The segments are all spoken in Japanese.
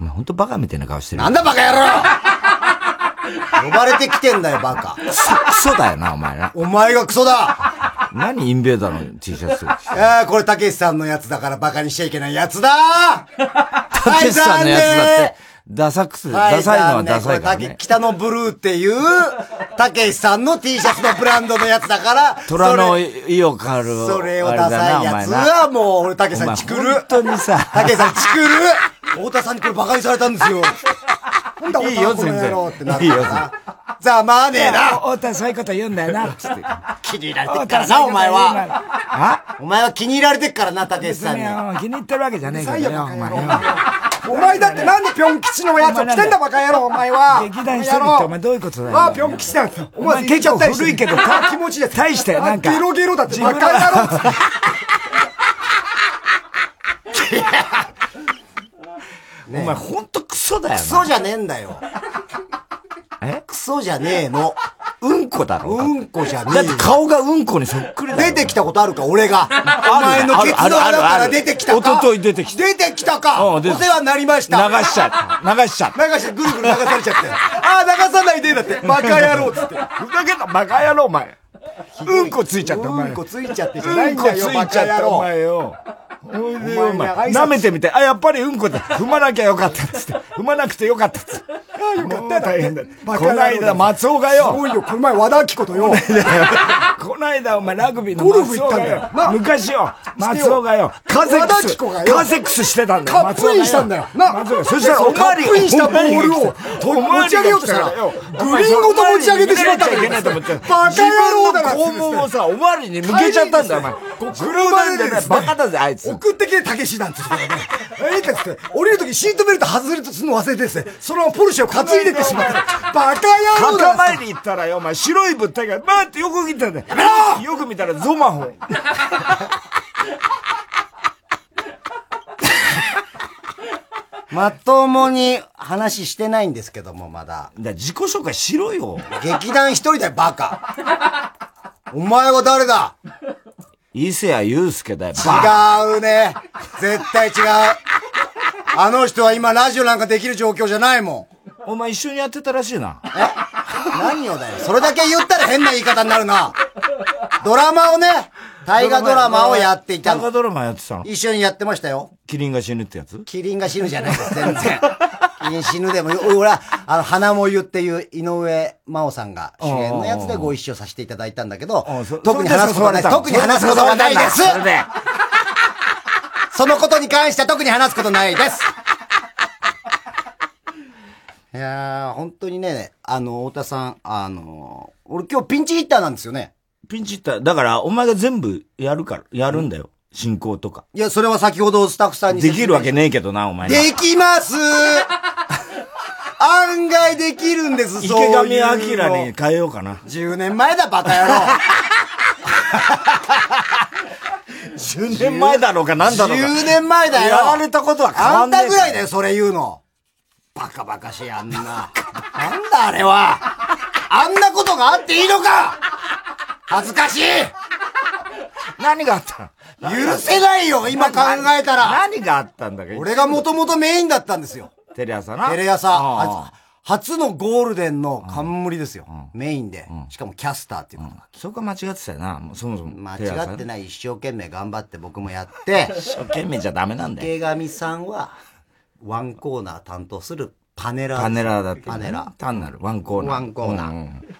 お前ほんとバカみたいな顔してる。なんだバカ野 郎呼ばれてきてんだよ、バ カ。クソだよな、お前な。お前がクソだ何インベーダーの T シャツ着てるえー、これ、たけしさんのやつだからバカにしちゃいけないやつだたけしさんのやつだって、ダサくす、はいダサいのは残念ダサいからこれねたけ。北のブルーっていう、たけしさんの T シャツのブランドのやつだから、虎そのれ意を狩る。それをあダだなサいやつはもう俺、たけしおさん前チクる。本当にさたけしさんチクる。太田さんにこれバカにされたんですよ。なんだ、いいよ太田さんこの野郎ってなる全然いいよざまあねえな。太田そういうこと言うんだよな、つって。気に入られてっからな、お前は。あお前は気に入られてっからな、たけしさんに。気に入ってるわけじゃねえからよ、お前お前だってなんでぴょん吉のやつを着てんだバカ野郎お前は劇団一人ってお前どういうことだよ。あぴょん吉だよおお前前結構古いけど、た気持ちいいやつ大したよ、なんか。ゲロゲロだって自分バのカ野郎 お前ほんとクソだよな。クソじゃねえんだよえクソじゃねえのうんこだろ。うんこじゃねだっえてよ顔がうんこにそっくりだ出よ。てきたことあるか俺がお前のケツのあるある穴あるかあらる出てきたおかととい出てきた出てきたかうおん出世てきた話になりまし流たしちゃった。流しちゃった。流してぐるぐる流されちゃってああ流さないでだってバカ野郎っつってふざけたバカ野郎、お前。うんこついちゃった、おう前。んこつついちゃってじゃないうんんこだつよいバちゃカった、野お郎前よ。おいでよ、おお前前。挨拶舐めてみて。あ、やっぱりうんこだ。踏まなきゃよかったっつって。踏まなくてよかったっつって。あ、よかった。大変だ。バこカ野郎のだ間、松尾がよ。すごいよ、この前和田アキ子とよ。 この間お前ラグビーのゴルフ松行っ尾たんがだよよな昔よ松尾がよカーセッ和田クアスキ子カがよーセックスしてたんだよカップインしたんだよ松尾がな松尾がそしたらおカまわりップインしたボールをおまわ持ち上げようとしたらが来よグリーンごと持ち上げてしまったんだよお前それおまわりに向けなバカ野郎きゃいけないと思ってだな自分の肛門をさおまわりに向けちゃったんだよお前帰りにですねグルーなんじゃないバカだぜあいつ送ってきてたけしなんて言ってたからね。ええかっつって、降りるときシートベルト外れとするの忘れてですね、そのままポルシェを担いでってしまった。バカ野郎墓だな参り行ったらよお前白い物体がバーって横切ったんだよよく見たらゾマホン まともに話してないんですけども、まだ。だから自己紹介しろよ劇団一人だよ、バカ。お前は誰だ伊勢谷友介だよバカ違うね。絶対違う。あの人は今ラジオなんかできる状況じゃないもん。お前一緒にやってたらしいな何をだよ。それだけ言ったら変な言い方になるな。ドラマをね、大河ドラマをやっていた大河の。ドラマやってたの一緒にやってましたよ。キリンが死ぬってやつキリンが死ぬじゃないです、全然。キリン死ぬでも、俺は、あの、花もゆっていう井上真央さんが主演のやつでご一緒させていただいたんだけどああそ、特に話すことはない。そ特にれで話すことはないですそれでそのことに関しては特に話すことないです。いやー、本当にね、あの、太田さん、あの、俺今日ピンチヒッターなんですよね。ピンチった。だから、お前が全部やるから、やるんだよ。進行とか。いや、それは先ほどスタッフさんにで説明きるわけねえけどな、お前な。できます 案外できるんです、池そう上いうの彰に変えようかな。 10年前だ、バカ野 郎。 10年前だろうか、なんだろうか。 10年前だよ。やられたことは変わあんんねえたぐらいだよ、それ言うの。バカバカしい、あんな。なんだ、あれは。あんなことがあっていいのか恥ずかしい何があった許せないよ、今考えたら。何があったんだけど。俺がもともとメインだったんですよ。テレ朝な。テレ朝。あああ初のゴールデンの冠ですよ。メインで。しかもキャスターっていうことが。そこは間違ってたよな、もうそもそも。間テレ朝違ってない、一生懸命頑張って僕もやって。 一生懸命じゃダメなんだよ。池上さんは、ワンコーナー担当するパネラー。パネラーだって。パネラー。単なるワンコーナー。ワンコーナーうんうん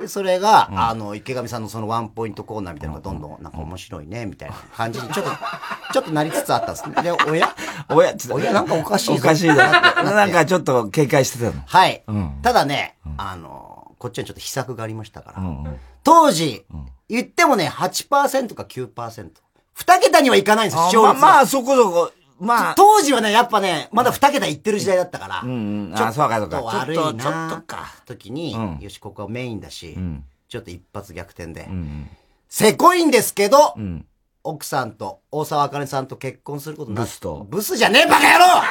で、それが、あの、池上さんのそのワンポイントコーナーみたいなのがどんどん、なんか面白いね、みたいな感じに、ちょっと、 ちょっとなりつつあったんですね。で、おやおやつおやなんかおかしいぞおかしいだろ。 なってなんかちょっと警戒してたの。はい。うんただね、あの、こっちはちょっと秘策がありましたから。うんうん当時、言ってもね、8%か9%。二桁にはいかないんですよ、あ視聴まあ率がまあ、そこそこ、まあ、当時はね、やっぱね、まだ二桁いってる時代だったから、うんうんちょあっそうかそうかと悪いなちょっとちょっとか時に、うんよし、ここはメインだし、んちょっと一発逆転で、うんせこいんですけど、うん。奥さんと、大沢あかねさんと結婚することになっブスとブスじゃねえ、バカ野郎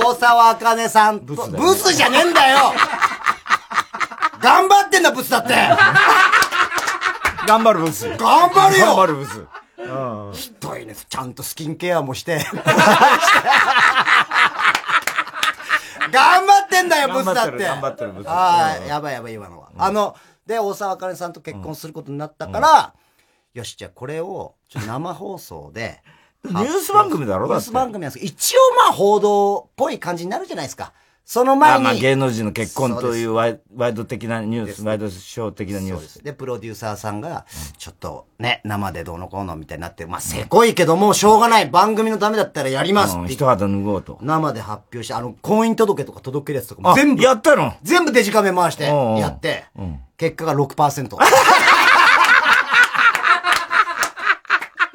大沢あかねさんと、ブブスだス,、よねじゃねえんだよ頑張ってんだ、ブスだって 頑張るブス。頑頑張るよ張るブス。ひどいね。ちゃんとスキンケアもして。頑張ってんだよ、ブスだって。頑張ってる頑張ってるブスああ、やばいやばい、今のは。あの、で、大沢あかねさんと結婚することになったから、よし、じゃあこれを、ちょっと生放送で。 ニュース番組だろニュだーってス番組なんですけど一応まあ報道っぽい感じになるじゃないですか。その前あに。まあ芸能人の結婚そうとでいすうワイワイド的なニュース、ワイドショー的なニュそうーでス。す。で、プロデューサーさんが、ちょっとね、生でどうのこうのみたいになって、まあ、せこいけどもうしょうがない。番組のためだったらやりますうっんて一肌脱ごうと。生で発表して、あの、婚姻届とか届けるやつとかもあ全部、やったの全部デジカメ回して、うんうんやってうん、結果が6%。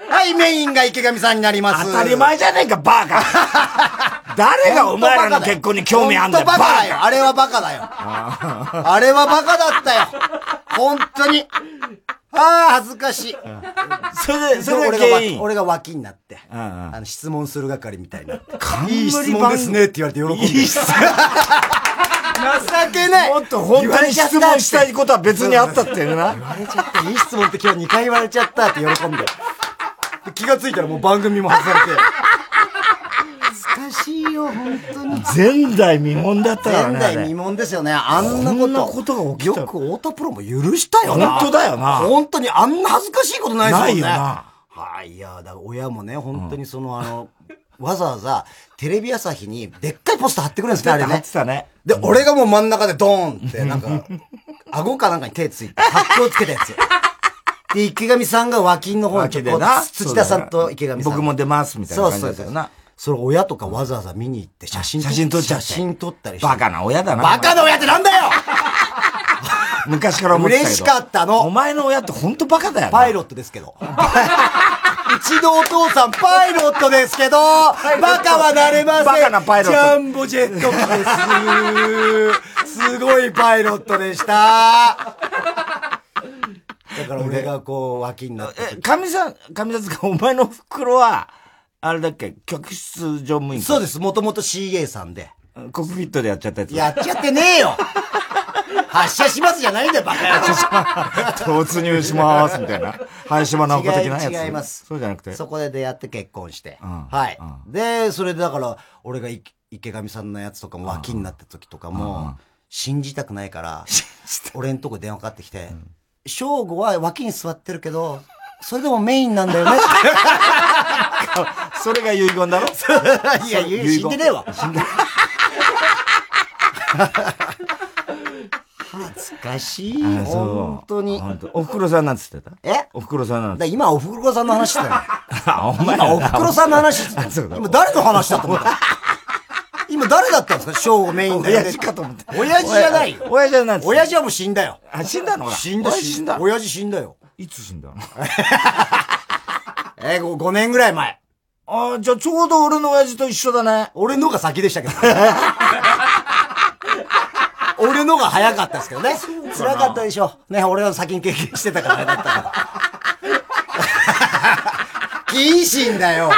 はい、メインが池上さんになります。当たり前じゃねえか、バカ誰がお前らの結婚に興味あんだよ、ほバとバカだカよ。あれはバカだよ。あれはバカだったよ。本当に。ああ、恥ずかしい。それで、それが俺が原脇因。俺が脇になって、んうんあの質問する係みたいになって。冠番いい質問ですねって言われて喜んでる。情けないもっと本当に質問したいことは別にあったっていう言な。われちゃった。いい質問って今日2回言われちゃったって喜んで。で気がついたらもう番組も外されて。恥ずかしいよ、本当に。前代未聞だったから 前ね。代あ未れ聞ですよね。あんなこと。こんなことが起きたよく太田プロも許したよな。本当だよな本当にあんな恥ずかしいことないですもんね。ないよなはい、いや、だから親もね、本当にその、あの、わざわざ、テレビ朝日に、でっかいポスター貼ってくれるんですね、あれだっねて。たね。で、俺がもう真ん中でドーンって、なんか、顎かなんかに手ついて、発表つけたやつよ。で、池上さんが脇の方にちょっとこう、土田さんと池上さん。僕も出ますみたいそなう感じそだうったそような。。それ親とかわざわざ見に行って写真写真撮っちゃっ写て真撮ったりして。バカな親だな。バカな親ってなんだよ昔から思ってたけど嬉しかったのお前の親ってほんとバカだよな。パイロットですけど。一度お父さんパイロットですけど、バカはなれません。バカなパイロットジャンボジェット機です。すごいパイロットでした。だから俺がこう脇になってえ、神さん、神さんか、お前の袋は、あれだっけ、客室乗務員かそうです。もともと CA さんで。コックピットでやっちゃったやつ。やっちゃってねえよ発射しますじゃないんだよ、バカ突入しまーす、みたいな。林間直子的なやつ。違い違いますそうじゃなくて。そこで出会って結婚して。んはい、で、それでだから、俺がい池上さんのやつとかも脇になった時とかも、信じたくないから、俺んとこ電話かかってきて、正午は脇に座ってるけど、それでもメインなんだよね。 それが遺言 だろいや、言う死んでねえわ。恥ずかしいよ、あそう本当に。ほんとお袋さんなんつってたえだかお袋さんなんつらって今、おふくろさんの話してた の。た。あ、お前今、おふくろさんの話してたのそうだ今、誰の話だと思った 今、誰だったんですか正午メインで。親父かと思って。親父じゃないよ。 親父じゃない親父。父はもう死んだよ。あ、死んだのか死んだ、親父死んだ。親父死んだよ。いつ死んだのえー、5年ぐらい前。あーじゃあちょうど俺の親父と一緒だね。俺のが先でしたけど。 俺のが早かったですけどね。辛かったでしょ。ね、俺は先に経験してたからあれ だったから。謹慎だよ。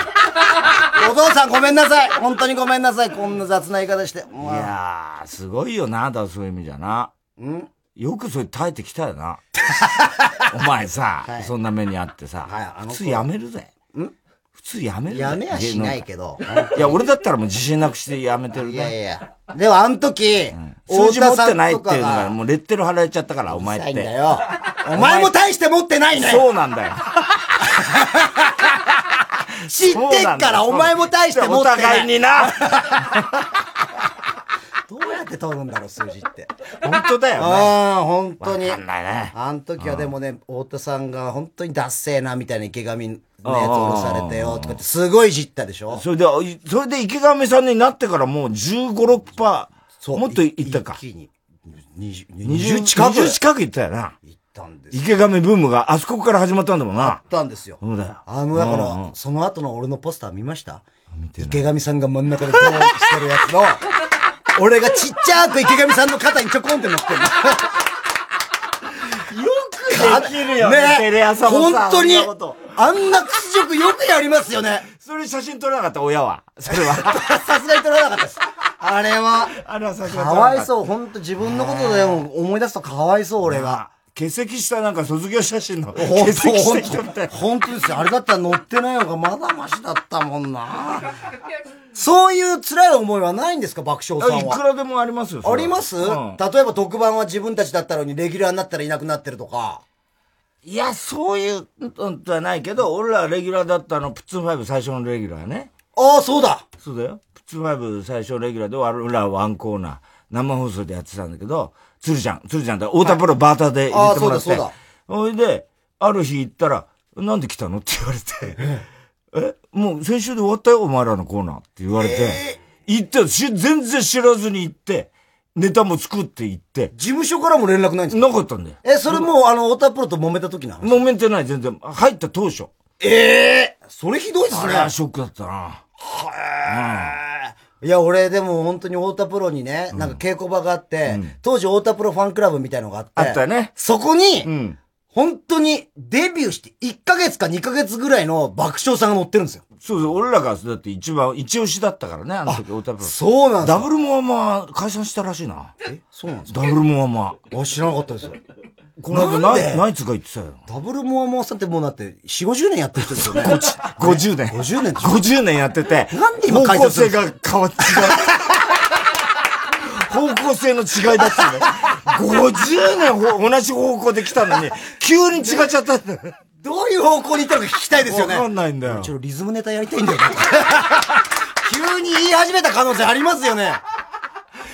お父さんごめんなさい。本当にごめんなさい。こんな雑な言い方して。いやー、すごいよな、だからそういう意味じゃな。よくそれ耐えてきたよ な。お前さ、はいそんな目にあってさ、はいあの子普通やめるぜ。普通やめるぜ。やめはしない芸けど。能 界いや、俺だったらもう自信なくしてやめてるいやいね。や。でもあの時、数字持太田ってさんないっとていかうのが、が、もうレッテル貼られちゃったから、お前なっいんだて。よ。お前も大して持ってないね。そうなんだよ。知ってっから、お前も大して持おってない。互いにな。どうやって取るんだろう、数字って。本当だよね。ああ、本当にわ。かんないね。あの時はでもね、太田さんが本当にダッセーなみたいな池上のやつ下ろされてよ、とかって、すごいいじったでしょそれで、いそれで池上さんになってからもう15、6パー、もっといいったか。20 20近く。行20近くいったよな。ったんですよ。池上ブームがあそこから始まったんだもんな行っ。たんですよ。そうだよ。あの、だかうんうんら、その後の俺のポスター見ました池上さんが真ん中でこうしてるやつの、俺がちっちゃく池上さんの肩にちょこんって乗ってる。よくできるよね。テレ朝も本さ当にそんなこと、あんな屈辱よくやりますよね。それ写真撮らなかった、親は。それは。さすがに取らなかったです。あれは、あれはさすがに撮らかなわったいそう。本当自分のことでも思い出すとかわいそう、俺が。欠席したなんか卒業写真の 欠本席当した人みたいな。本当ですよ。あれだったら乗ってない方がまだマシだったもんな。そういう辛い思いはないんですか、爆笑さんいくは。らでもありますよ。それあはります、うん例えば特番は自分たちだったのにレギュラーになったらいなくなってるとか。いや、そういうのとはないけど、俺らレギュラーだったあの、プッツンファイブ最初のレギュラーね。ああ、そうだそうだよ。プッツンファイブ最初レギュラーで、俺らワンコーナー、生放送でやってたんだけど、鶴ちゃん、鶴ちゃんだ、太田プロバーターで入れてもらって。あーそうだそうだほいで、ある日行ったら、なんで来たのって言われて、え、もう先週で終わったよ、お前らのコーナーって言われて、行ったよし全然知らずに行って、ネタも作って行って、事務所からも連絡ないんですかなかったんだよ。え、それもう、あの、オタプロと揉めた時なのもめてない、全然。入った当初。それひどいっすあねれ。はショックだったな。いや、俺でも本当に太田プロにね、なんか稽古場があって、当時太田プロファンクラブみたいのがあって、あったねそこに、うん。本当にデビューして1ヶ月か2ヶ月ぐらいの爆笑さんが乗ってるんですよ。そうそう、俺らがだって一番、一押しだったからね、あの時、太田プロ。そうなんですダかブルモアマ解散したらしいな。えそうなんですダブルモアマ。かあ、知らなかったです よ。この間なんナでイ、ナイツが言ってたよ。ダブルモアモアさんってもうだって、4、50年やってる人ですよね。 50年。 50年って50年やってて。なんで今解方向散す性るんが変わって違う。方向性の違いだったね。50年ほ同じ方向で来たのに、急に違っちゃったんだよ。どういう方向に行ったのか聞きたいですよね。わかんないんだよ俺ちょっとリズムネタやりたいん だよね。急に言い始めた可能性ありますよね。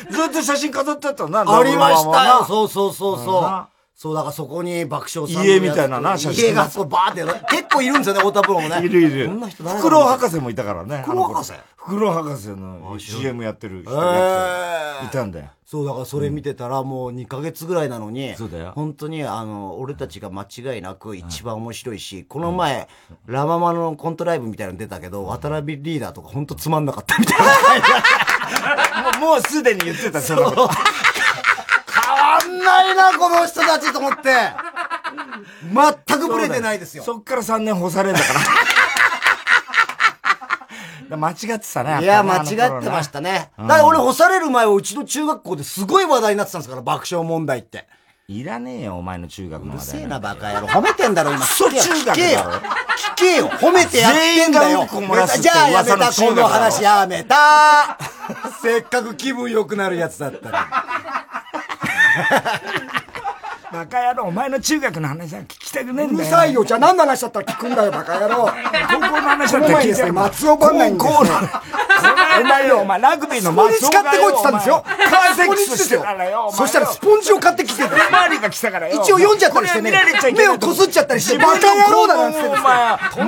ずっと写真飾ってたな。ありましたよ。よ。そうそうそうあるそなう。そう、だからそこに爆笑さんの家みたいなな写真家がそうバーってやる。結構いるんですよね、太田プロもね。いるいる。こんな人誰だろうフクロウ博士もいたからね。フクロウ博士あの頃フクロウ博士の CM やってる人えがいーたんだよ。そう、だからそれ見てたらもう2ヶ月ぐらいなのに、そうだよ本当に、あの、俺たちが間違いなく一番面白いし、この前、ラママのコントライブみたいなの出たけど、渡辺リーダーとか本当つまんなかったみたいな。 もうもうすでに言ってた、そのこと。変わんないな、この人たちと思って。全くブレてないですよ。そっから3年干されんだから。だから間違ってたね。いや、っぱ間ね違ってまし。あたの頃ねね。だから俺干される前はうちの中学校ですごい話題になってたんですから、爆笑問題って。いらねえよ、お前の中学のうる話せ題えなんな、てバカ野郎。褒めてんだろ、今。そ中学だろ聞けよ。聞けよ。褒めてやってんだ全員がよ。うんこ漏らすってじゃあやめ噂のた、中学だこのろ話やめた。せっかく気分良くなるやつだったら。バカ野郎、お前の中学の話は聞きたくねえんだうよ。るさいよ。じゃあ何の話だったら聞くんだよ、バカ 野郎。高校の話だこったのら前聞でいすてね、松尾番内にですね、お前よ、お前ラグビーのここに松尾使っがてこいよって言ったんですよ。カーセックここにスしてたからよ。お前よそしたらスポンジを買ってきてた。マリが来たからよ。一応読んじゃったりしてねこれは見られちゃいけ目なをいとこ思うすっちゃったりして、自バ分のカ野郎だなんつって子ん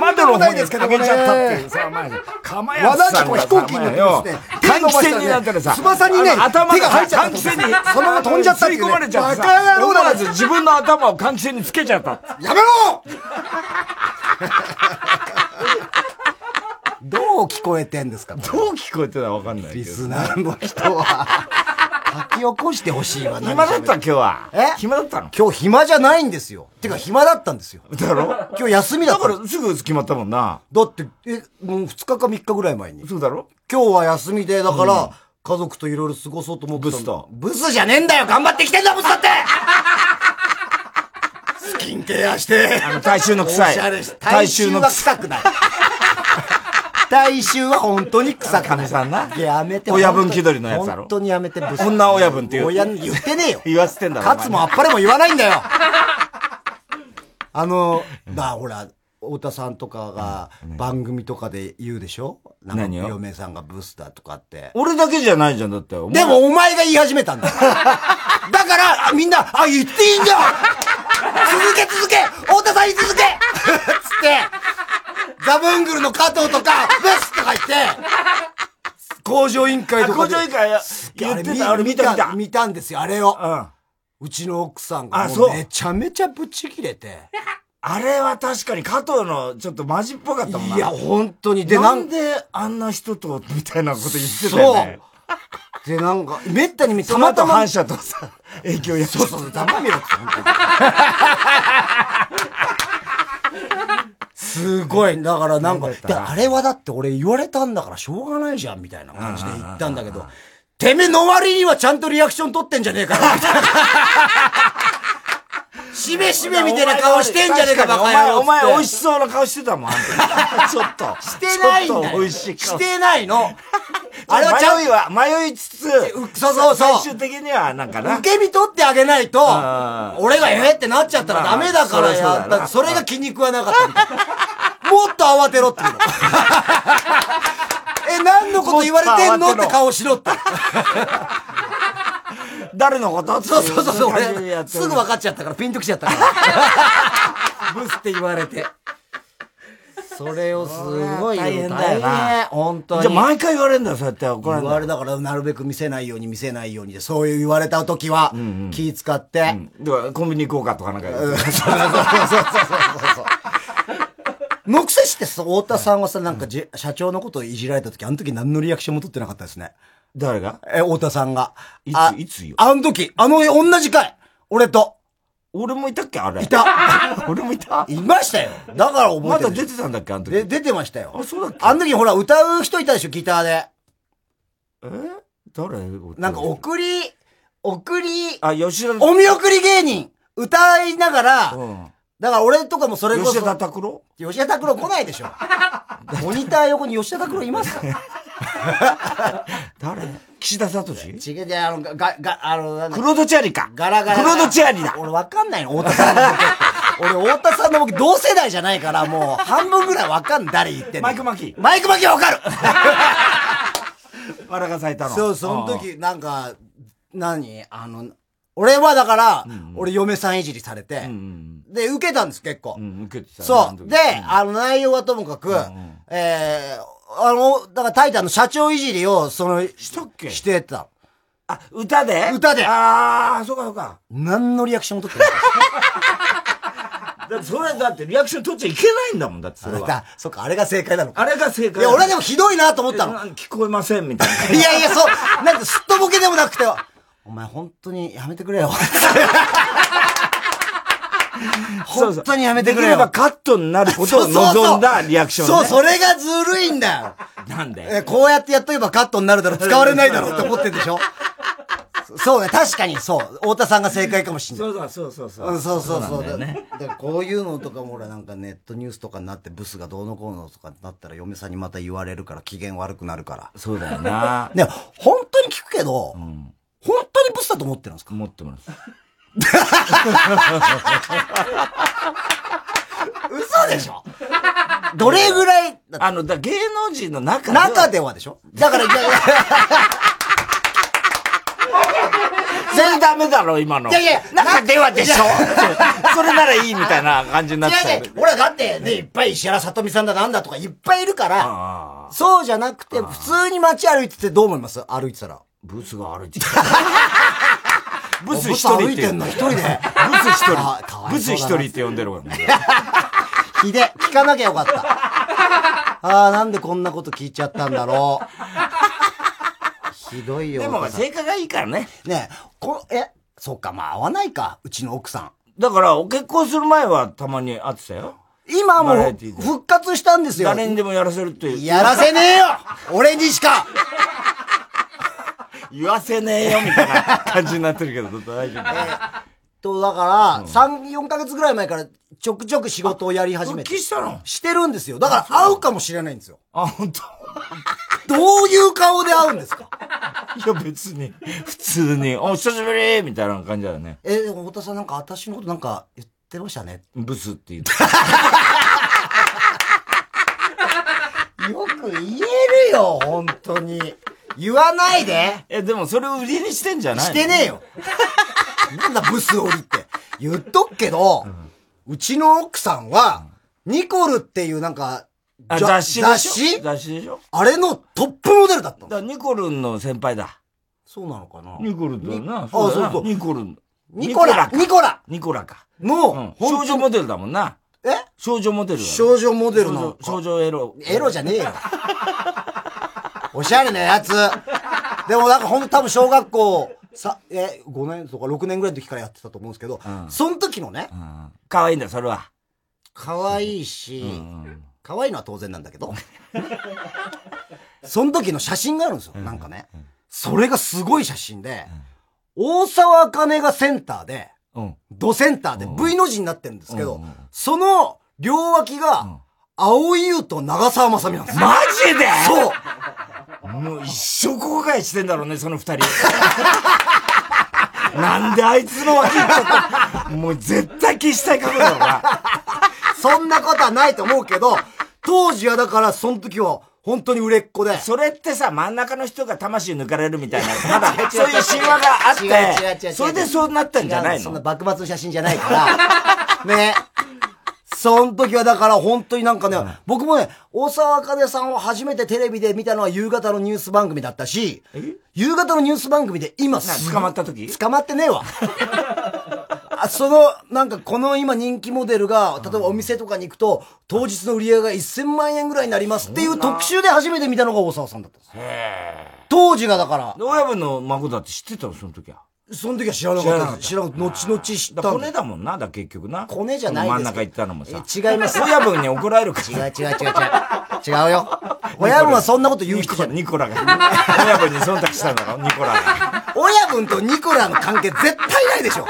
供をおで前、すよ。窓の方に上げちゃったっていうとさ、お前、かまや和つさ田んだアキ子飛行機に乗ってですね、換気扇になったらさ、翼にねあの頭手が入っちゃった換気扇に、そのまま飛んじゃったってい吸うい込ねまれちゃってさ、バカ野郎だ思わず自分の頭を換気扇につけちゃった。やめろどう聞こえてんですかどう聞こえてたかわかんないけリど。スナーの人は。 書き起こしてほしいわ。暇だった今日は。え暇だったの今日暇じゃないんですよ。てか暇だったんですよ。 だろ今日休みだだったかんです。らすぐ決まったもんな。だって、え、もう2日か3日ぐらい前に。そうだろ今日は休みで、だから、家族といろいろ過ごそうと思ってたのブスとブスじゃねえんだよ頑張ってきてんだ、ブスだってスキンケアして。あの、大衆のおし臭いゃれし。大大衆衆のは臭い。臭くない。大衆は本当に臭くかなみい。さんな。やめて 親分気取りのやつだろ本当にやめて、ブス。女親分っていう親に言ってねえよ。言わせてんだろ。勝つもあっぱれも言わないんだよ。 あの、だ、ほら、太田さんとかが番組とかで言うでしょなんか何を嫁さんがブスだとかって。俺だけじゃないじゃん、だって。お前でもお前が言い始めた んだよ。だから、あみんな、あ、言ってい いんだよ続け続け太田さん言い続けつって、ガブングルの加藤とか、ブスとか言って、工場委員会とかで。あ工場委員会や言ってたあれ見た見た見たんですよ、あれを。うん。うちの奥さんがあもそううめちゃめちゃブチ切れて。あれは確かに加藤のちょっとマジっぽかったもんな。いや、本当に。で、ななんんであんな人と、みたいなこと言ってたよね。で、なんか、めったにめそたのまた後ま反。射と さ、影響やそうそう、黙れよって、 本当にすごい。だからなんか、であれはだって俺言われたんだからしょうがないじゃん、みたいな感じで言ったんだけど、てめえの割にはちゃんとリアクション取ってんじゃねえかよ、みたいな。しめしめみたいな顔してんじゃねえか、バおカ前、野郎。お前、美味しし そうな顔してたもん、あんたちょっと。てないんちょっだとよ。美味しい顔。てないの。あ あれれはは迷ちゃんいは、迷いつつ、うそうそうそう最終的には、なんかな。受け身取ってあげないとあ、ー俺がええってなっちゃったらダメだからまあまあやそりゃそうっだた。なそれが気に食わなかったみたいな。もっと慌てろって言う の。え、何のこと言われてんのもっっと慌てろて顔しろ って。誰のことそうそうそうそう、ってい感じでや俺、ってするぐ分かっちゃったから、ピンときちゃったから。 ブスって言われて。それをすごい大変だよな大変本当に。じゃあ毎回言われるんだよ、そうやって怒られ言るんだわれだから、なるべく見せないように見せないようにで、そういう言われた時は、気使って、だからコンビニ行こうかとかなんか言ってのくせしてさ、太田さんはさ、なんかじ、社長のことをいじられた時、あの時何のリアクションも取ってなかったですね。誰がえ、太田さんが。いつあいつよあの時、あの、同じ回、俺と、俺もいたっけあれ。い。た、 俺もいたいましたよ。だから覚まえてだる。出てたんだっけあので時。出てましたよあ、。そうだっけあの時ほら、歌う人いたでしょ、ギターで。え誰なんか、送り、送り、あ、吉田、お見送り芸人、歌いながら、うんだから俺とかもそれこそ、吉田拓郎吉田拓郎来ない でしょ。モニター横に吉田拓郎いますか 誰岸田聡違う違う、あの、が、が、あの、なんだクロードチャリか。ガラガラ。クロードチャリだ。俺わかんないの、太田さんの僕。俺、太田さんの僕、同世代じゃないから、もう、半分ぐらいわかんない。誰言ってんのマイクマキマイクマキはわかるバラが咲いたの。そう、その時、なんか、何あの、俺はだから、俺、嫁さんいじりされてう、ん。で、受けたんです、結構。うん、受けてたね。あそのう。時で、あの内容はともかく、えー、あの、だからタイタンの社長いじりを、その、したっけしてた。あ、歌で歌であー、そうかそうか。何のリアクションも取ってなかっだってそれだってリアクション取っちゃいけないんだもん、だってそれたは。だ。そっか、あれが正解なのか。あれが正い解。や、俺はでももひどいなと思ったの。聞こえません、みたいな。いやいや、そう、なんかすっとぼけでもなくて、 お前本当にやめてく れよ。そうそう本当にやめてくれできればよ。カットになることを望んだリアクションね。そう、それがずるいんだよ。なん えでこうやってやっとけばカットになるだろ、使われないだろって思ってんで しょそうね、確かにそう。太田さんが正解かもしんない。そうそうそうそうそうう。ん、そうそうそう。なんだよね。だからこういうのとかも、ほら、なんかネットニュースとかになって、ブスがどうのこうのとかになったら、嫁さんにまた言われるから、機嫌悪くなるから。そうだよな。ね、本当に聞くけど、本当にブスだと思ってるんですか持って ます。嘘でしょどれぐらい、あの、だ芸能人の中で。中ではでし ょだから、いやい全然ダメだろ、今の。いやいや中ではでしょ。それならいいみたいな感じになっやてたいやよね。ほら、だって、ね、いっぱい石原さとみさんだなんだとかいっぱいいるから、ああ、そうじゃなくて、普通に街歩いててどう思います歩いてたら。ブスが歩 いてた。ブス一人って歩いてんの、一人で。ブス一あかわい人。そうだなブス一人って呼んでるわ。 ひで、聞かなきゃよかった。ああ、なんでこんなこと聞いちゃったんだろう。ひどいよ。でおも、母さん性格がいいからね。ねえ、こえ、そっか、まあ合わないか、うちの奥さん。だから、結婚する前はたまに会ってたよ。今もバラエうティで復活したんですよ。誰にでもやらせるっていう。やらせねえよ俺にしか 言わせねえよ、みたいな感じになってるけど、大丈夫。と、だから、3、4ヶ月ぐらい前からちょくちょく仕事をやり始め復て帰。したのしてるんですよ。だから会うかもしれないんですよ。あ、本当。どういう顔で会うんですかいや、別に、普通に、お、久しぶりみたいな感じだよね。え、でも太田さんなんか私のことなんか言ってましたね。ブスって言って。よく言えるよ、本当に。言わないで。え、でもそれを売りにしてんじゃないしてねえよ。なんだブス折りって。言っとくけど、うちの奥さんは、ニコルっていうなんか、あじゃ 雑誌で雑し誌ょ雑誌でしょあれのトップモデルだったのだからニコルンの先輩だ。そうなのかなニコルンだよな。にそうだあなそうそうニコルン。ニコラニニコラニコラか。の、うん本少当女にモデルだもんな。え少女モデルだよ少女モデルなの少女か少女エロ。エロじゃねえよ。おしゃれなやつ。 でもなんかほんと多分小学校、さ、え、5年とか6年ぐらいの時からやってたと思うんですけど、うんその時のね、うん可愛いんだ、それは。可愛いし、うん可愛いのは当然なんだけど、その時の写真があるんですよ。なんかね。それがすごい写真で、大沢あかねがセンターで、うん。ドセンターでうん V の字になってるんですけうどん、その両脇んが、青井優と長澤まさみなんですよ。マジでそうもう一生後悔してんだろうね、その 二人。なんであいつの脇行っちゃったもう絶対消したい過去だろ、そんなことはないと思うけど、当時はだから、その時は、本当に売れっ子でお前。それってさ、真ん中の人が魂抜かれるみたいな、 まだそういう神話があって、それでそうなったんじゃない違うそんなの幕末の写真じゃない から。ね。その時はだから本当になんかね、僕もね、大沢あかねさんを初めてテレビで見たのは夕方のニュース番組だったし、夕方のニュース番組で今すごい捕まった時捕まってねえわ。 あその、なんかこの今人気モデルが、例えばお店とかに行くと、当日の売り上げが1000万円ぐらいになりますっていう特集で初めて見たのが大沢さんだったんですよ当時がだから、親分の孫だって知ってたの、その時は。その時は知らなかったです。知知らなかった。後々知っただんでからすコネだもんな、だから結局な。コネじゃないです真ん中行ったのもさ。え違います親分に怒られるか違うら。違う違う違う。違うよ。親分はそんなこと言うニ人コじゃラない。ニコラが。親分に忖度したんだろ、ニコラが。親分とニコラの関係絶対ないでしょ。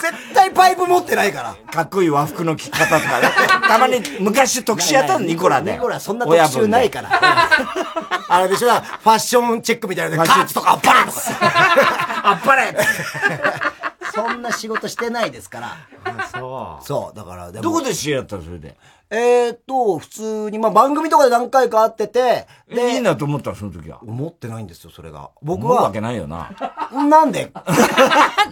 絶対パイプ持ってないから。かっこいい和服の着方とかね。たまに昔特集やったの、ニコラで。ニコラそんな特集ないから。あれでしょ、ファッションチェックみたいなので、カーツとかあっぱれとか。ら。あっ ぱれそんな仕事してないですから。そう、だから、でどこも。で知り合ったのそれで。えーっと、普通に、まあ番組とかで何回か会ってて、いいで、なと思ったのその時は。思ってないんですよ、それが。僕思うわはけ、ないよな。なん で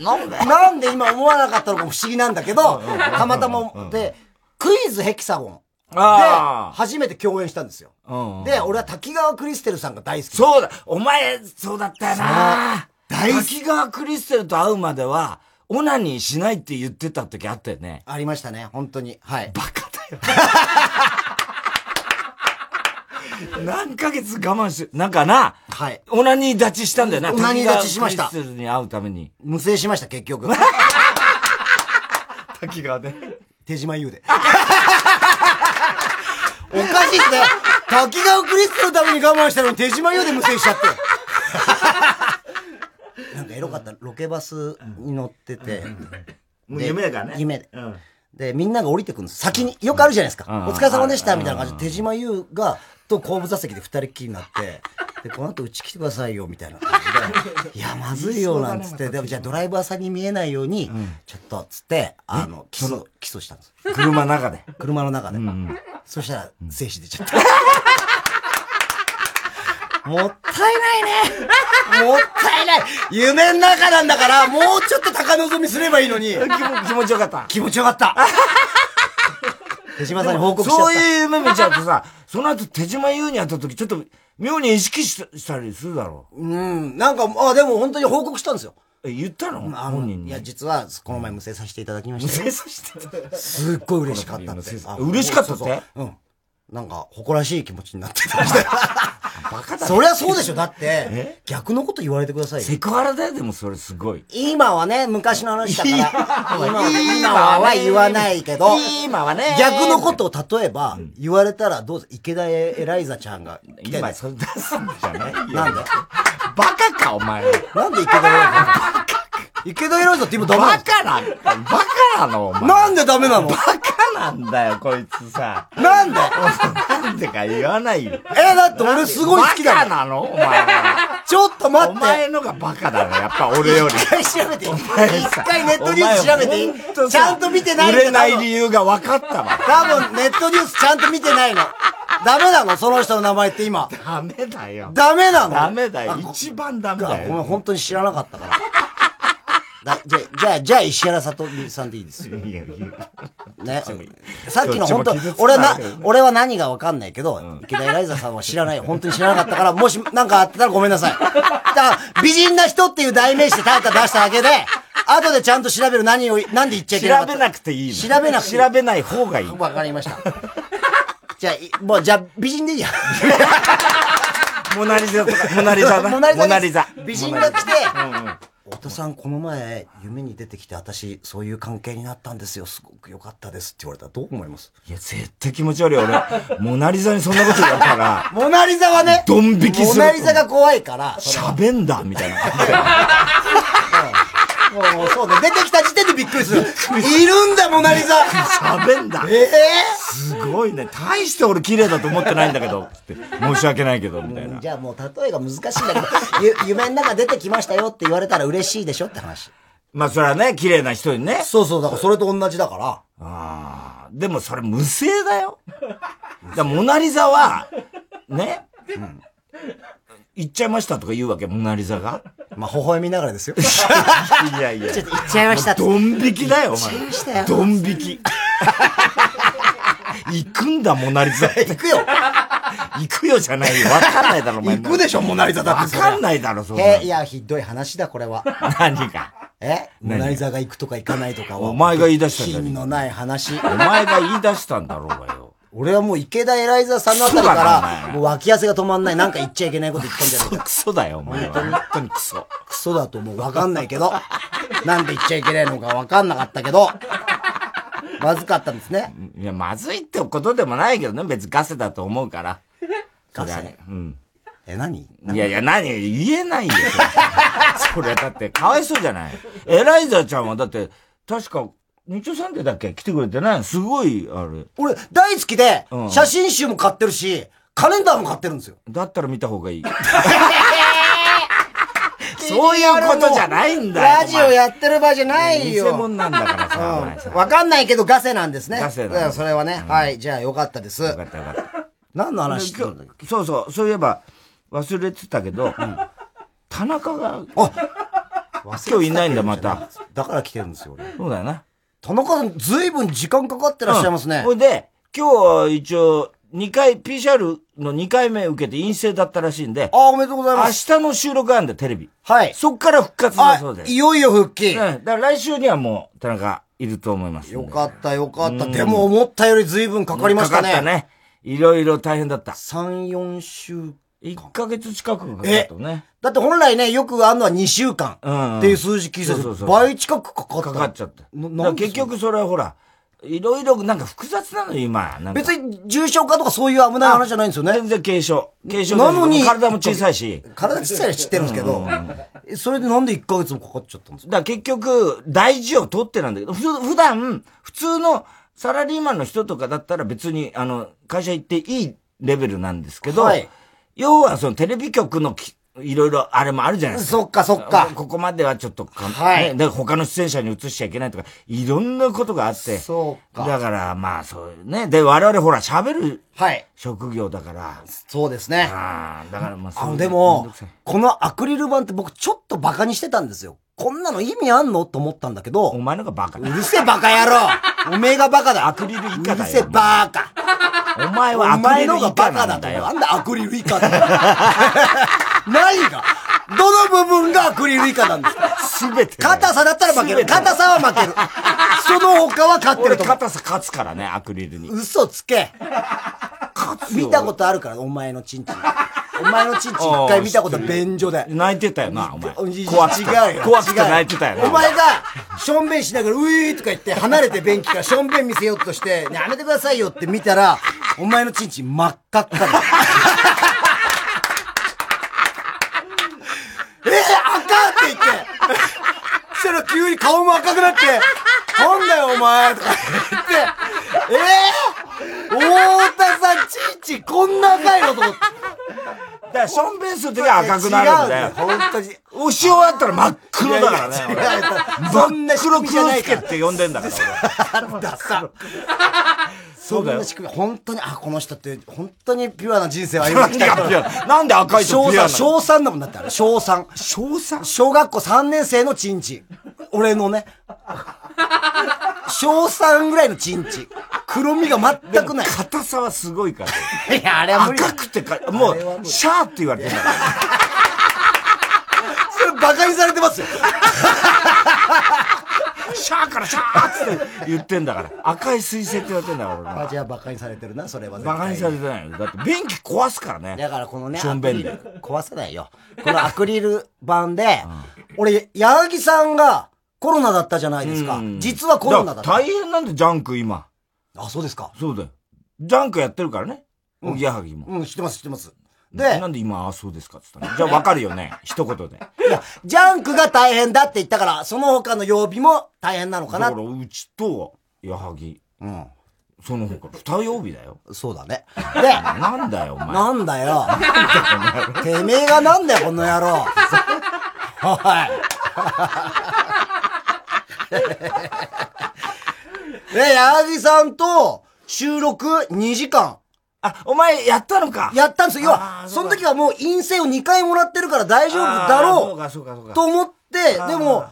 なんでなんで今思わなかったのかも不思議なんだけど、たまたま、で、クイズヘキサゴンであ、ー初めて共演したんですよ。うんうんで、俺は滝川クリステルさんが大好きで。そうだ、お前、そうだったよな。大好き滝川クリステルと会うまでは、オナニーしないって言ってた時あったよね。ありましたね、本当に。はい。バカだよ。何ヶ月我慢して、なんかな、はい。オナニー立ちしたんだよな。オナニー立ちしました滝川クリステルに会うために。無制しました、結局。 滝川で。手島優で。おかしいっすね。滝川クリステルのために我慢したのに手島優で無制しちゃって。なんかエロかった。ロケバスに乗ってて。もう夢だからね。夢でうん。で、みんなが降りてくるんです。先に、よくあるじゃないですか。うんお疲れ様でした、みたいな感じで、手島優が、と後部座席で二人っきりになって、で、この後うち来てくださいよ、みたいな感じで、いや、まずいよ、なんつって、でもじゃあドライバーさんに見えないように、ちょっと、つって、あの、キス、キスしたんです。車の中で。車の中で。そしたら、精子出ちゃ った。もったいないね。もったいない。夢の中なんだから、もうちょっと高望みすればいいのに。気持気持ちよかった。気持ちよかった。手島さんに報告しちゃった。そういう夢見ちゃうとさ、その後手島優に会った時、ちょっと妙に意識したしたりするだろう。うん。なんか、あ、でも本当に報告したんですよ。え、言ったのあ本の、人に。いや、実は、この前無制させていただきま した。さしてた。すっごい嬉しかったって無制。さあ嬉しかったってそうそううん。なんか、誇らしい気持ちになってたりして。バカだそりゃそうでしょ。だって、逆のこと言われてくださいよ。セクハラだよ、でもそれすごい。今はね、昔の話だから、今は今今ははね言わないけど、今はね逆のことを例えば、言われたらどうぞ、池田エライザちゃんが来て今ね、それ出すんじゃないよなんでバカか、お前。なんで池田エライザ池田エライザって今ダメなバのカなんだ。バカなの、お前。なんでダメなのバカなんだよ、こいつさ。なんでなんでか言わないよ。え、だって俺すごい好きだバもん。カなのお前は。ちょっと待おって。前のがバカだね、やっぱ俺より。一回調べていい前一さ回ネットニュース調べていお前ほんいとちさゃんと見てないん売だよれない理由が分かったわ。多分多分ネットニュースちゃんと見てないの。ダメなのその人の名前って今。ダメだよ。ダメなのダメだよあ。一番ダメあだごめん、よ。本当に知らなかったから。だじゃあ、じゃあ、じゃあ石原さとみさんでいいですよ。いやいや。ね。さっきの本どっちも傷当つ、俺はかなないけどね、俺は何がわかんないけど、池田エライザさんは知らない。本当に知らなかった から、もしなんかあってたらごめんなさい。だから、美人な人っていう代名詞でタイトル出しただけで、後でちゃんと調べる何を、なんで言っちゃいけない調べなくていいの調べなくていい調べない方がいい。わかりました。じゃあ、いもう、じゃあ、美人でいいや。 モナリザとか、モナリザだ。 モナリザですモナリザ。美人が来て、太田さん、この前、夢に出てきて、私、そういう関係になったんですよ。すごく良かったですって言われたらどう思いますいや、絶対気持ち悪いよ。俺、 モナリザにそんなこと言われたら、モナリザはね、ドン引きするモナリザが怖い から、それは喋んだみたいな。もうそうね、出てきた時点でびっくりする。いるんだ、モナリザ。喋んだええすごいね。大して俺綺麗だと思ってないんだけど、つって。申し訳ないけど、みたいな。じゃあもう例えが難しいんだけど、 ゆ夢の中出てきましたよって言われたら嬉しいでしょって話。まあ、それはね、綺麗な人にね。そうそう、だからそれと同じだから。ああ。でもそれ無声だよ。だからモナリザは、ね。行っちゃいましたとか言うわけ、モナリザが。まあ、微笑みながらですよ。 いやいや。行っちゃいましたって。ドン引きだよ、お行っちゃいました前。よドン引き。行くんだ、モナリザ。 行くよ。行くよじゃないよ。わかんないだろ、お前。行くでしょモナリザだってわかんないだろ、そんなのえ、いや、ひどい話だ、これは。何が。えモナリザが行くとか行かないとかは。お前が言い出したんだよ品のない話。お前が言い出したんだろうがよ。俺はもう池田エライザさんのあたりそうだなおから、前もう脇汗が止まんない。なんか言っちゃいけないこと言ったんじゃないか。クソだよ、お前は。本当にクソ。クソだともうわかんないけど、なんで言っちゃいけないのかわかんなかったけど、まずかったんですね。いや、まずいってことでもないけどね、別にガセだと思うから。ガそりゃセね。うん。え、何いやいや、何言えないよ。それ だって、かわいそうじゃない。エライザちゃんはだって、確か、日曜サンデーだっけ来てくれてないすごい、あれ。俺、大好きでう、ん写真集も買ってるし、カレンダーも買ってるんですよ。だったら見た方がいい。そういうことじゃないんだよ。ラジオやってる場合じゃないよ。偽物なんだからさ、お前さ。わかんないけどガセなんですね。ガセなんだですからそれはね、はい、じゃあよかったでよすか。ったよかった。何の話してたんだっけそうそう、そういえば、忘れてたけど、田中が、今日いないんだ、また。だから来てるんですよ、俺。そうだよな。田中さん、ずいぶん時間かかってらっしゃいますね。ほいで、今日は一応、2回、PCR の2回目受けて陰性だったらしいんで、あ、おめでとうござい明ます。日の収録あるんで、テレビ。はい。そっから復活だそうあで、す。いよいよ復帰。うん、だから来週にはもう、田中、いると思いますんで。よかった、よかった。でも思ったよりずいぶんかかりましたね。かかったね。いろいろ大変だった。 3、4週。 1ヶ月近くかかったね。だって本来ね、よくあんのは2週間うんうんっていう数字聞いてたけそうそうどそう倍近くかかった。かかっちゃった。なだなんでから結局それはほら、いろいろなんか複雑なのよ今。なんか別に重症化とかそういう危ない話じゃないんですよね全。然軽症。軽症なのに体も小さいし。体小さいのは知ってるんですけど、えそれでなんで1ヶ月もかかっちゃったんですかだから結局、大事を取ってなんだけど、ふ普段、普通のサラリーマンの人とかだったら別に、あの、会社行っていいレベルなんですけど、はい要はそのテレビ局のきいろいろあれもあるじゃないですか。そっかそっか。ここまではちょっとか、はいね、だから他の出演者に移しちゃいけないとか、いろんなことがあって。そうかだから、まあ、そういうね。で、我々ほら、喋るはい。職業だから。そうですね。ああ、だからまあ、あそういのうでめんどもくさい、このアクリル板って僕ちょっとバカにしてたんですよ。こんなの意味あんのと思ったんだけおど、前のがバカうだ。るせえバカ野 郎おめえがバカだアクリル以下だようるせえバカお前はおアク前リルの以が下バなカんだだと。よな。んでアクリル以下って。何がどの部分がアクリル以下なんですかすべて。硬さだったら負ける。硬さは負 ける。その他は勝って俺、ると思う。硬さ勝つからね、アクリルに。嘘つけ。見たことあるから、お前のチンチン。 お前のチンチン一回見たこと便所で。泣いてたよな、お前。違うよ怖くて。違うよ怖くて泣いてたよな。お前が、しょんべんしながら、うぃーとか言って、離れて便器からしょんべん見せようとして、 やめてくださいよって見たら、お前のチンチン真っ赤っ かだ。えー、赤って言って、そしたら急に顔も赤くなって、なんだよお前とか言って、えー、太田さんチンチンこんな赤いのと思って。だから、ションベンするときは赤くなるんだ違よ。うんだよ本当に。お塩あったら真っ黒だからね。いやいや違う俺そんな仕組みじゃないか真っら黒黒助って呼んでんだから。俺ダサ。そうだよんな。仕組み本当に、あ、この人って、本当にピュアな人生を歩まきいたい やいや なんで赤いと小ピュアな三、の小三だもんだってあれ、小三。小三小学校3年生のチンチン。俺の ね、小3ぐらいのチンチ。黒みが全くない。硬さはすごいから。いや、あれは無理だ赤くてか、もあれは無う、理シャーって言われてる。 それ馬鹿にされてますよ。シャーからシャーって言ってんだから。赤い彗星って言われてんだから、俺あな。じゃあ馬鹿にされてるな、それは絶対。バカにされてないよ。だって、便器壊すからね。だからこのね、しょんべんでアクリル壊せないよ。このアクリル板で、俺、矢作さんがコロナだったじゃないですか。うん実はコロナだだっかた。ら大変なんだよ、ジャンク今。あ、そうですか。そうだよ。ジャンクやってるからね。おぎやはぎも。うん、知ってます、知ってます。でな、んで今、ああ、そうですかって言ったのじゃあわかるよね。 一言で。いや、ジャンクが大変だって言ったから、その他の曜日も大変なのかだなから、。うちと、矢作、うん。その他、二曜日だよ。そうだね。なんだよ、おで、前。なんだよ。 てめえがなんだよ、この野郎。おい。で、矢作さんと収録2時間あ、お前、やったのかやったんですよ。要はあ、ーそそうのだ時はもう陰性を2回もらってるから大丈夫だあーそうろか、そうか、そううか。と思って、あーでも、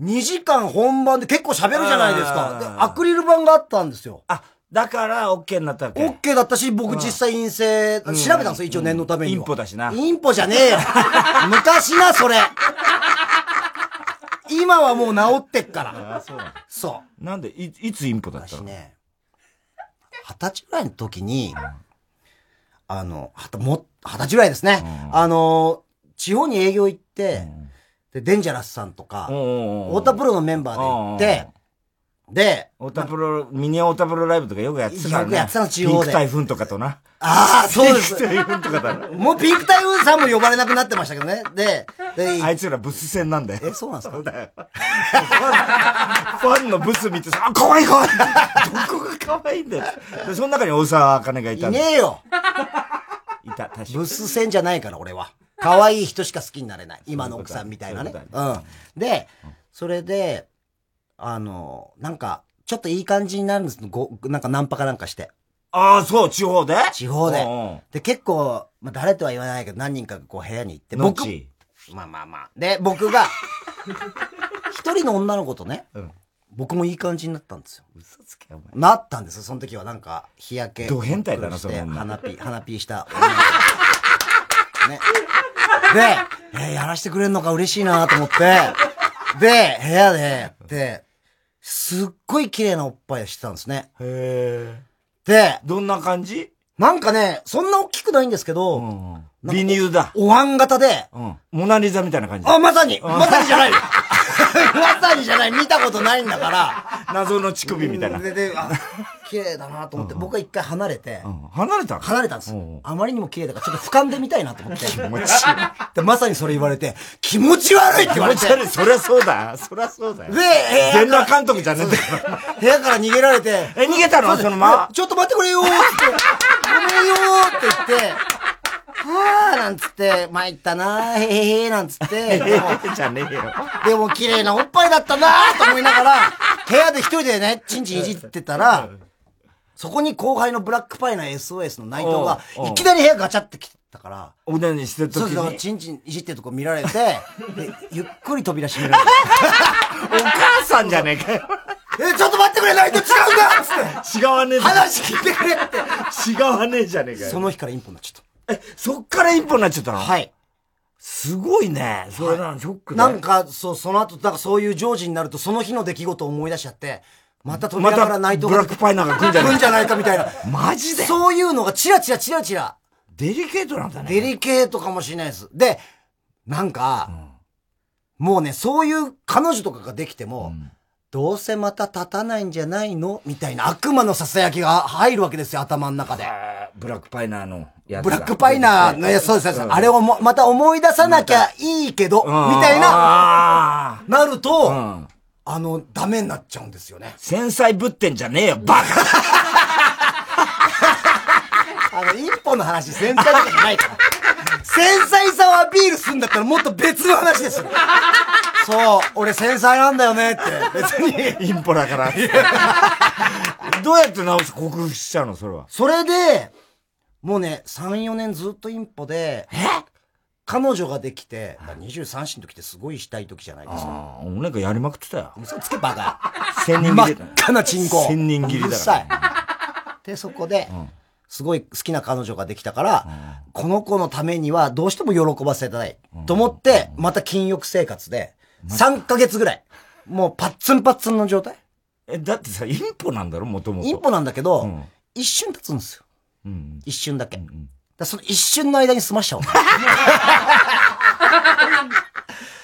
2時間本番で結構喋るじゃないですか。あーで、アクリル板があったんですよ。あ、だから、オッケーになったわけ。オッケーだったし、僕実際陰性、調べたんですよ、一応念のためには。インポだしなインポじゃねえよ。 昔な、それ。今はもう治ってっから。あ、そうなのそなんで、いいつインポう。だった私のね、二十歳ぐらいの時に、あの、はたも、二十歳ぐらいですね。うんあの、地方に営業行って、んで、デンジャラスさんとか、太太田プロのメンバーで行って、で、オタプロ、ミニオタプロライブとかよくやってたからね。よくやってたの地方でピンク台風とかとな。ああ、そう です。ピンク台風とかだな。もうピンクタイムさんも呼ばれなくなってましたけどね。で、 で、あいつらブス戦なんだよ。え、そうなんですかファンのブス見てさ、あ、かわいいかわいいどこがかわいいんだよ。で、その中に大沢あかねがいたいんだねよえよ。 いた、確かブス戦じゃないから、俺は。可愛い人しか好きになれない。今の奥さんみたいなね。そういうこうん。で、それで、あの、なんか、ちょっといい感じになるんです。ごなんかナンパかなんかして。ああ、そう、地方で地方でうんうんで、結構、まあ、誰とは言わないけど、何人かがこう部屋に行って、の僕、ち。まあまあまあ。で、僕 が、一人の女の子とね、うん僕もいい感じになったんですよ。嘘つけ、お前。なったんですよ、その時はなんか、日焼け。ド変態だなしてその女花ピー、花ピーした女の子。ね。で、えーやらしてくれんのか嬉しいなと思って、で、部屋でやって、すっごい綺麗なおっぱいしてたんですね。へえ。で、どんな感じなんかね、そんな大きくないんですけど、うん。美乳だ。お椀型で、うん。モナリザみたいな感じ。あ、まさにまさにじゃない まさにじゃない見たことないんだから、謎の乳首みたいな。で、で、あ、綺麗だなと思って、僕は一回離れて、うん離れたの離れたんですうんうんあまりにも綺麗だから、ちょっと俯瞰で見たいなと思 って。で、まさにそれ言われて、気持ち悪いって気言われ持て。ちで、悪い。そりゃそうだ。そりゃそうだよ。全部屋裸か監督じゃねえんだから。ら、部屋から逃げられて、え、逃げたのそのまちょっと待ってくれよーって、ごめんよーって言って、はーなんつって、参ったなー、へへへーなんつ って、ま。ええじゃねえよ。でも綺麗なおっぱいだったなーと思いながら、部屋で一人でね、チンチンいじってたら、そこに後輩のブラックパイな SOS の内藤がおうおう、いきなり部屋ガチャって来たから、おねにしてるそ時うそう、に。チンチンいじってるとこ見られて、でゆっくり扉閉められて、 お母さんじゃねえかよ。え、ちょっと待ってくれ、ないと違うんだっつって、違わねえだ話聞いてくれって。違わねえじゃねえかそよ。の日からインポになっちゃっえ、そっから一本になっちゃったのた。はい。すごいね。それなの、ショックだなよんか、そう、その後、なんかそういう常時になると、その日の出来事を思い出しちゃって、また扉まかた、らブナライトがックパイなんか来んじゃ来ねるんえじゃないかみたいな。マジでそういうのがチラチラチラチラ。デリケートなんだね。デリケートかもしれないです。で、なんか、もうね、そういう彼女とかができても、どうせまた立たないんじゃないのみたいな悪魔のささやきが入るわけですよ、頭の中で。あーブラックパイナーのやつブだ。ラックパイナーの、いやそうです、そうです。あれをもまた思い出さなきゃいいけど、みうんたいな、あなるーと、うん。あの、ダメになっちゃうんですよね。繊細ぶってんじゃねえよ、バ カあの、一本の話、繊細とかじゃない から。繊細さをアピールするんだったらもっと別の話ですよ。そう、俺繊細なんだよねって。別に。インポだから。どうやって直す克服しちゃうのそれは。それで、もうね、3、4年ずっとインポで、彼女ができて、だから23歳の時ってすごいしたい時じゃないですか。ああ、お腹やりまくってたよ。嘘つけバカ。千人真切りっ赤なチンコ。千人切りだうかるらさい。で、そこで、すごい好きな彼女ができたから、この子のためにはどうしても喜ばせたいと思って、また禁欲生活で、3ヶ月ぐらい、もうパッツンパッツンの状態。え、だってさ、インポなんだろ、もともと。インポなんだけど、うん一瞬経つんですよ。うん。一瞬だけ。だからその一瞬の間に済ましちゃおう。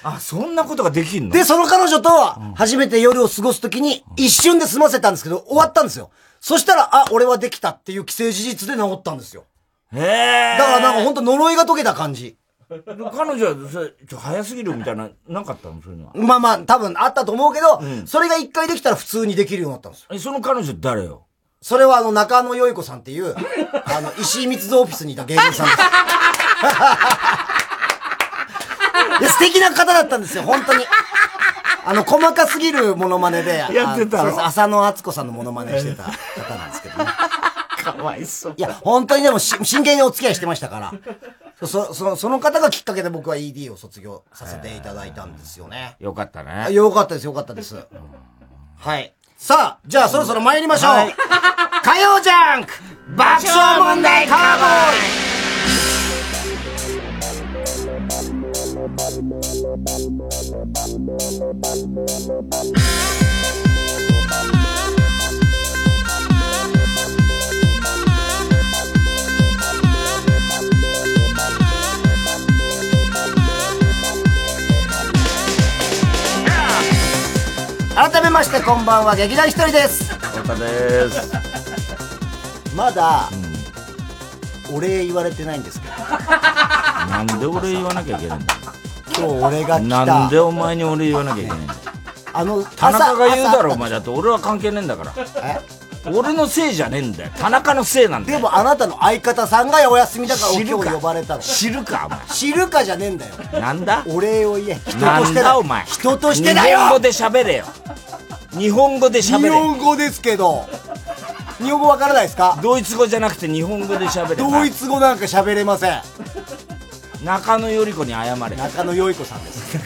あ、そんなことができんので、その彼女と初めて夜を過ごすときに、一瞬で済ませたんですけど、終わったんですよ。そしたら、あ、俺はできたっていう既成事実で治ったんですよ。へえだからなんかほんと呪いが解けた感じ。彼女は、それ、ちょ、早すぎるみたいな、なかったのそういうのは。まあまあ、多分あったと思うけど、んそれが一回できたら普通にできるようになったんですよ。え、その彼女誰よそれはあの、中野よい子さんっていう、あの、石井光造オフィスにいた芸人さ んです。いや、素敵な方だったんですよ、本当に。あの、細かすぎるモノマネで。やってたのあそうそう浅野敦子さんのモノマネしてた方なんですけどね。かわいそう。いや、本当にでもし真剣にお付き合いしてましたから。そ、そ、その方がきっかけで僕は ED を卒業させていただいたんですよね。よかったね。あよかったです、よかったです。はい。さあ、じゃあそろそろ参りましょう。はい火曜ジャンク爆笑問題カーボーイ改めましてこんばんは、劇団ひとりです。かったです。まだ、お礼言われてないんですけど、なんで俺言わなきゃいけないんだよ今日俺が来た。なんでお前に俺言わなきゃいけないんだよあの、田中が言うだ朝ろ、お前だって俺は関係ねえんだから。俺のせいじゃねえんだよ。田中のせいなんだでよ。もあなたの相方さんがお休みだから知今る日か呼ばれたの。知るか、お知るかじゃねえんだよ。前。なんだお礼を言え。人となしてんだだよ。お前。人としてだよ日本語で喋れよ。日本語で日喋れ。本語ですけど。日本語わからないですかドイツ語じゃなくて日本語で喋れ。ドイツ語なんか喋れません。中野より子に謝れ。中野よい子さんです。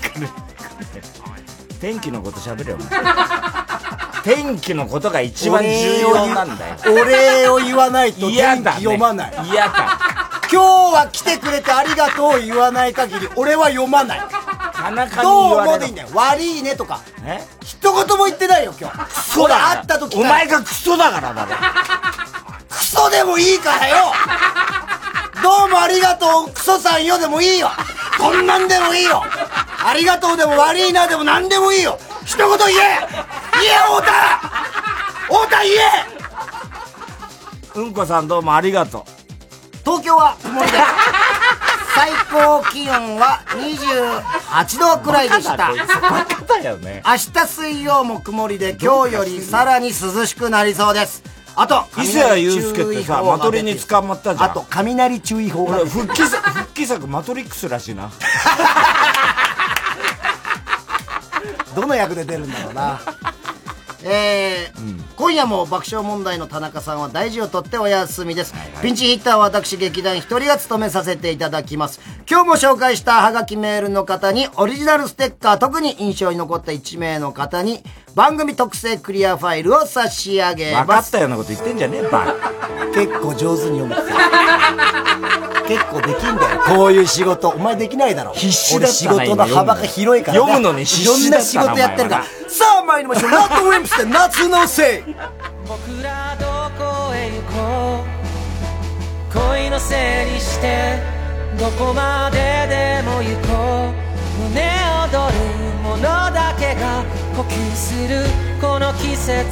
天気のこと喋れよ、 お前天気のことが一お番重礼を要言なんだよ。お礼を言わないと嫌天気だ、ね。読まない。今嫌だ。日は来てくれてありがとうを言わない限り俺は読まない。田中にどう言もわでいれいんだる。よ。悪いねとか。え一言も言ってないよ今日。そうだから俺会った時おから前がクソだからだろ。クソでもいいから よどうもありがとうクソさんよでもいいよこんなんでもいいよありがとうでも悪いなでも何でもいいよ一言言え言え太田太田言えうんこさんどうもありがと東京は曇り です最高気温は28度くらいでう。こいつバカだよね。明日水曜も曇りで今日よりさらに涼しくなりそうですあと伊勢谷友介ってさ、マトリに捕まったじゃあん。と雷注意報が俺復帰作、復帰作マトリックスらしいな。どの役で出るんだろう な。えー今夜も爆笑問題の田中さんは大事を取ってお休みです、ピンチヒッターは私劇団一人が務めさせていただきます今日も紹介したハガキメールの方にオリジナルステッカー特に印象に残った1名の方に番組特製クリアファイルを差し上げ分まかすったようなこと言ってんじゃねえ、バカ。結構上手に読む結構できんだよこういう仕事お前できないだろ必死だったな俺仕事の幅が広いから、ね、今読むのに必ろ死だったないんな仕事やってるからおさあ参り ましょう「ラッドウィンプス」で夏のせい僕らどこへ行こう恋のせいにしてどこまででも行こう胸躍るものだけが呼吸するこの季節に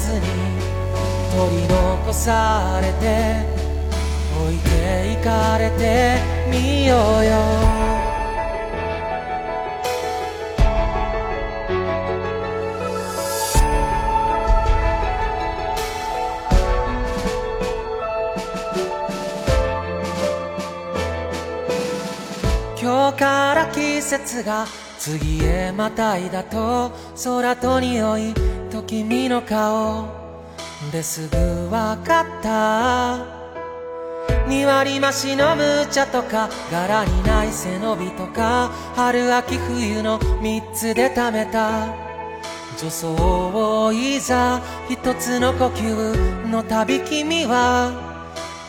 取り残されて置いていかれてみようよ今日から季節が次へまたいだと空と匂いと君の顔ですぐわかった2割増しの無茶とか柄にない背伸びとか春秋冬の3つで貯めた助走をいざ一つの呼吸の旅君は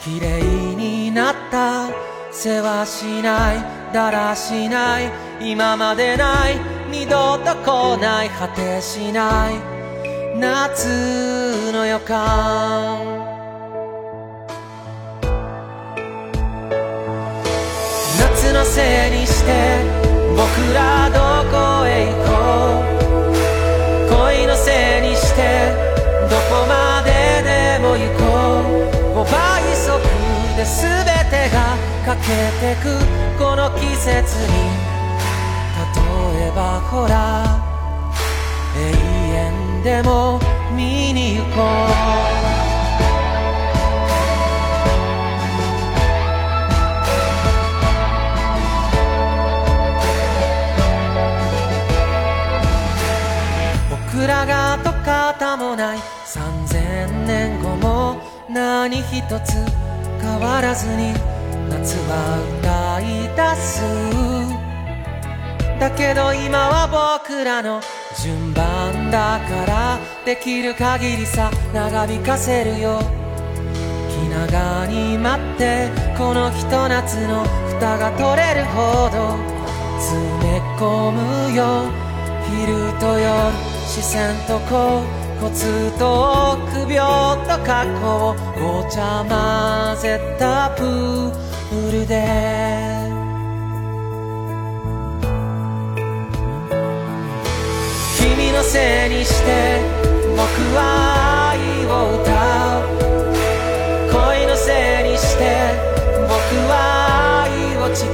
綺麗になった世話しないだらしない今までない二度と来ない果てしない夏の予感夏のせいにして僕らどこへ行こう恋のせいにしてどこまででも行こう5倍速で全てが欠けてくこの季節に例えばほら永遠でも見に行こう僕らが跡形もない3000年後も何一つ変わらずに夏は歌い出すだけど今は僕らの順番だからできる限りさ長引かせるよ気長に待ってこのひと夏の蓋が取れるほど詰め込むよ昼と夜視線とこうコツと臆病と過去をごちゃ混ぜたプールで君のせいにして僕は愛を歌う恋のせいにして僕は愛を誓う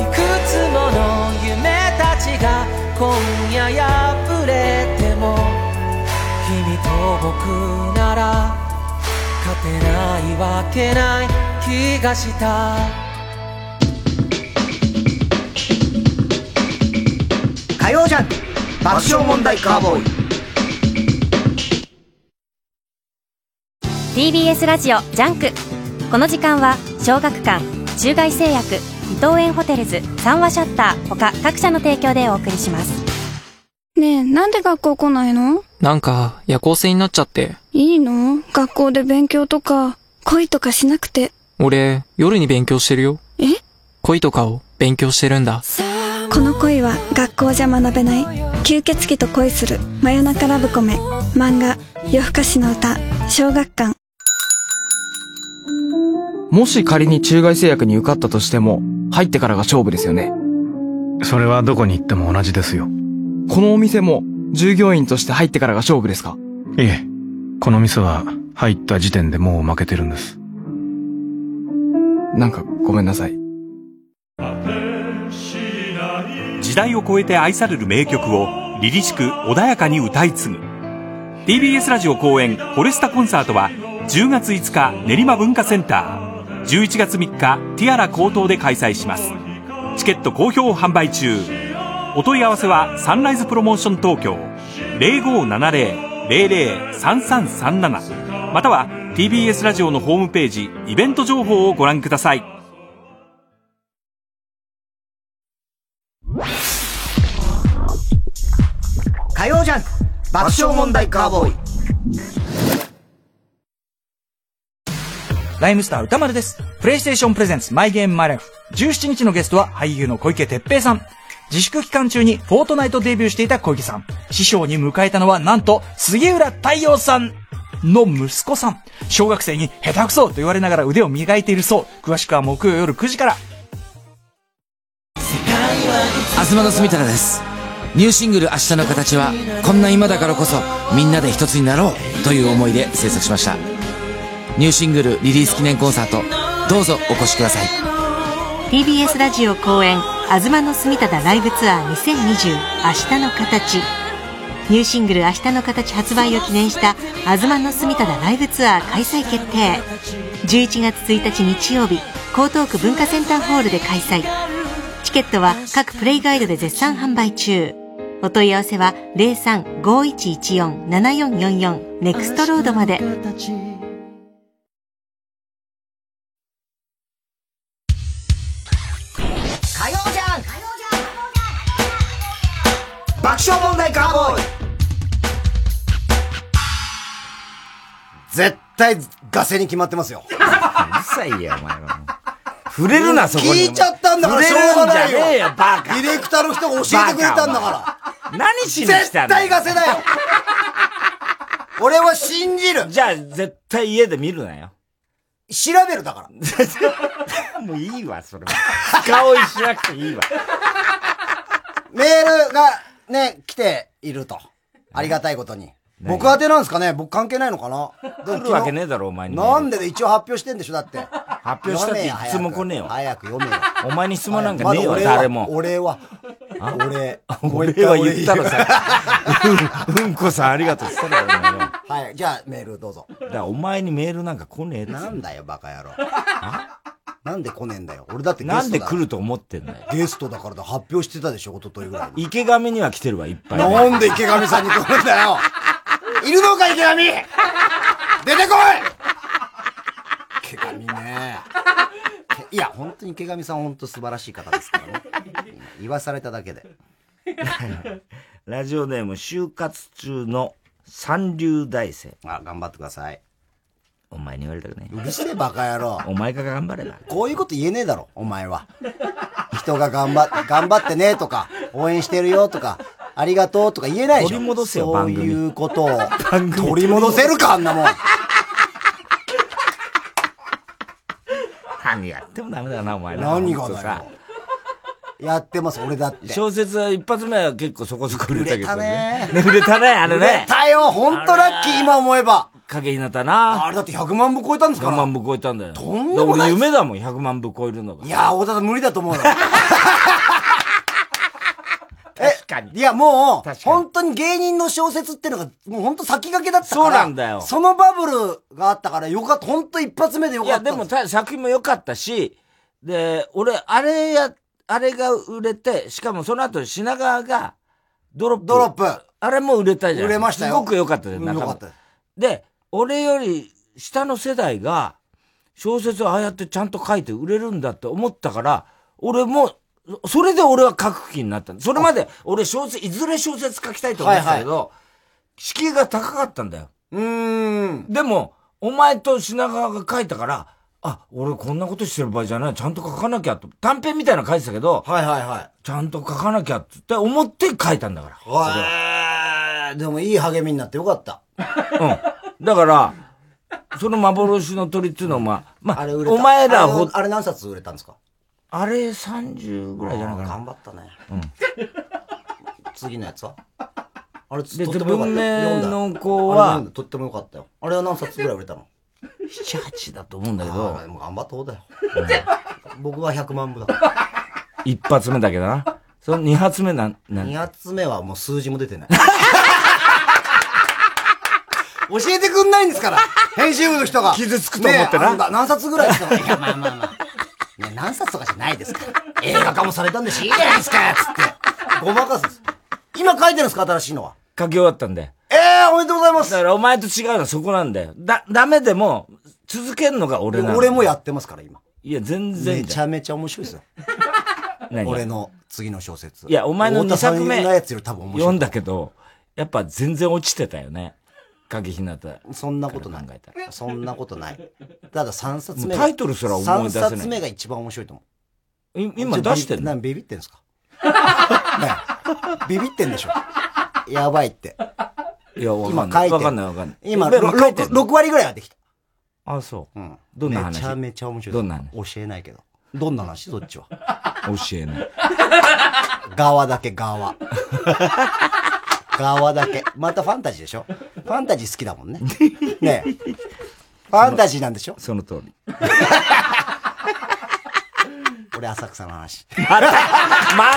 いくつもの夢たちが今夜破れても君と僕なら勝てないわけない気がした火曜じゃん爆笑問題カーボーイ TBS ラジオジャンクこの時間は小学館中外製薬伊藤園ホテルズ三話シャッター他各社の提供でお送りしますねえ、なんで学校来ないのなんか、夜行性になっちゃって。いいの学校で勉強とか、恋とかしなくて。俺、夜に勉強してるよ。え恋とかを勉強してるんだ。この恋は学校じゃ学べない。吸血鬼と恋する。真夜中ラブコメ。漫画、夜更かしの歌、小学館。もし仮に中外製薬に受かったとしても、入ってからが勝負ですよね。それはどこに行っても同じですよ。このお店も、従業員として入ってからが勝負ですかいえ、この店は入った時点でもう負けてるんです。なんか、ごめんなさい。時代を超えて愛される名曲を凛々しく穏やかに歌い継ぐ TBS ラジオ公演「フォレスタコンサート」は10月5日練馬文化センター11月3日ティアラ高等で開催しますチケット好評販売中お問い合わせはサンライズプロモーション東京0570-003337または TBS ラジオのホームページイベント情報をご覧ください火曜じゃん爆笑問題カーボーイライムスター歌丸です。プレイステーションプレゼンツマイゲームマイライフ。17日のゲストは俳優の小池徹平さん。自粛期間中にフォートナイトデビューしていた小池さん。師匠に迎えたのはなんと杉浦太陽さんの息子さん。小学生に下手くそと言われながら腕を磨いているそう。詳しくは木曜夜9時から。東の住太ですニューシングル「明日の形は」こんな今だからこそみんなで一つになろうという思いで制作しましたニューシングルリリース記念コンサートどうぞお越しください TBS ラジオ公演「東の住みただライブツアー2020明日の形」ニューシングル「明日の形」発売を記念した「東の住みただライブツアー」開催決定11月1日日曜日江東区文化センターホールで開催チケットは各プレイガイドで絶賛販売中お問い合わせは0351147444ネクストロードまで絶対、ガセに決まってますよ。うるさいよ、お前は。触れるな、そこに。聞いちゃったんだから、しょ触うれるがんじなゃいねよ。えよ、バカ。ディレクターの人が教えてくれたんだから。何しに来たんだよ絶対ガセだよ。俺は信じる。じゃあ、絶対家で見るなよ。。調べるだからもういいわ、それは。深追いしなくていいわ。メールがね、来ていると。ありがたいことに。僕宛てなんですかね僕関係ないのかな来るわけねえだろ、お前に。なんでだ一応発表してんでしょだって。 発表したっていつも来ねえよ。早く読めよ。 お前に質問なんかねえわ、まだ俺は誰も。俺は、俺、 俺は言ったらさ、うん、うんこさんありがとうって言ったら俺もよ はい、じゃあメールどうぞ。だからお前にメールなんか来ねえって。なんだよ、バカ野郎。なんで来ねえんだよ。俺だってゲストだなんで来ると思ってんだよ。ゲストだからだ、発表してたでしょ、一昨日ぐらいに。池上には来てるわ、いっぱい。なんで池上さんに来るんだよ。いるのか、池上出てこい池上ね。いや、本当に池上さん本当素晴らしい方ですからね。今言わされただけで。ラジオネーム、就活中の三流大生。あ、頑張ってください。お前に言われたくねうるせえ、バカ野郎。お前が頑張れば。こういうこと言えねえだろ、お前は。人が頑張 って、頑張ってねとか、応援してるよとか、ありがとうとか言えないでしょ。取り戻せよそういうことを。 番組取り戻せるか、あんなもん。何やってもダメだな、お前ら。何がほんとださよ。やってます、俺だって。小説は一発目は結構そこそこ売れたけどね。売れたね売れたね、あれ売れね。たよ、ほんとラッキー、今思えば。影になったな。あれだって100万部超えたんですから100万部超えたんだよ。とんでもない俺夢だもん、100万部超えるのが。いやー、、太田さん無理だと 思うよ。確かに。いや、もう、本当に芸人の小説ってのが、もう本当先駆けだったから。そうなんだよそのバブルがあったから、よかった。本当一発目でよいかや、ったんで。ですもた作品も良かったし、で、俺、あれや、あれが売れて、しかもその後品川が、ドロップ。ドロップ。あれも売れたじゃん。売れましたよすごく良かったじゃん、うん良かった中身で、俺より下の世代が、小説をああやってちゃんと書いて売れるんだって思ったから、俺も、そそれで俺は書く気になったのそれまで俺小説、いずれ小説書きたいと思ってたけど、敷居が高かったんだよ。うーん。でも、お前と品川が書いたから、あ、俺こんなことしてる場合じゃない。ちゃんと書かなきゃと。短編みたいなの書いてたけど、はいはいはい。ちゃんと書かなきゃって思って書いたんだから。わーでもいい励みになってよかった。だから、その幻の鳥っていうのは、まあ、まあ、売れたお前らあほれ、あれ何冊売れたんですかあれ30ぐらいじゃないかな。頑張ったね。うん。次のやつはあれ、とでってもよかったよ。文明読んだの子はあれ読んだとってもよかったよ。あれは何冊ぐらい売れたの ?7、8だと思うんだけどあーでも頑張った方だよ。僕は100万部だから。一発目だけどな。その二発目なん、な2ん、発目はもう数字も出てない。教えてくんないんです から編集部の人が。傷つくと思ってなねえあんだ何冊ぐらいですかいや、まあまあまあ。ね、何冊とかじゃないですから。映画化もされたんでし、いいじゃないですかつって。ごまかすんです。今書いてるんですか新しいのは。書き終わったんで。ええおめでとうございますだからお前と違うのはそこなんだよ。だ、ダメでも、続けるのが俺なの。俺もやってますから、今。いや、全然めちゃめちゃ面白いですよ。何俺の次の小説。いや、お前の2作太田目、さんのやつより多分面白い。読んだけど、やっぱ全然落ちてたよね。影ひなた。そんなことない。そんなことない。ただ3冊目が。もうタイトルすら思い出せない3冊目が一番面白いと思う。ちょ今ビビ出してんのなんビビってんすかねえビビってんでしょやばいって。いや、わかん今な書いい。てわるかんない、わかんない。今、ろろ書いて 6, んの割ぐらいはできた。あ、そう。うん。どんな話めちゃめちゃ面白い。どんな話教えないけど。どんな話そっちは。教えない。側だけ側。側だけ。またファンタジーでしょファンタジー好きだもんね。ねえ。ファンタジーなんでしょその通り。俺、浅草の話。また、ま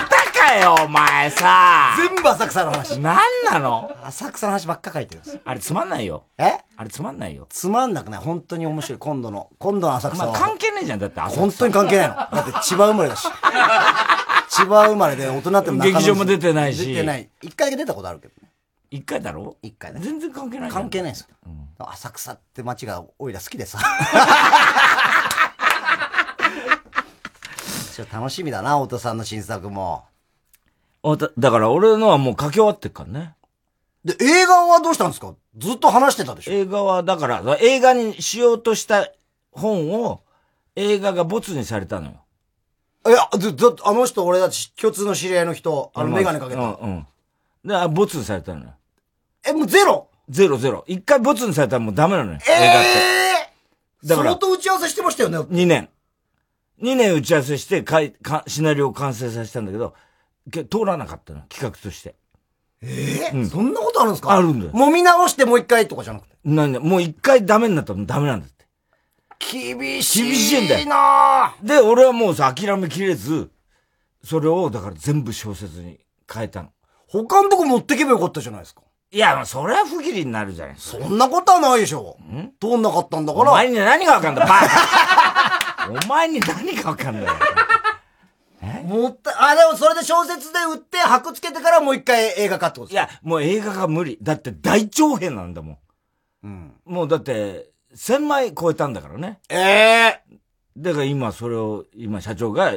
たかよ、お前さ。全部浅草の話。なんなの浅草の話ばっか書いてるんですよ。あれつまんないよ。えあれつまんないよ。つまんなくない本当に面白い。今度の、今度の浅草まあは。関係ないじゃん、だって浅草。本当に関係ないの。だって千葉生まれだし。千葉生まれで大人っても劇場も出てないし出てない。一回だけ出たことあるけどね。一回だろ一回だけ。全然関係ないじゃん関係ないですよ。浅草って街がおいら好きでさ。ちょっと楽しみだな、太田さんの新作も。あだだから俺のはもう書き終わってっからね。で、映画はどうしたんですかずっと話してたでしょ映画は、だから、映画にしようとした本を、映画がボツにされたのよ。いや、ず、ず、あの人、俺だち、共通の知り合いの人、あの、メガネかけた。うん、うん。で、あボツにされたのよ。え、もうゼロゼロゼロ。一回ボツにされたらもうダメなのよ。ええだから相、当打ち合わせしてましたよね。 2年。2年打ち合わせして、かいかシナリオを完成させたんだけど、け通らなかったの、企画として。えうんそんなことあるんですかあるんだよ。揉み直してもう一回とかじゃなくて。なんだ、もう一回ダメになったらもうダメなんだって。厳しい。厳しいんだよ。なで、俺はもうさ、諦めきれず、それを、だから全部小説に変えたの。他のとこ持ってけばよかったじゃないですか。いや、まあそれは不義理になるじゃないそそんなことはないでしょ。通んなかったんだから。お前に何がわかんだ、バカ お前に何がわかんだよ。もったいあ、でもそれで小説で売って、箔つけてからもう一回映画化ってことですいや、もう映画が無理。だって大長編なんだもん。もうだって、1000枚超えたんだからね。ええだから今それを、今社長が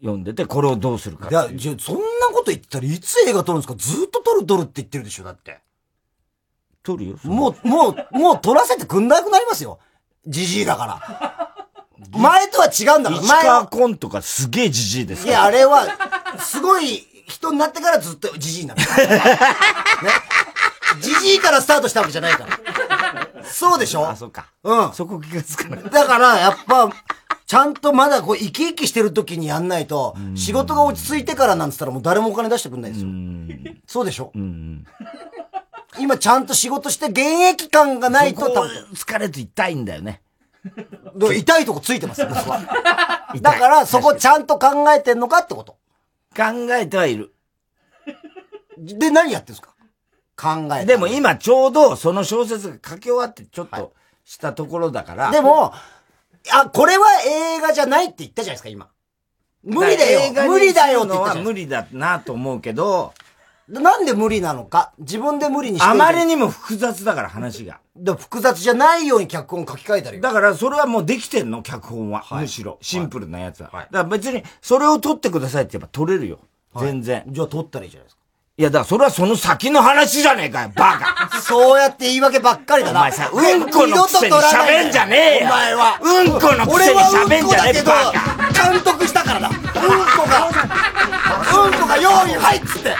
読んでて、これをどうするかっていう。いや、じゃあそんなこと言ってたらいつ映画撮るんですかずっと撮る撮るって言ってるでしょ、だって。撮るよ。もう、もう、もう撮らせてくんなくなりますよ。じじいだ から。前とは違うんだから。市前川はコンとかすげえじじいですいからや、あれは、すごい人になってからずっとじじいにな った。ね。じじいからスタートしたわけじゃないから。そうでしょあ、そうか。うん。そこ気がつかない。だから、やっぱ、ちゃんとまだこう、生き生きしてる時にやんないと、仕事が落ち着いてからなんつったらもう誰もお金出してくんないですよ。そうでしょ今ちゃんと仕事して現役感がないとそこ多を分疲れて痛いんだよね。どう痛いとこついて ますよ、僕は。だから、そこちゃんと考えてんのかってこと。考えてはいる。で、何やってんすか考えて。でも今ちょうどその小説が書き終わってちょっとしたところだから。でも、あ、これは映画じゃないって言ったじゃないですか、今。無理だ映画よ無に理だよって言するのったはじゃ無理だなと思うけど、ん。なんで無理なのか自分で無理にしてあまりにも。も複雑だから話が。だから複雑じゃないように脚本書き換えたり。だからそれはもうできてんの、脚本は。むしろ。シンプルなやつは。だから別にそれを取ってくださいって言えば取れるよ。全然。じゃあ取ったらいいじゃないですか。いや、だからそれはその先の話じゃねえかよ、バ カ。そうやって言い訳ばっかりだな。お前さ、うんこのくせに喋んじゃねえよ。お前は。うんこのくせに喋んじゃねえ、俺バはカ。監督したからだ。うんこが、うんこが用意入っつって。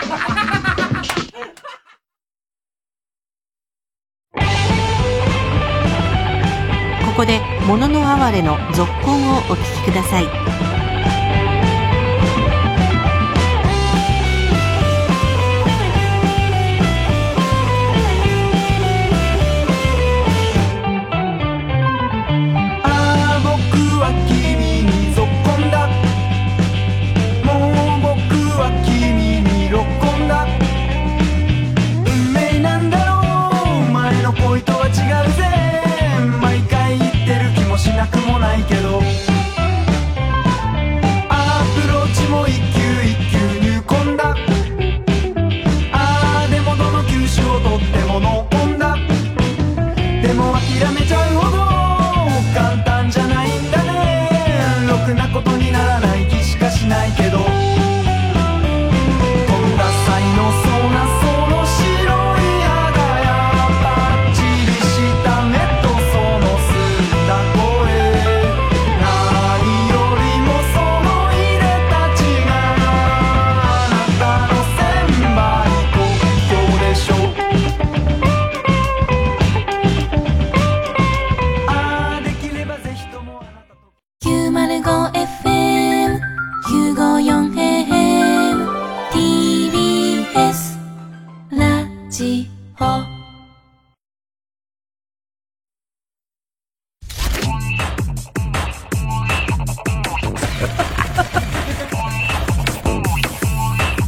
ここで「もののあわれ」の続行をお聞きくださいああ僕は君にぞこんだもう僕は君にロッコンだ運命なんだろう前の恋とは違うぜ毎回言ってる気もしなくもないけどアプローチも一球一球入魂だああでもどの球種をとってもノーコンだでも諦めちゃうほど簡単じゃないんだねろくなことにならない気しかしないけどとんだ才能そうなその白い肌やパッチリした目とその吸った声何よりもそのいでたちがあなたの先輩国境でしょああできればぜひとも 905FM 954AM TBS ラジオ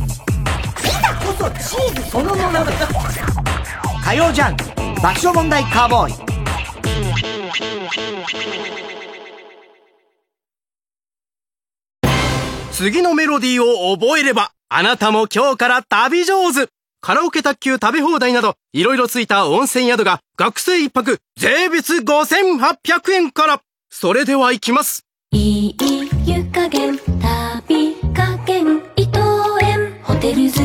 こそチーズそのものだ火曜ジャンク爆笑問題カーボーイ次のメロディーを覚えれば、あなたも今日から旅上手カラオケ卓球食べ放題など、いろいろついた温泉宿が、学生一泊、税別5800円からそれでは行きますいい湯加減旅加減伊藤園ホテルズ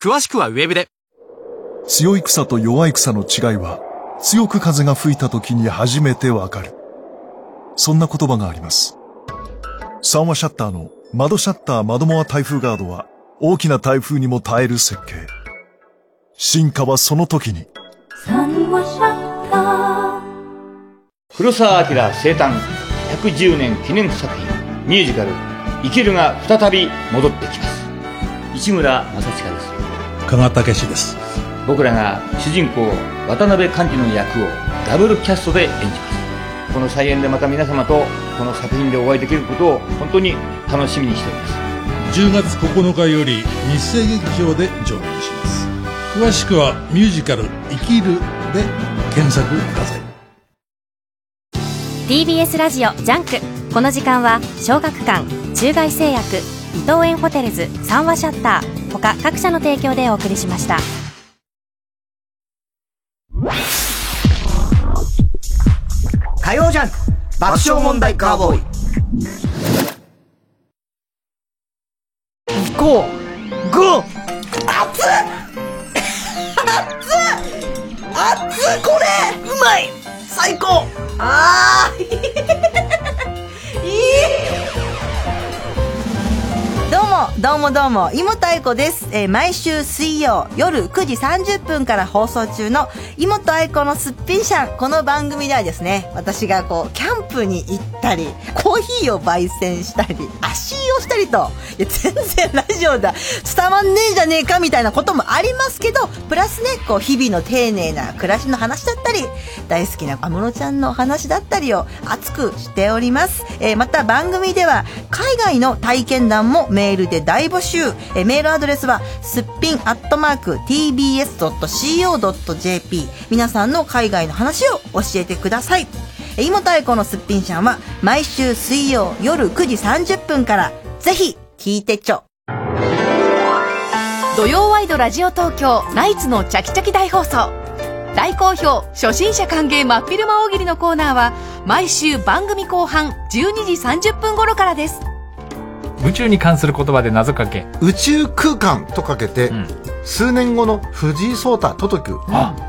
詳しくはウェブで。強い草と弱い草の違いは、強く風が吹いた時に初めてわかる。そんな言葉があります。三話シャッターの窓シャッター窓モア台風ガードは、大きな台風にも耐える設計。進化はその時に。黒澤明生誕110年記念作品ミュージカル「生きる」が再び戻ってきます市村正親です加賀武史です僕らが主人公渡辺寛治の役をダブルキャストで演じますこの再演でまた皆様とこの作品でお会いできることを本当に楽しみにしております10月9日より日生劇場で上演します詳しくはミュージカル「生きる」で検索ください TBS ラジオジャンクこの時間は小学館中外製薬伊藤園ホテルズ三話シャッター他各社の提供でお送りしました火曜ジャンク爆笑問題カーボーイこうゴー熱っ熱っ熱っこれうまい最高あーいいどうも、どうもどうも、いもたえこです。えー毎週水曜夜9時30分から放送中の、いもとあいこのすっぴんしゃん。この番組ではですね、私がこう、キャンプに行ったり、コーヒーを焙煎したり、足湯をしたりと、いや、全然ラジオだ、伝わんねえじゃねえかみたいなこともありますけど、プラスね、こう、日々の丁寧な暮らしの話だったり、大好きな安室ちゃんの話だったりを熱くしております。えーまた番組では、海外の体験談もメールで大募集。えーメールアドレスは、すっぴんアットマーク tbs.co.jp。皆さんの海外の話を教えてください。えー、いもたえこのすっぴんちゃんは、毎週水曜夜9時30分から、ぜひ、聞いてちょ。土曜ワイドラジオ東京ナイツのチャキチャキ大放送大好評初心者歓迎真っ昼間大喜利のコーナーは毎週番組後半12時30分頃からです宇宙に関する言葉で謎かけ宇宙空間とかけて、数年後の藤井聡太とときゅう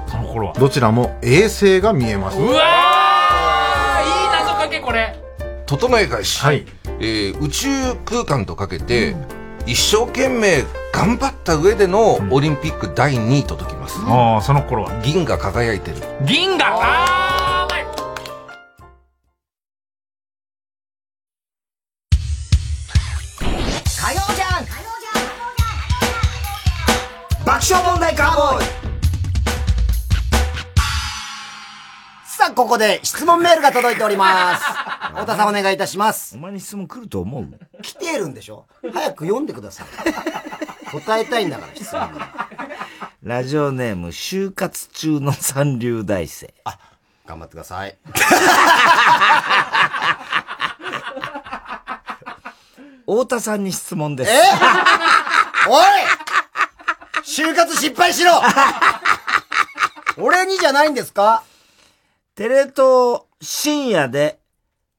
その頃はどちらも衛星が見えますうわーいい謎かけこれ整え返し、えー宇宙空間とかけて、一生懸命頑張った上でのオリンピック第2位と解きます、ああその頃は銀が輝いてる銀河あーうまい火曜ジャン爆笑問題カーボーイさあ、ここで質問メールが届いており ます。太田さんお願いいたします。お前に質問来ると思う来てるんでしょ早く読んでください。答えたいんだから、質問。ラジオネーム、就活中の三流大生。あ、頑張ってください。太田さんに質問です。 おい就活失敗 しろ俺にじゃないんですか テレ東深夜で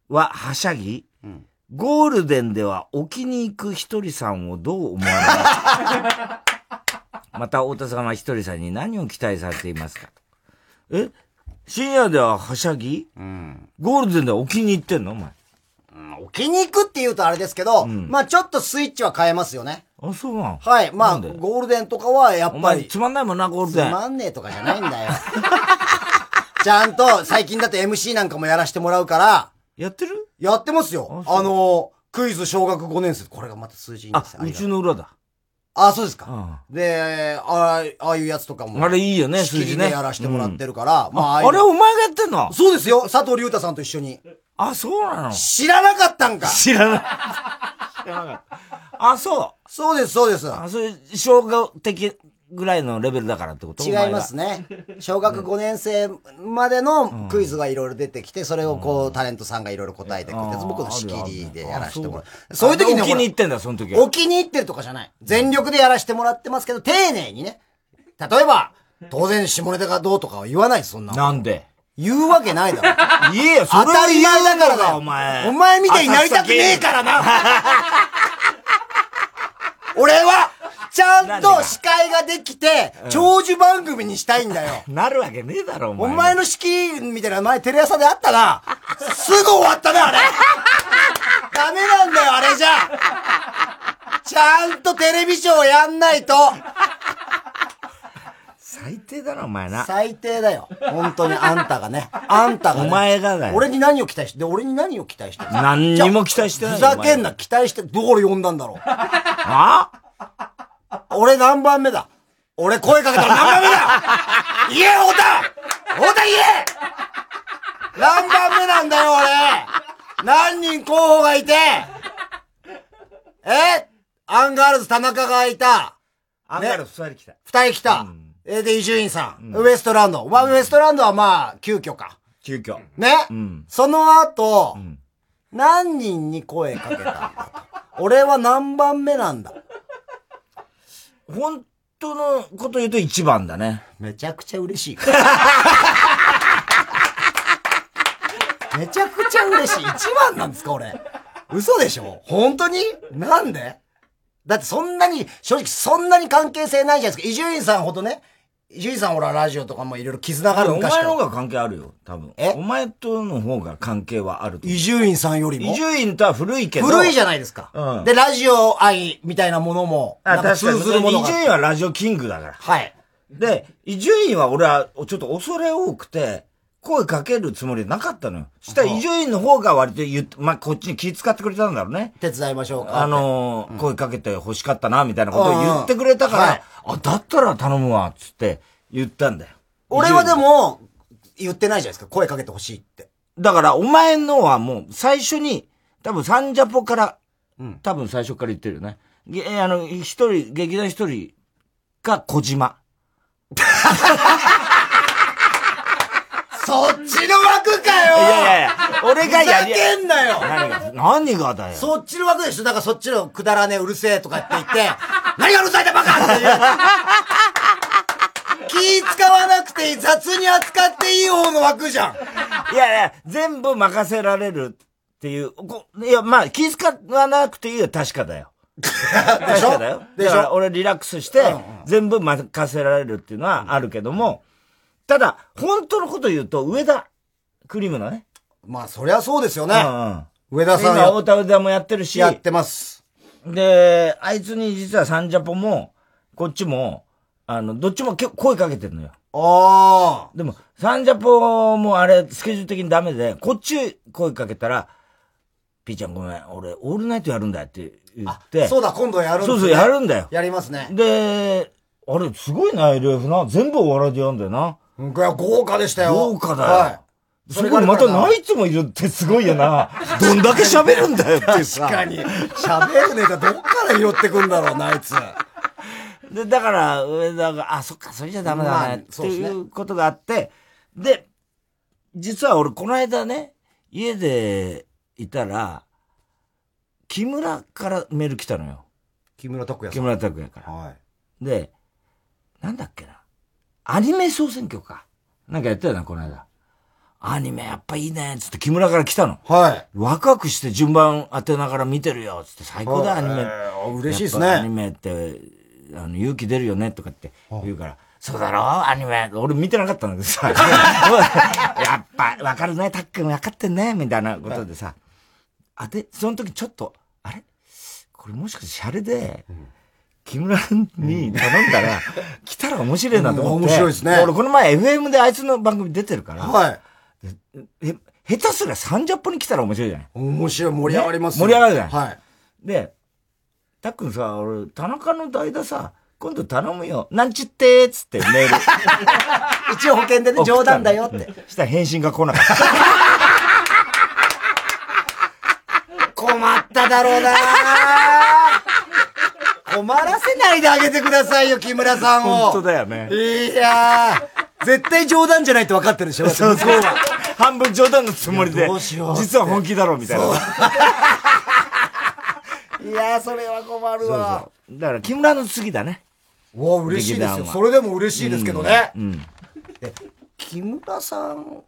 ははしゃぎ、ゴールデンでは置きに行くひとりさんをどう思われますか また太田さんはひとりさんに何を期待されていますかえ深夜でははしゃぎ、ゴールデンでは置きに行ってんのお前。置きに行くって言うとあれですけど、まあちょっとスイッチは変えますよね。あ、そうなのはい。まあ、ゴールデンとかはやっおぱ前り。つまんないもんな、ゴールつデン。まんねえとかじゃないんだよ。 ちゃんと、最近だって MC なんかもやらしてもらうから。やってるやってますよ。あの、クイズ小学5年生。これがまた数字いいんですよ。あ、うちの裏だ。あ、そうですか。で、あああいうやつとかも。あれいいよね仕切り数字ねでやらしてもらってるから。うんまあ、あああれお前がやってんのそうですよ。佐藤隆太さんと一緒に。あ、そうなの知らなかったんか。知らない。あ、そう。そうです、そうです。あ、それ、小学的ぐらいのレベルだからってこと違います。ね。小学5年生までのクイズがいろいろ出てきて、それをこう、タレントさんがいろいろ答えてくれて、僕の仕切りでやらせてもらう。そういう時にお気に入ねってんだ、その時ほら、お気に入ってるとかじゃない。全力でやらせてもらってますけど、丁寧にね。例えば、当然下ネタがどうとかは言わないです、そんな。なんで言うわけないだろ。言えよ、それ当たり前だからだだよ、お前。お前みたいになりたくねえからな。俺は、ちゃんと司会ができてうん、長寿番組にしたいんだよ。 なるわけねえだろ、おお前。前の式みたいな前テレ朝であったな。すぐ終わった ね、あれ。ダメなんだよ、あれじゃ。ちゃんとテレビショーやんないと。 最低だな、お前な。最低だよ。本当にあんたがね。あんたが、ね。お前がだよ俺に何を期待して、で、俺に何を期待してる何にも期待してないふよざけんな、お期待して、どこで呼んだん だろう。前は俺何番目だ俺声かけたら何番目だ 言え、太田太田言え何番目なんだよ、俺何人候補がいてえアンガールズ田中がいた。あんねたら二人来た。二人来た。えで、伊集院さん,、ウエストランド。まあ、ウエストランドはまあ、急遽か。急遽。ね、うん。その後、何人に声かけたんだと。俺は何番目なんだ本当のこと言うと一番だね。めちゃくちゃ嬉しい。めちゃくちゃ嬉しい。一番なんですか、俺。嘘でしょ本当になんでだってそんなに、正直そんなに関係性ないじゃないですか。伊集院さんほどね。伊集院さんほらラジオとかもいろいろ絆があるお昔か前らの方が関係あるよ、多分。えお前との方が関係はあると思う。伊集院さんよりも伊集院とは古いけど。古いじゃないですか。うん。で、ラジオ愛みたいなものも、あ、なんか確か通に。ずるもの伊が集。院はラジオキングだから。はい。で、伊集院は俺はちょっと恐れ多くて、声かけるつもりなかったのよ。したら伊集院の方が割と言って、まあ、こっちに気遣ってくれたんだろうね。手伝いましょうか。あのー、声かけて欲しかったな、みたいなことを言ってくれたかはいら、あ、だったら頼むわ、つって言ったんだよ。俺はでも、言ってないじゃないですか。声かけてほしいって。だから、お前のはもう最初に、多分サンジャポから、多分最初から言ってるよね。げあの、一人、劇団一人か小島。 そっちの枠かよいやいやいや俺がやりふざけんなよ何が、何がだよ。そっちの枠でしょだからそっちのくだらねえうるせえとかって言って、 何がうる さいんだバカっていう。気使わなくていい、雑に扱っていい方の枠じゃん。いやいや、全部任せられるっていう。こいや、まあ、気遣わなくていいよ、確かだよ。 でしょ確かだよ。でしょだから俺リラックスして、全部任せられるっていうのはあるけども、ただ、本当のこと言うと、上田、クリームのね。まあ、そりゃそうですよね。上田さん今、太田上田もやってるし。やってます。で、あいつに実はサンジャポも、こっちも、あの、どっちも結構声かけてるのよ。ああ。でも、サンジャポもあれ、スケジュール的にダメで、こっち声かけたら、ピーちゃんごめん、俺、オールナイトやるんだって言って。そうだ、今度やるんですそねうそう、やるんだよ。やりますね。で、あれ、すごいな、LF な。全部お笑いでやるんだよな。いや、豪華でしたよ豪華だよ。はそれこにまたナイツもいるってすごい よな。どんだけ喋るんだよってさ。確かに。喋るネタどっから拾ってくんだろう、ナイツ。で、だから、上田が、あ、そっか、それじゃダメだまあね、ってそうですいねうことがあって、で、実は俺、この間ね、家でいたら、木村からメール来たのよ。木村拓哉木村拓哉から。はい。で、なんだっけな。アニメ総選挙か。なんかやったよな、この間。アニメやっぱいいね、つって木村から来たの。はい。ワクワクして順番当てながら見てるよ、つって最高だ、はアいニメ。嬉しいですねやっぱアニメって、あの、勇気出るよね、とかって言うから、そうだろアニメ。俺見てなかったんだけ どさ。 やっぱ、わかるね、たっくんわかってんね、みたいなことでさ。あで、その時ちょっと、あれこれもしかしてシャレで、木村に頼んだ ら、来たら面白いなと思って。うん面白いですね俺この前 FM であいつの番組出てるから。はい。え、下手すりゃサンジャポに来たら面白いじゃない面白い、盛り上がりますねよ盛り上がるじゃないはい。で、たっくんさ、俺、田中の代打さ、今度頼むよ。なんちってーっつってメ ール。一応保険でね、冗談だよって。したら返信が来なかった。 困っただろう な困らせないであげてくださいよ、木村さんを。本当だよね。いやー、絶対冗談じゃないって分かってるでしょそうそだっうて向こは半分冗談のつもりで、どうしようって実は本気だろ、みたいな。いやー、それは困るわ。そうだから、木村の次だね。わあ、嬉しいですよ。それでも嬉しいですけどね。木村さん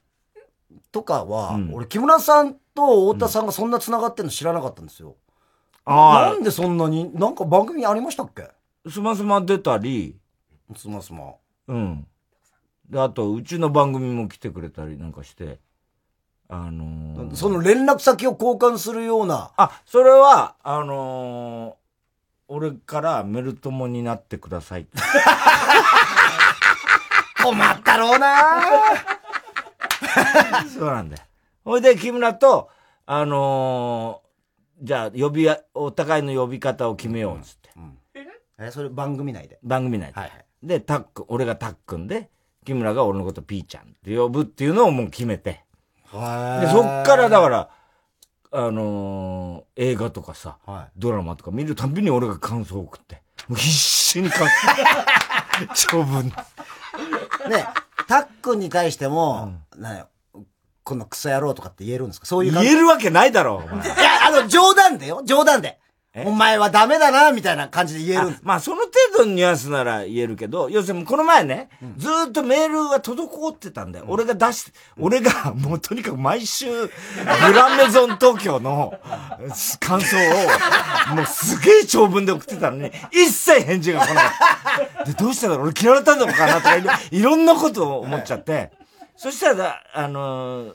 とかは、俺、木村さんと太田さんがそんな繋がってるの知らなかったんですよ。ああなんでそんなに、なんか番組ありましたっけスマスマ出たり。スマスマ。うん。で、あと、うちの番組も来てくれたりなんかして、あのーその連 絡先を交換するような。あ、それは、あのー俺からメル友になってくださいって。困ったろうなそうなんだよ。ほいで、木村と、あのーじゃあ、呼びや、お互いの呼び方を決めよう、つって。え、それ番組内で。番組内で。で、タックン、俺がタックンで、木村が俺のことピーちゃんって呼ぶっていうのをもう決めて。で、そっからだから、あのー映画とかさ、ドラマとか見るたんびに俺が感想を送って。もう必死に感想。長文。ね、たっくんに対しても、なんよ、このクソ野郎とかって言えるんですかそういう言えるわけないだろ、お前。いや、あの、冗談でよ、冗談で。お前はダメだな、みたいな感じで言える。まあ、その程度のニュアンスなら言えるけど、 要するにこの前ね、ずーっとメールが滞ってたんだよ。俺が出して、 俺がもうとにかく毎週、グランメゾン東京のす感想を、もうすげえ長文で送ってたのに、一切返事が来なかった。で、どうしたんだろう俺嫌われたのかなとかいろ、いろんなことを思っちゃって、そしたら、あのー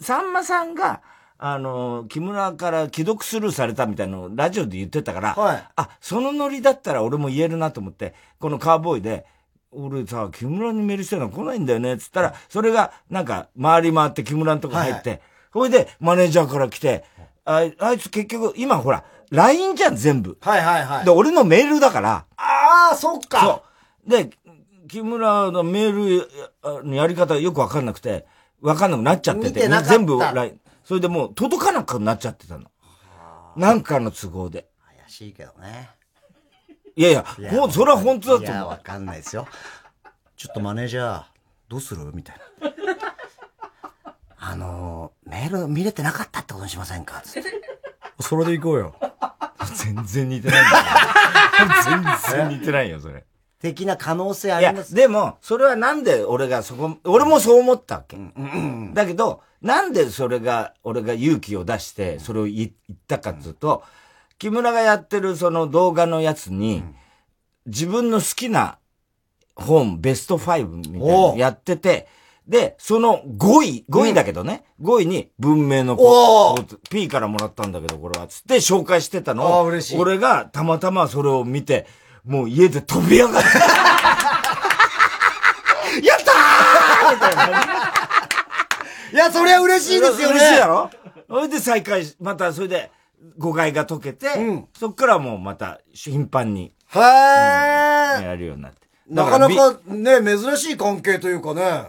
さんまさんが、あの、木村から既読スルーされたみたいなのをラジオで言ってたから、あ、そのノリだったら俺も言えるなと思って、このカーボーイで、俺さ、木村にメールしてるの来ないんだよね、つったら、それが、なんか、回り回って木村のとこ入って、ほいで、マネージャーから来て、ああいつ結局、今ほら、LINE じゃん、全部。はいはいはいで、俺のメールだから、ああ、そっか。そう。で、木村のメールあのやり方よくわかんなくて、わかんなくなっちゃってて、見てなかった全部ラインそれでもう届かなくなっちゃってたの。なんかの都合で。怪しいけどね。いやいや、いやもうそれは本当いだとや、思わかんないですよ。ちょっとマネージャー、どうするみたいな。あのー、メール見れてなかったってことにしませんかつってう。それで行こ うよ。全然似てないんだ全然似てないよ、それ。的な可能性あいりや、ます。でも、それはなんで俺がそこ、俺もそう思ったわけ。だけど、なんでそれが、俺が勇気を出して、それを言言ったかっていうと、木村がやってるその動画のやつに、自分の好きな本、ベスト5みたいなのやってて、で、その5位、5位だけどね、5位に文明のおこ P からもらったんだけど、これは、つって紹介してたのを、しい俺がたまたまそれを見て、もう家で飛び上 がってやった ーみたいないや、そりゃ嬉しいですよね嬉しいだろそれで再開し、またそれで誤解が解けて、そっからもうまた頻繁にはやるようになって。い。なかなびかね、珍しい関係というかね。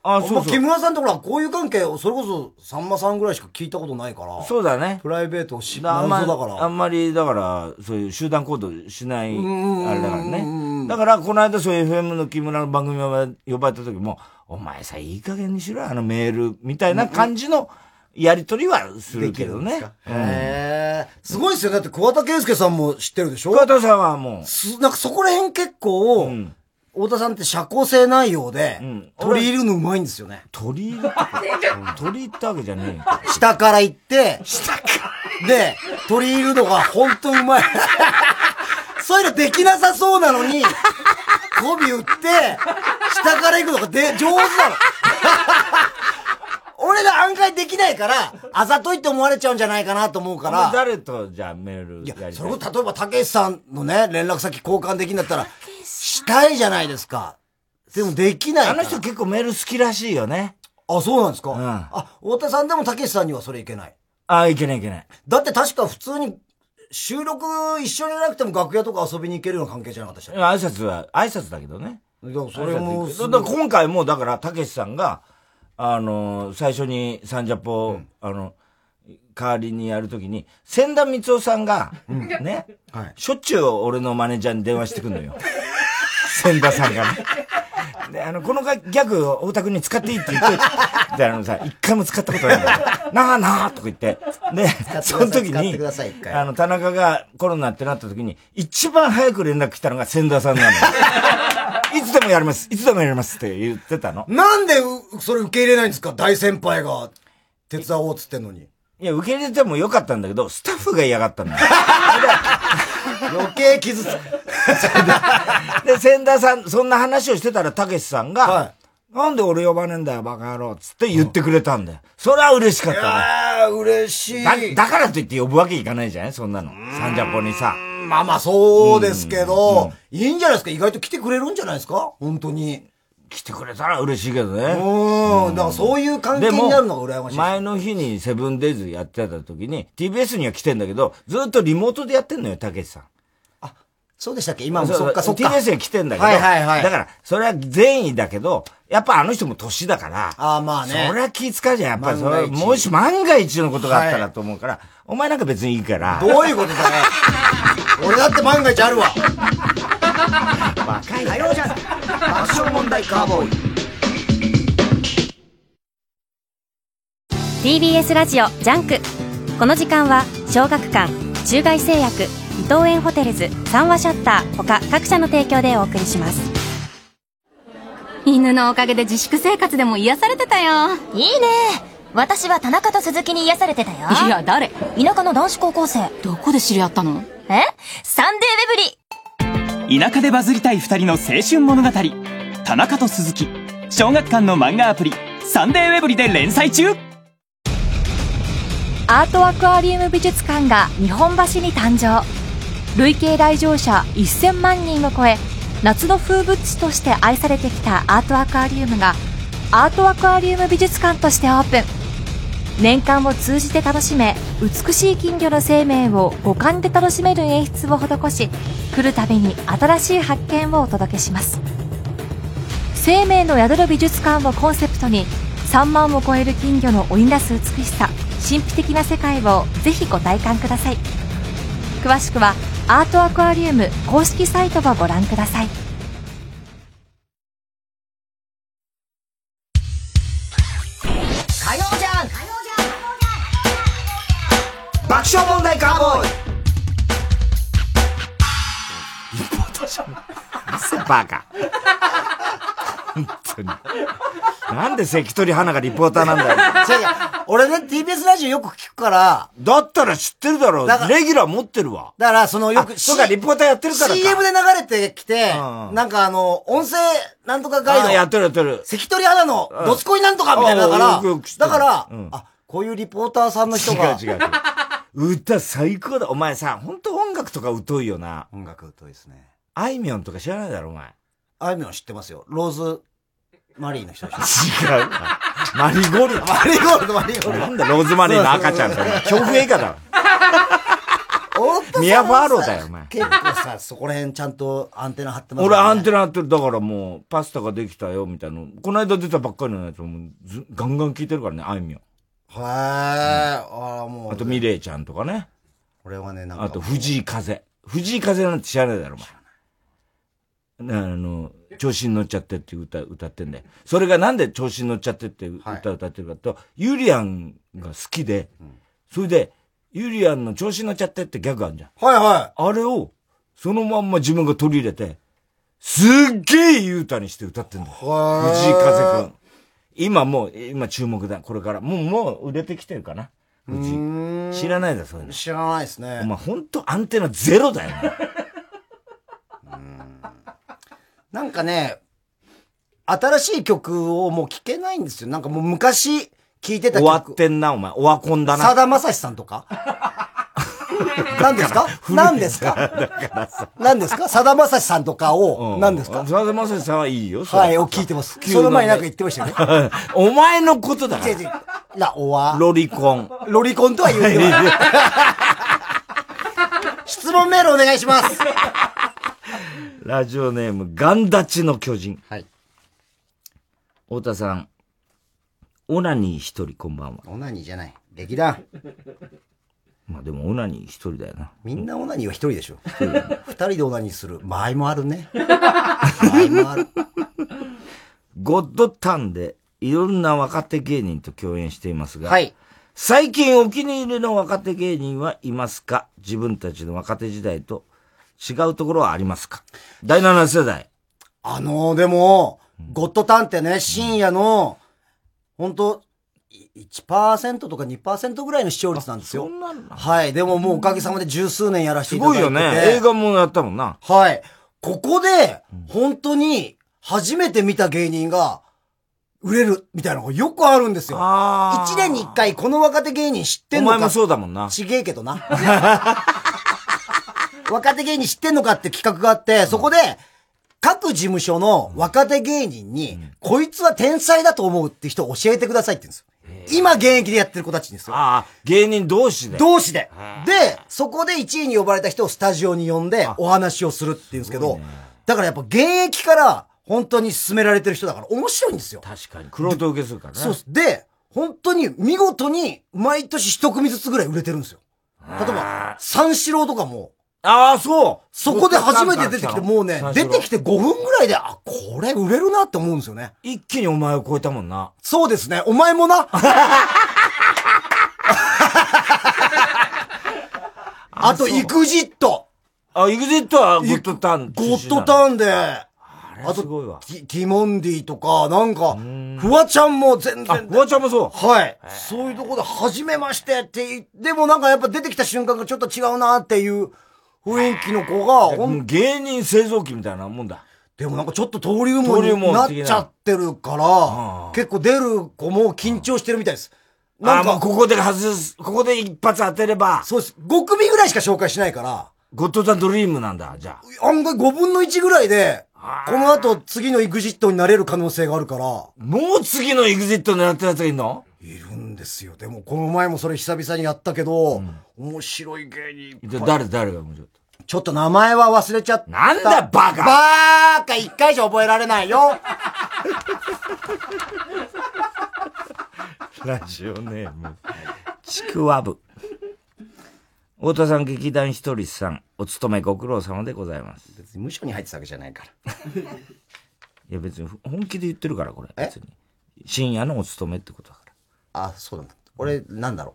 あそうそまう木村さんとほら、こういう関係、それこそさんまさんぐらいしか聞いたことないから。そうだね。プライベートを知あんま謎だから。あんまり、だから、そういう集団行動しない、うんうんうんあれだからね。だから、この間、そういう FM の木村の番組を呼ばれた時も、お前さ、いい加減にしろよ、あのメール、みたいな感じのやりとりはするけどね。へえ。すごいですよ。だって桑田佳祐さんも知ってるでしょ桑田さんはもう。なんかそこら辺結構、太田さんって社交性ないようで、取り入れるのうまいんですよね。取り入れ 取り入ったわけじゃねえよ。下から行って、下からで、取り入れるのが本当うまい。 そういうのできなさそうなのに、媚び打って、下から行くのがで上手なの。 俺が案外できないから、あざといって思われちゃうんじゃないかなと思うかお前ら。誰と、じゃあメールやりたいそれこそ例えば、たけしさんのね、連絡先交換できんだったら、したいじゃないですか。でもできないから。あの人結構メール好きらしいよね。あ、そうなんですか、あ、太田さんでもたけしさんにはそれいけない。ああ、いけないいけない。だって確か普通に、収録一緒になくても楽屋とか遊びに行けるような関係じゃなかったでしょ挨拶は、挨拶だけどね。それも挨拶すごいだから今回も、だから、たけしさんが、あの、最初にサンジャポを、あの、代わりにやるときに、千田光夫さんが、ね、しょっちゅう俺のマネージャーに電話してくんのよ。千田さんがね。で、あの、このギャグ、大田君に使っていいって言って、 で、あのさ、一回も使ったことないんだよ。なあなあとか言って、で、その時使ってにく、ださい、一回。あの、田中がコロナってなった時に、一番早く連絡来たのが千田さんなの よ。いつでもやります、いつでもやりますって言ってたの。なんでうそれ受け入れないんですか大先輩が手伝おうっつってんのに。 いや、受け入れてもよかったんだけど、スタッフが嫌がったんだよ。余計傷つく。 で、千田さん、そんな話をしてたら、たけしさんが、なんで俺呼ばねえんだよ、バカ野郎、つって言ってくれたんだよ。それは嬉しかったね。嬉しいだ。だからといって呼ぶわけいかないじゃないそんなの。サンジャポにさ。まあまあそうですけど、いいんじゃないですか意外と来てくれるんじゃないですか本当に。来てくれたら嬉しいけどね。うん。だからそういう関係になるのが羨ましいでも前の日にセブンデイズやってた時に、TBS には来てんだけど、ずっとリモートでやってんのよ、たけしさん。そうでしたっけ今もそっかそっか。 TBS に来てんだけど。はいはいはい。だから、それは善意だけど、やっぱあの人も年だから。ああまあねそれは気使うじゃん。やっぱりそ万れ、が一もし万が一のことがあったらと思うから、お前なんか別にいいから。どういう ことだね。俺だって万が一あるわ。火曜じゃん爆笑問題カーボーイ TBS ラジオジャンクこの時間は小学館中外製薬伊藤園ホテルズ三話シャッター他各社の提供でお送りします犬のおかげで自粛生活でも癒されてたよいいね私は田中と鈴木に癒されてたよいや誰田舎の男子高校生どこで知り合ったのえサンデーウェブリー田舎でバズりたい二人の青春物語田中と鈴木小学館の漫画アプリ「サンデーウェブリ」で連載中アートアクアリウム美術館が日本橋に誕生累計来場者1000万人を超え夏の風物詩として愛されてきたアートアクアリウムがアートアクアリウム美術館としてオープン年間を通じて楽しめ美しい金魚の生命を五感で楽しめる演出を施し来るたびに新しい発見をお届けします生命の宿る美術館をコンセプトに3万を超える金魚の織り出す美しさ神秘的な世界をぜひご体感ください詳しくはアートアクアリウム公式サイトをご覧ください火曜じゃん爆笑問題カーボーイバカ。本当に。なんで関取花がリポーターなんだよ。違う違う俺ね、TBS ラジオよく聞くから、だったら知ってるだろだからレギュラー持ってるわ。だから、そのよく、そうかリポーターやってるからか CM で流れてきて、なんかあの、音声なんとかガイあド。やってるやってる。関取花のうんどつこいなんとかみたいなだかあらよくよく知っ、てるだから、うんあ、こういうリポーターさんの人が。違う違う違う歌最高だ。お前さ、本当音楽とか疎いよな。音楽疎いですね。あいみょんとか知らないだろ、お前。あいみょん知ってますよ。ローズ、マリーの人でし違う。マリーゴールド。マリーゴールドマリーゴールドなんだ、ローズマリーの赤ちゃんとそうそう。そう恐怖映画だろ。ょ。ミヤファーローだよ、お前。結構さ、そこら辺ちゃんとアンテナ張ってますよね俺アンテナ張ってる。だからもう、パスタができたよ、みたいな。この間出たばっかりのやつも、ずガンガン聞いてるからね、あいみょん。へー、ああ、もう。あと、ミレイちゃんとかね。俺はね、なんか。あと、藤井風。藤井風なんて知らないだろ、お前。なあの、調子に乗っちゃってっていう歌、歌ってんだよ。それがなんで調子に乗っちゃってっていう歌歌ってるかと、ユリアンが好きで、それで、ユリアンの調子に乗っちゃってってギャグあるじゃん。はいはい。あれを、そのまんま自分が取り入れて、すっげえ言うたにして歌ってんだよ。ー藤井風くん。今もう、今注目だ、これから。もう、もう売れてきてるかな。藤井。知らないだ、そういうの。知らないですね。お前ほんとアンテナゼロだよ。なんかね、新しい曲をもう聴けないんですよ。なんかもう昔聴いてた曲。終わってんな、お前。オワコンだな。さだまさしさんと か何ですか何ですかだからさ。何ですかさだまさしさんとかを、何ですかさだまさしさんはいいよ。はい、を聞いてます。その前になんか言ってましたよね。ね。 お前のことだか違う違うな、おわ。ら。ロリコン。ロリコンとは言う てない質問メールお願いします。ラジオネーム、ガンダチの巨人。はい。太田さん、オナニー一人、こんばんは。オナニーじゃない。劇団。まあでも、オナニー一人だよな。みんなオナニーは一人でしょ。二人でオナニーする場合もある ね。場合もある。ゴッドタンで、いろんな若手芸人と共演していますが、はい最近お気に入りの若手芸人はいますか自分たちの若手時代と違うところはありますか第7世代。あのー、でも、ゴッドタンってね、深夜の、本当1%とか2%ぐらいの視聴率なんですよ。そんなんだはい。でももうおかげさまで十数年やらせてすいただいごてて。いよね。映画もやったもんな。はい。ここで、本当に、初めて見た芸人が、売れる、みたいなのがよくあるんですよ。一年に一回、この若手芸人知っておんのか。前もそうだもんな。ちげえけどな。 若手芸人知ってんのかって企画があって、そこで、各事務所の若手芸人に、こいつは天才だと思うって人を教えてくださいって言うんですよ。今現役でやってる子たちにですよ。ああ、芸人同士で。同士で。で、そこで1位に呼ばれた人をスタジオに呼んでお話をするっていうんですけど、だからやっぱ現役から本当に勧められてる人だから面白いんですよ。確かに。黒人受けするからね。そうです。で、本当に見事に毎年一組ずつぐらい売れてるんですよ。例えば、三四郎とかも。ああ、そうそこで初めて出てきて、どっから来たのもうね、三四出郎てきて5分ぐらいで、あ、これ売れるなって思うんですよね。一気にお前を超えたもんな。そうですね、お前も な。あと、イグジット。あ、エグジットはゴッドターン。ゴッドターンで、あと、ティティモンディとか、なんか、フワちゃんも全然。フワちゃんもそう。はい。そういうとこで、初めましてって言い、でもなんかやっぱ出てきた瞬間がちょっと違うなっていう雰囲気の子が、ほん芸人製造機みたいなもんだ。でもなんかちょっと登竜門になっちゃってるから、結構出る子も緊張してるみたいです。あもうここで外す、ここで一発当てれば。そうです。5組ぐらいしか紹介しないから。ゴッドタンドリームなんだ、じゃあ。案外5分の1ぐらいで、この後次の EXIT になれる可能性があるから。もう次の EXIT 狙ってるやつがいるのいるんですよ。でもこの前もそれ久々にやったけど、面白い芸人いっぱい。誰、誰が面白いちょっと名前は忘れちゃった。なんだバカバカ一回じゃ覚えられない よラジオネーム。ちくわぶ。太田さん劇団ひとりさん、お勤めご苦労様でございます。別に無所に入ってたわけじゃないから。いや別に本気で言ってるから、これ。別に。深夜のお勤めってことだから。あ、そうなんだ。俺、なんだろ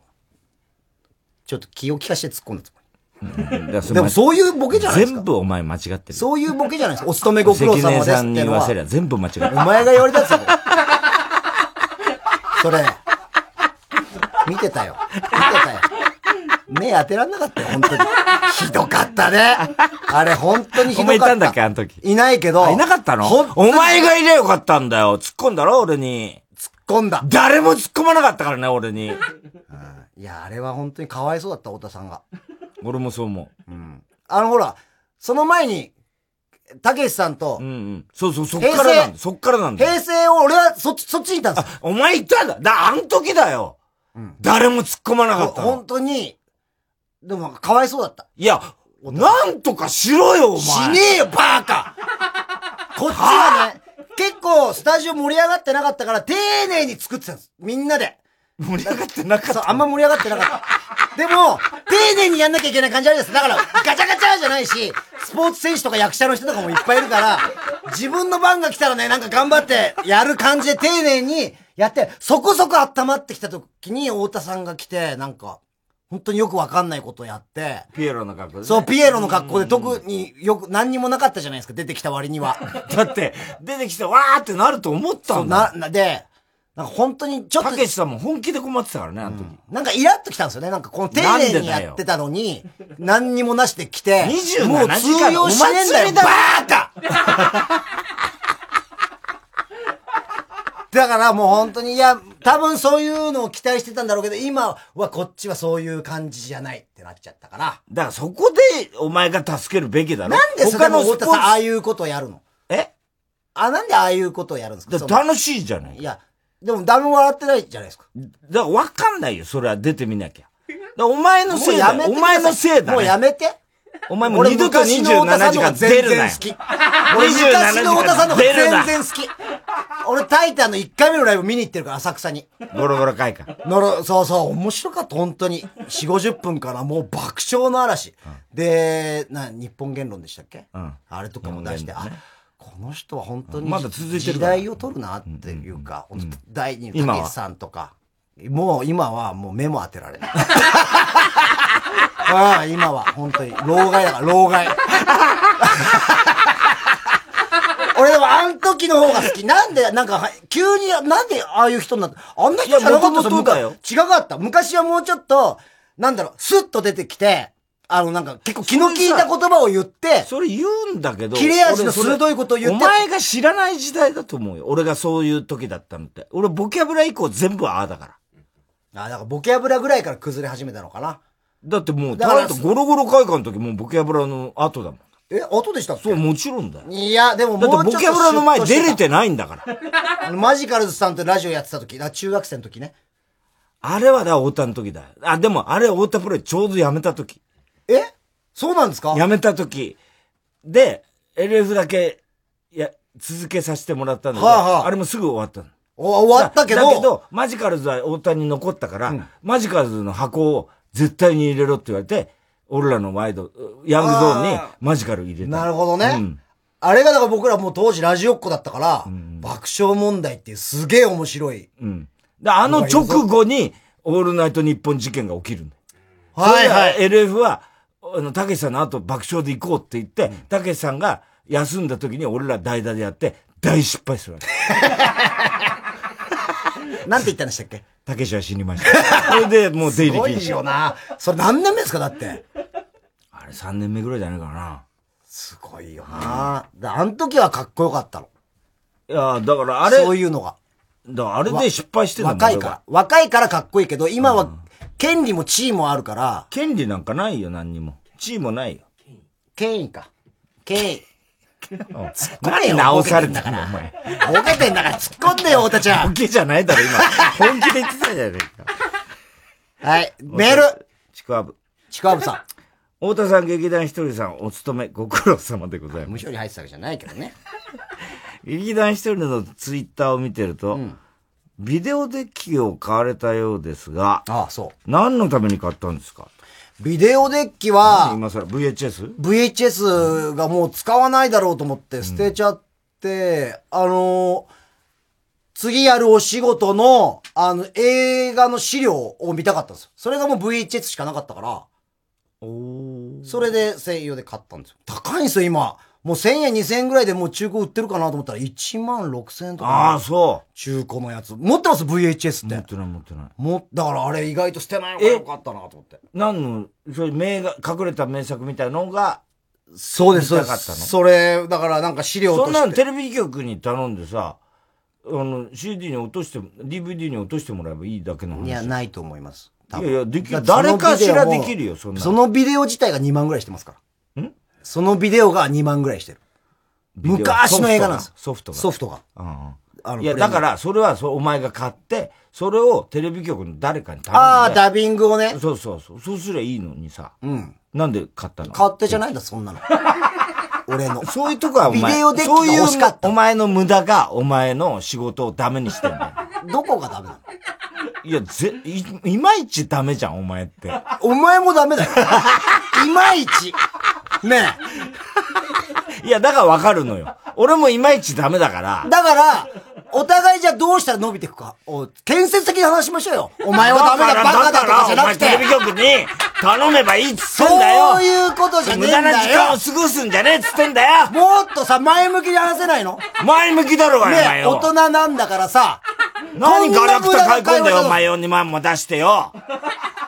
う。ちょっと気を利かして突っ込んだつもでもそういうボケじゃないですか全部お前間違ってるり。。そういうボケじゃないですか。お勤めご苦労関様根ですさってんにの言わはせ。りゃ全部間違ってお前が言われたやつだろ。それ。見てたよ。見てたよ。目当てらんなかったよ、本当に。ひどかったね。あれ、本当にひおどかっ前いた。たんだっけあの時。いないけど。いなかったのほんお前がいりゃよかったんだよ。突っ込んだろ俺に。突っ込んだ。誰も突っ込まなかったからね、俺に。いや、あれは本当にかわいそうだった、太田さんが。俺もそう思う。あの、ほら、その前に、たけしさんと、うんうん。そうそう、そっからなん平だ。成そっからなんだ。平成を、俺はそっち、そっちにいたんですよ。お前いたんだ。だ、あの時だよ。誰も突っ込まなかったの本当に、でも、かわいそうだった。いや、なんとかしろよ、お前。しねえよ、バカこっちはね、結構、スタジオ盛り上がってなかったから、丁寧に作ってたんです。みんなで。盛り上がってなかったそう、あんま盛り上がってなかった。でも、丁寧にやんなきゃいけない感じあるじゃないですか。だから、ガチャガチャじゃないし、スポーツ選手とか役者の人とかもいっぱいいるから、自分の番が来たらね、なんか頑張ってやる感じで丁寧にやって、そこそこ温まってきた時に、太田さんが来て、なんか、本当によくわかんないことやって、ピエロの格好でね。そう、ピエロの格好で特によく何にもなかったじゃないですか、出てきた割には。 だって、出てきてわーってなると思ったんだ。な、で、なんか本当にちょっと。たけしさんも本気で困ってたからね、あの時。なんかイラッときたんですよね。なんかこの丁寧にやってたのに、何にもなしで来て、 27もう通用しねえんだお祭よ、りだバーカだからもう本当に、いや、多分そういうのを期待してたんだろうけど、今はこっちはそういう感じじゃないってなっちゃったから。だからそこで、お前が助けるべきだろ。なんでそれで他もの太ス田ポさん、ああーツいうことやるのえあ、なんでああいうことをやるんですかだそかのら楽しいじゃない。いや、でも誰も笑ってないじゃないですか。だからわかんないよ、それは出てみなきゃ。だからお前のせいだもうやめよ。てくおださい前のせいだ、ね。もうやめて。お前もう二度と27時間出るなよ。俺昔の太田さんの方が出るな全然好き。俺、タイタンの1回目のライブ見に行ってるから、浅草に。ゴロゴロ会館。のろ、そうそう、面白かった、本当に。4、50分からもう爆笑の嵐。で、な、日本言論でしたっけうん。あれとかも出して、あ、この人は本当に、まだ続いてる時から代を取るなっていうか、本当第二今のはたけしさんとか。もう今はもう目も当てられ ない。ああ、今は本当に、老害だから、老害。 俺でもあん時の方が好き。なんで、なんか、は急に、なんでああいう人になったあんな人じゃなかったいや元々だよ昔違かった。昔はもうちょっと、なんだろう、スッと出てきて、あの、なんか、結構気の利いた言葉を言って、それ言うんだけど。切れ味の俺それ鋭いことを言ってお前が知らない時代だと思うよ。俺がそういう時だったのって。俺、ボキャブラ以降全部ああだから。ああ、だからボキャブラぐらいから崩れ始めたのかな。だってもう、だからだってゴロゴロ会館の時もうボキャブラの後だもん。え、後でしたっけそう、もちろんだよ。いや、でももだうっちょってとボキャブラの前出れてないんだから。あのマジカルズさんとラジオやってた時、だから中学生の時ね。あれはだから太田の時だよ。あ、でもあれ太田プロちょうど辞めた時。えそうなんですか辞めた時。で、LF だけ、いや、続けさせてもらったんだけど、はあはああれもすぐ終わったの。お終わったけどだだけど、マジカルズは太田に残ったから、マジカルズの箱を絶対に入れろって言われて、俺らのワイド、ヤングゾーンにマジカル入れた。なるほどね。うんあれがだから僕らもう当時ラジオっ子だったから、爆笑問題っていうすげえ面白い。うん。で、あの直後に、オールナイト日本事件が起きるんだよ。はいはいそれで LF は、あの、たけしさんの後爆笑で行こうって言って、たけしさんが休んだ時に俺ら代打でやって、大失敗するわけ。 なんて言ったんでしたっけたけしは死にました。それでもう出入り禁止。すごいよな。それ何年目ですかだって。あれ3年目ぐらいじゃないかな。すごいよあーだあの時はかっこよかったの。いやだからあれ。そういうのが。だからあれで失敗してた若いから。。若いからかっこいいけど、今は権利も地位もあるから。権利なんかないよ、何にも。地位もないよ。権威か。権威。 突っ込めよ直されたから、お前。ボケてんだから突っ込んでよ、太田ちゃん。ボケじゃないだろ、今。本気で言ってたじゃ ねえか。はい、メールちくわぶ。ちくわぶさん。太田さん、劇団ひとりさん、お勤め、ご苦労様でございます。無償に入ってたわけじゃないけど ね。劇団ひとりのツイッターを見てると、ビデオデッキを買われたようですが、ああ、そう。何のために買ったんですかビデオデッキは、今更 VHS? VHS がもう使わないだろうと思って捨てちゃって、あのー、次やるお仕事の、あの、映画の資料を見たかったんですよ。それがもう VHS しかなかったから、それで専用で買ったんですよ。高いんですよ、今。もう1000円、2000円ぐらいでもう中古売ってるかなと思ったら1万6000円とか。 ああ、そう。中古のやつ。持ってます ?VHS って。持ってない、持ってない。も、だからあれ意外と捨てない方がよかったなと思って。何の、そういう名画、隠れた名作みたいなのが、そうです、そうで見たかったのす。それ、だからなんか資料としそて。んなのテレビ局に頼んでさ、あの、CD に落として、DVD に落としてもらえばいいだけの話。いや、ないと思います。多い分やいや、できだっる。てその誰かしらビデオでもきるよ、そんなの。そのビデオ自体が2万ぐらいしてますから。んそのビデオが2万ぐらいしてる。ビデオ昔の映画なんです。ソフトがソフトが。うんあうのん。いや、プレミアだムから、それは、そうお前が買って、それをテレビ局の誰かに頼んで。ああ、ダビングをね。そうそうそう。そうすりゃいいのにさ。うん。なんで買ったの買ってじゃないんだ、そんな の。俺の。そういうとこはお前、ビデオデッキが欲しかったそういうお前の無駄が、お前の仕事をダメにしてんだよ。どこがダメなのいや、ぜ、い、いまいちダメじゃん、お前って。お前もダメだよ。 いまいち。ね いや、だからわかるのよ。俺もいまいちダメだから。だから、お互いじゃあどうしたら伸びていくか。お建設的に話しましょうよ。お前はダメだ、バカだとかじゃなくて。だからお前テレビ局に頼めばいいっつそってんだよ。ういうことじゃねえんだよ。無駄な時間を過ごすんじゃねえっつってんだよ。もっとさ、前向きに話せないの前向きだろうがよ、お前ねえ大よ。人なんだからさ。何ガラクタ買い込んだよ、お前よ。よ、2万も出してよ。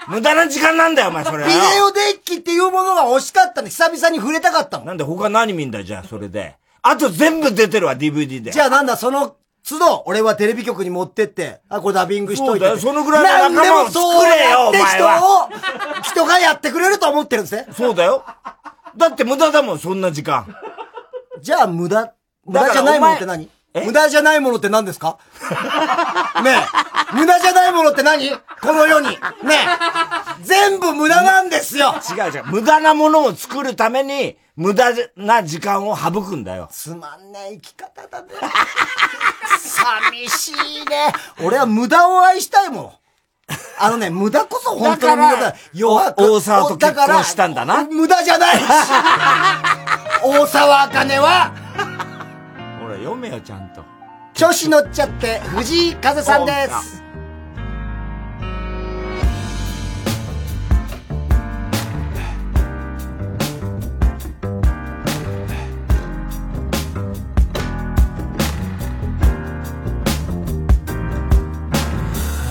無駄な時間なんだよ、お前、それビはデよ。オデッキっていうものが欲しかったの。久々に触れたかったの。なんで他何見んだよ、じゃあ、それで。あと全部出てるわ、DVD で。じゃあなんだ、その都度、俺はテレビ局に持ってって、あ、これダビングしといてって。そうだよそのぐらいの仲間を作れよなんでもそうおやって人を、人がやってくれると思ってるんですね。そうだよ。だって無駄だもん、そんな時間。じゃあ無駄、無だ駄かじらゃおない前ものって何無駄じゃないものって何ですかねえ。無駄じゃないものって何この世に。ねえ。全部無駄なんですよ。違う違う。無駄なものを作るために、無駄な時間を省くんだよ。つまんない生き方だね。 寂しいね。俺は無駄を愛したいもん。あのね、無駄こそ本当の無駄だだから。弱く。お大沢と結婚だからしたんだな無駄じゃ ないし大沢あかねは、ほら、読めよ、ちゃんと。調子乗っちゃって、藤井風さんです。 「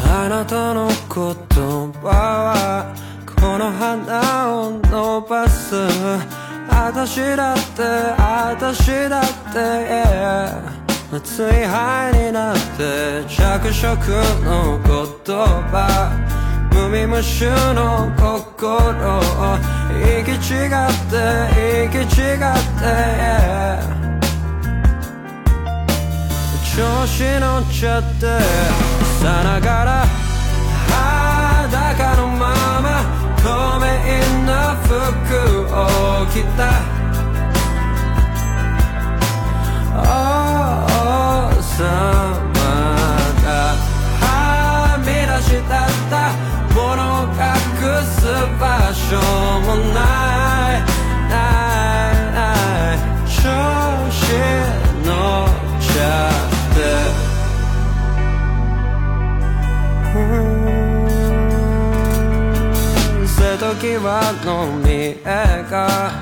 あなたの言葉はこの花を伸ばす私だって私だって yeah 熱い灰になって着色の言葉無味無臭の心行き違って行き違って、yeah 調子乗っちゃってさながら裸のまま透明な服を着た Oh, oh, 様がはみ出したったものを隠す場所もないないない調子乗っちゃって瀬戸際の見えが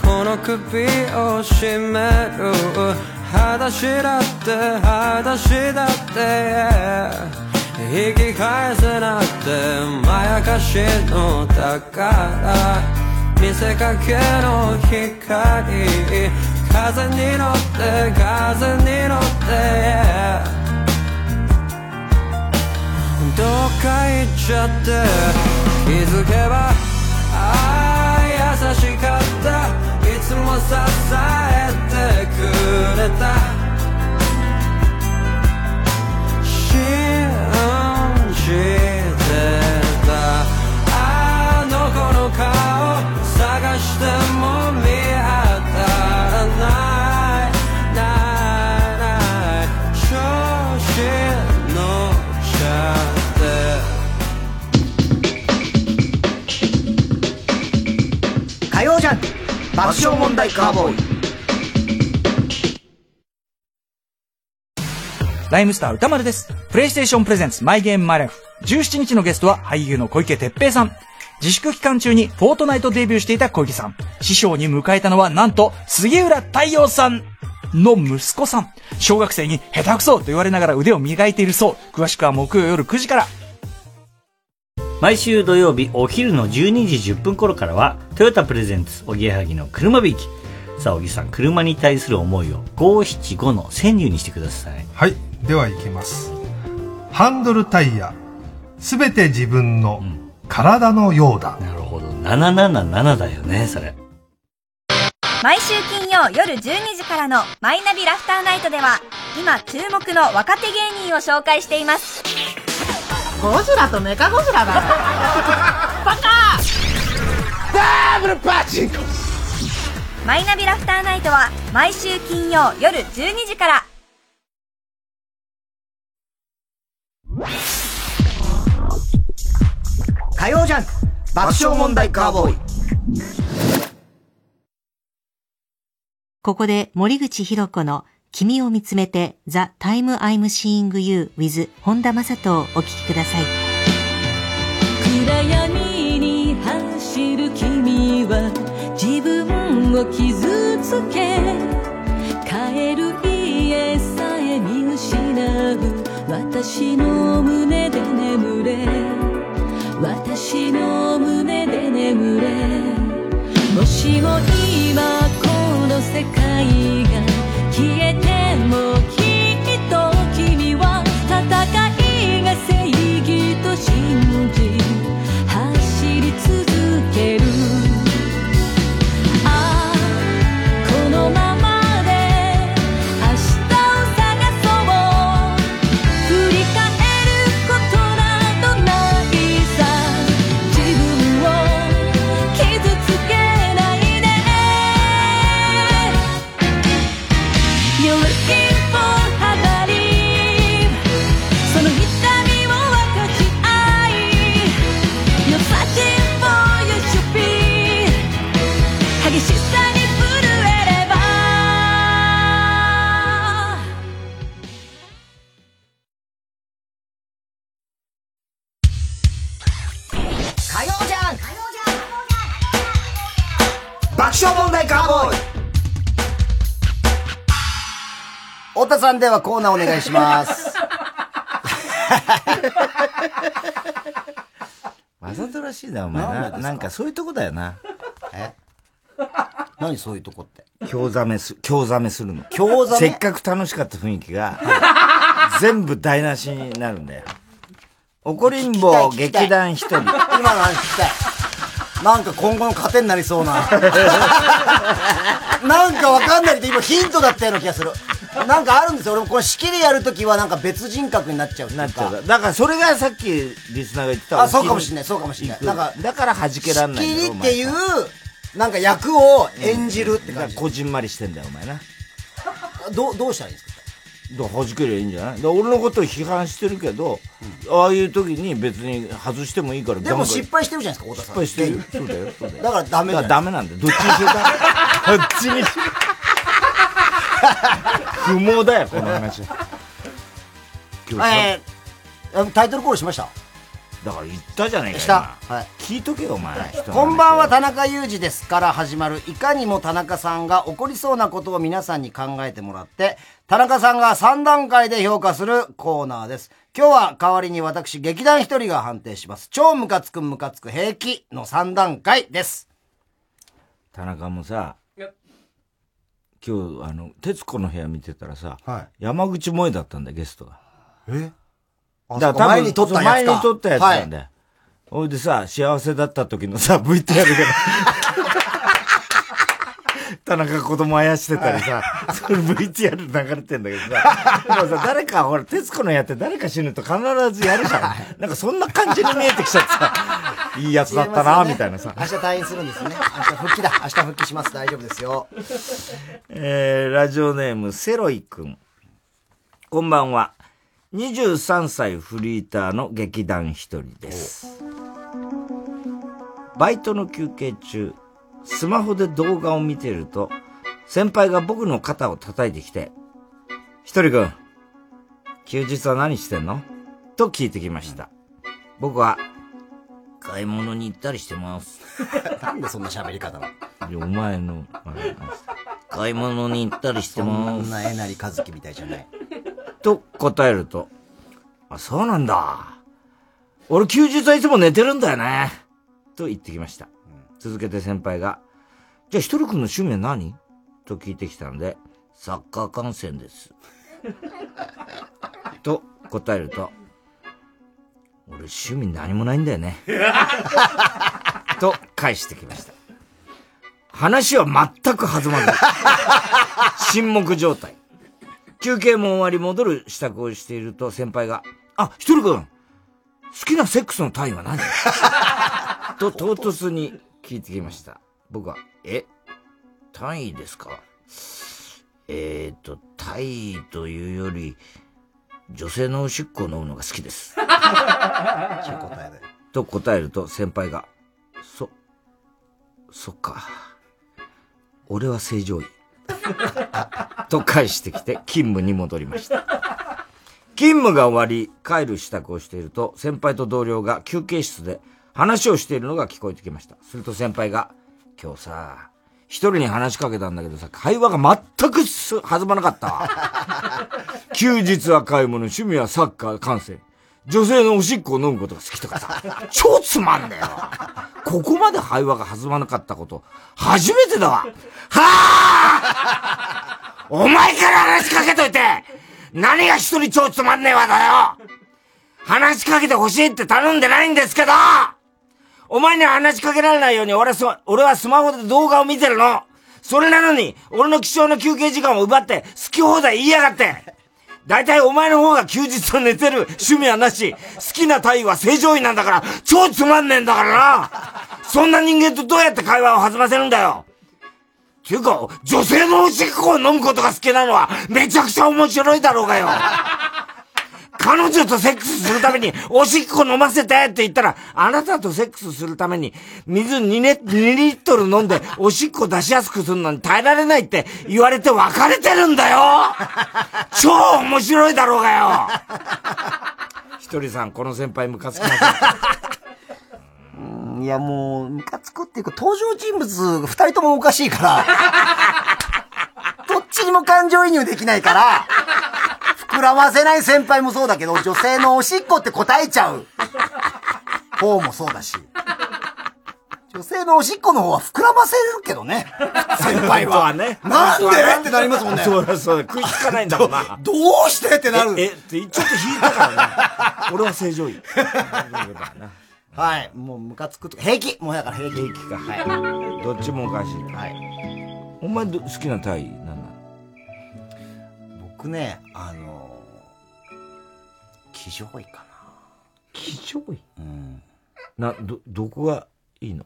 この首を絞める裸足だって裸足だって引き返せなくてまやかしのだから見せかけの光風に乗って風に乗ってどっか行っちゃって気づけばああ優しかったいつも支えてくれた信じてたあの子の顔探しても見当たらないないない調子乗っちゃって火曜ジャンク爆笑問題カーボーイライムスター歌丸です。プレイステーションプレゼンツマイゲームマイライフ。17日のゲストは俳優の小池徹平さん。自粛期間中にフォートナイトデビューしていた小池さん。師匠に迎えたのはなんと杉浦太陽さんの息子さん。小学生に下手くそと言われながら腕を磨いているそう。詳しくは木曜夜9時から。毎週土曜日お昼の12時10分頃からはトヨタプレゼンツおぎやはぎの車びいきさあおぎさん車に対する思いを575の川柳にしてくださいはいではいきますハンドルタイヤすべて自分の体のようだ、なるほど777だよねそれ毎週金曜夜12時からの「マイナビラフターナイト」では今注目の若手芸人を紹介していますゴジラとメカゴジラだよバカダブルパチンコマイナビラフターナイトは毎週金曜夜12時から火曜ジャンク爆笑問題カーボーイここで森口博子の君を見つめて The Time I'm Seeing You with 本田正人をお聞きください。暗闇に走る君は自分を傷つけ帰る家さえ見失う私の胸で眠れ私の胸で眠れもしも今この世界が消えてもきっと君は戦いが正義と信じ走り続けるああこのままで明日を探そう振り返ることなどないさ自分を傷つけないで You're looking for a body その痛みを分かち合い You're searching for your should be 激しさに震えれば火曜ジャンク爆笑問題カーボーイ 太田さんではコーナーお願いしますわざとらしいな、お前なんでな。ですかなんかそういうとこだよな。え 何そういうとこって。興ざめす、興ざめするの。興ざめせっかく楽しかった雰囲気 が、全部台無しになるんだよ。怒りんぼ聞きたい劇団一人。今の話聞きたい。なんか今後の糧になりそうな。 なんかわかんないけど、今ヒントだったような気がする。なんかあるんですよ。俺もこれ仕切りやるときはなんか別人格になっちゃうっていうか。だからそれがさっきリスナーが言ってたあ、そうかもしれない、そうかもしれない。だなんかか、だから弾けらんないんだ仕切よおりっ前ていう、なんか役を演じるってだか感らじ。こじんまりしてんだよ、お前な。だかどう、どうしたらいいんですから弾けりゃいいんじゃないだから俺のことを批判してるけど、ああいう時に別に外してもいいからでもガンガン失敗してるじゃないですか、太田さん。失敗してるそうだよそうだよだからダメだよだからダメなんだよどっちにしようかどっちにしよう不毛だよこの話今日さえーあのタイトルコールしましただから言ったじゃないかした今聞いとけよお前人の話こんばんは田中裕二ですから始まるいかにも田中さんが起こりそうなことを皆さんに考えてもらって田中さんが3段階で評価するコーナーです今日は代わりに私劇団一人が判定します超ムカつくムカつく平気の3段階です田中もさいや今日あの『徹子の部屋』見てたらさ、は山口萌えだったんだよゲストがえあだそっか前に撮ったやつか前に撮ったやつなんだよほ、いでさ幸せだった時のさ VTR が田中子供あやしてたりさ、 その VTR 流れてんだけどさ、でもさ、誰か、ほら、徹子のやって誰か死ぬと必ずやるから、なんかそんな感じに見えてきちゃってさ、いいやつだったな、みたいなさ。 明日退院するんですね明日復帰だ明日復帰します大丈夫です よえー、ラジオネームセロイ君。こんばんは。23歳フリーターの劇団一人です。バイトの休憩中、スマホで動画を見ていると、先輩が僕の肩を叩いてきて、一人君、休日は何してんのと聞いてきました。僕は、買い物に行ったりしてます。なんでそんな喋り方なのいやお前の、あれ買い物に行ったりしてそまんす。なえなりかずきみたいじゃ ないと答えると、あ、そうなんだ。俺休日はいつも寝てるんだよね。と言ってきました。続けて先輩が、じゃあ一人君の趣味は何と聞いてきたので、サッカー観戦です。 と答えると、俺趣味何もないんだよね。 と返してきました。話は全く弾まず、 沈黙状態。休憩も終わり戻る支度をしていると先輩が、あ、ひとりくん、好きなセックスの単位は何と唐突に聞いてきました。僕は、え、単位ですかえーと、単位というより、女性のおしっこを飲むのが好きです。と答えると先輩が、そ、そっか。俺は正常位。 と返してきて勤務に戻りました。勤務が終わり、帰る支度をしていると、先輩と同僚が休憩室で話をしているのが聞こえてきました。すると先輩が、今日さ、一人に話しかけたんだけどさ、会話が全くす弾まなかった わ。休日は買い物、趣味はサッカー観戦。女性のおしっこを飲むことが好きとかさ、超つまんねえよ。ここまで会話が弾まなかったこと、初めてだわ。お前から話しかけといて何が一人超つまんねえわだよ話しかけてほしいって頼んでないんですけどお前には話しかけられないように俺はスマ俺はスマホで動画を見てるのそれなのに、俺の貴重な休憩時間を奪って、好き放題言いやがって大体お前の方が休日は寝てる、趣味はなし、好きな体位は正常位なんだから、超つまんねえんだからなそんな人間とどうやって会話を弾ませるんだよていうか、女性のおしっこを飲むことが好きなのは、めちゃくちゃ面白いだろうがよ。 彼女とセックスするために、おしっこ飲ませてって言ったら、あなたとセックスするために、水2ね、2リットル飲んで、おしっこ出しやすくするのに耐えられないって言われて別れてるん だよ超面白いだろうがよひとりさん、この先輩ムカつきませんいや、もう、ムカつくっていうか、登場人物、二人ともおかしい から、どっちにも感情移入できないから、膨らませない先輩もそうだけど、女性のおしっこって答えちゃう方もそうだし。女性のおしっこの方は膨らませるけどね。先輩は。本当ね。なんで本当はってなりますもんねそうだそうだ。食いつかないんだもんな。 どうしてってなる。え、えって、ちょっと引いたからね。俺は正 常位。はい。もうムカつくとか、平気もうやから平気。平気か。はい。どっちもおかしい。はい。お前ど好きなタイなんなの僕ね、あのー、騎乗位か気丈い。な。うん。な、ど、どこがいいの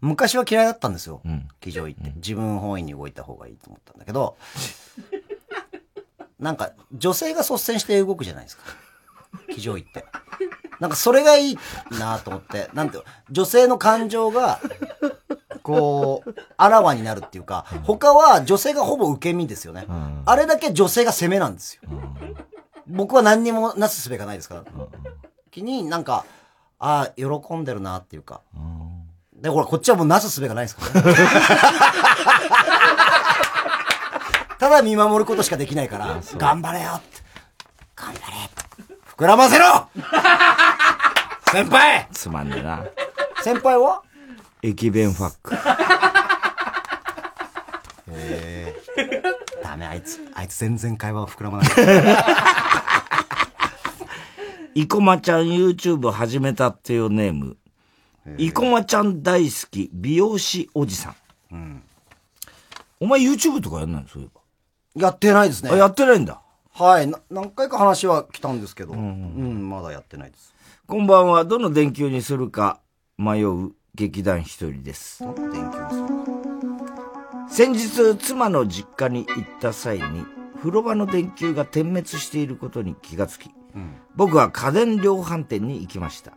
昔は嫌いだったんですよ。騎乗位って。自分本位に動いた方がいいと思ったんだけど、 なんか、女性が率先して動くじゃないですか。騎乗位って。なんか、それがいいなと思って、なんて、女性の感情が、こう、あらわになるっていうか、他は女性がほぼ受け身ですよね。あれだけ女性が攻めなんですよ。僕は何にもなすすべがないですから。気になんか、ああ、喜んでるなっていうか。で、ほら、こっちはもうなすすべがないですから ね。ただ見守ることしかできないから、頑張れよって。頑張れ。膨らませろ 先輩つまんねえな。先輩は駅弁ファック。えー、ダメ、あいつ、あいつ全然会話は膨らまない。生駒ちゃん YouTube 始めたっていうネーム。生駒ちゃん大好き、美容師おじさん。お前 YouTube とかやんないのそういえば。やってないですね。あ、やってないんだ。はい、な何回か話は来たんですけど、うん、まだやってないです。こんばんは、どの電球にするか迷う劇団ひとりです。先日、妻の実家に行った際に、風呂場の電球が点滅していることに気がつき、僕は家電量販店に行きました。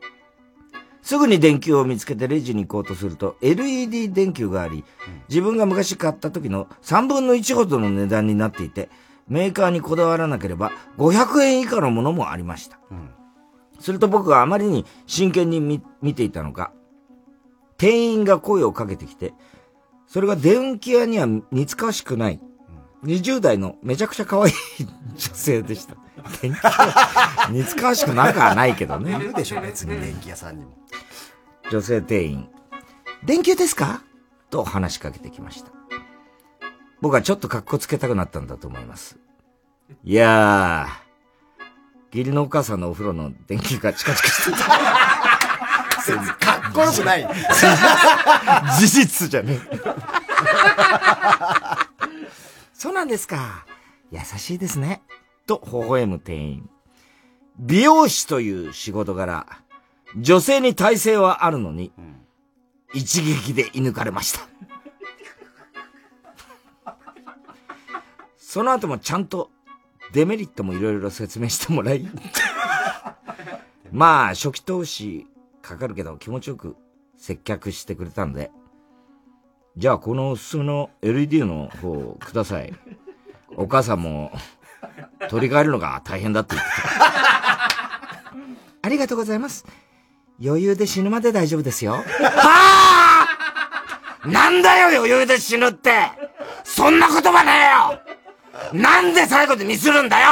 すぐに電球を見つけてレジに行こうとすると、LED 電球があり、自分が昔買った時の3分の1ほどの値段になっていて、メーカーにこだわらなければ500円以下のものもありました。すると僕はあまりに真剣に見見ていたのか、店員が声をかけてきて、それが電気屋には似つかわしくない、20代のめちゃくちゃ可愛い女性でした。電気屋、似つかわしくなくはないけどね。いるでしょ、別に電気屋さんにも。女性店員、電球ですかと話しかけてきました。僕はちょっと格好つけたくなったんだと思います。いやー、義理のお母さんのお風呂の電球がチカチカしてた。かっこよくない。事実じゃねえ。そうなんですか。優しいですね。と、微笑む店員。美容師という仕事柄、女性に耐性はあるのに、一撃で射抜かれました。 その後もちゃんとデメリットもいろいろ説明してもらい、まあ、初期投資かかるけど気持ちよく接客してくれたんで、じゃあこのおすすめの LED の方をください。お母さんも取り替えるのが大変だって 言ってた。ありがとうございます。余裕で死ぬまで大丈夫ですよ。はあなんだよ余裕で死ぬってそんな言葉ねえよなんで最後でミスるんだよ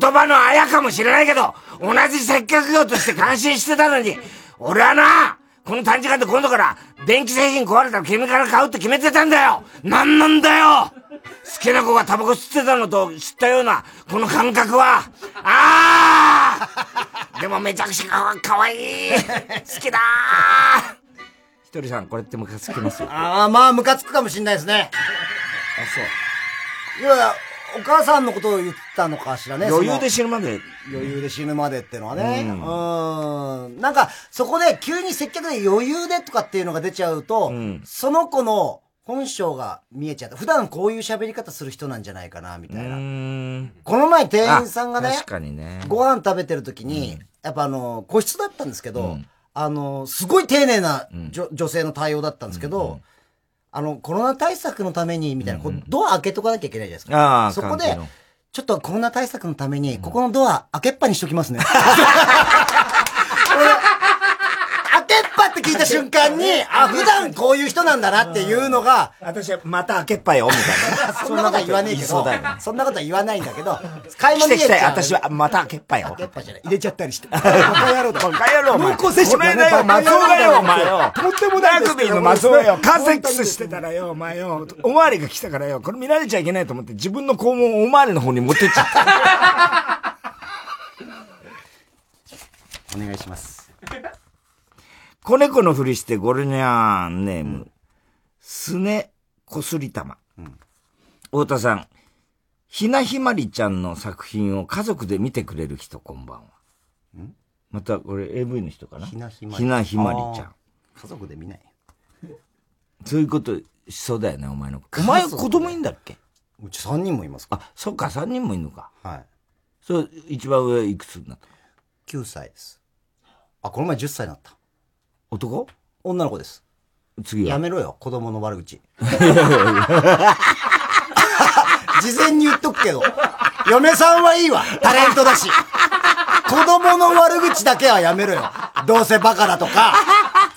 言葉のあやかもしれないけど、同じ接客業として感心してたのに、俺はな、この短時間で今度から電気製品壊れたら君から買うって決めてたんだよなんなんだよ好きな子がタバコ吸ってたのと知ったような、この感覚は、ああでもめちゃくちゃ可愛い好きだーひとりさん、これってムカつきますよ。ああ、まあ、ムカつくかもしんないですね。あ、いやいや、お母さんのことを言ったのかしらね。余裕でそ死ぬまで。の余裕で死ぬまでってのはね。ううんん。んなんか、そこで急に接客で余裕でとかっていうのが出ちゃうと、その子の本性が見えちゃって、普段こういう喋り方する人なんじゃないかな、みたいな。この前店員さんがねあ、確かにね。ご飯食べてる時に、やっぱあの、個室だったんですけど、あの、すごい丁寧な女,、女性の対応だったんですけど、あの、コロナ対策のために、みたいな、こうドア開けとかなきゃいけないじゃないですあか。あそこ関係での、ちょっとコロナ対策のために、ここの ドア開けっぱにしときますね。開けっぱってって聞いた瞬間に、あ、普段こういう人なんだなっていうの が、私はまた開けっぱよ、みたい な。そんなことは言わねえけど、そそんなこと言いそうんだよねなことは言わないんだけど、買い来物てに行っきちたい、ゃう私はまた開けっぱよ。開けっぱじゃない。入れちゃったり して。バカ野郎だ。バカ野お前濃厚接触やめたこれだよ松尾だよお前よとんでもないでラすけどグビーの松尾よカーセックスしてたらよ、お前よ。おまわりが来たからよ、これ見られちゃいけないと思って、自分の肛門をおまわりの方に持ってっちゃった。 お願いします。子猫のふりしてゴルニャーンネーム、すねこすりたま。太田さん、ひなひまりちゃんの作品を家族で見てくれる人、こんばんは。また、これ AV の人かなひなひまりひなひまりちゃあ。んー。家族で見ない。そういうことしそうだよね、お前の。お前子供いんだっけうち3人もいますあ、そっか、3人もいるのか。はい。そう、一番上いくつになった9歳です。あ、この前10歳になった。男女の子です。次はやめろよ、子供の悪口。 の事前に言っとくけど、嫁さんはいいわ、タレントだし。子供の悪口だけはやめろよ。どうせバカだとか、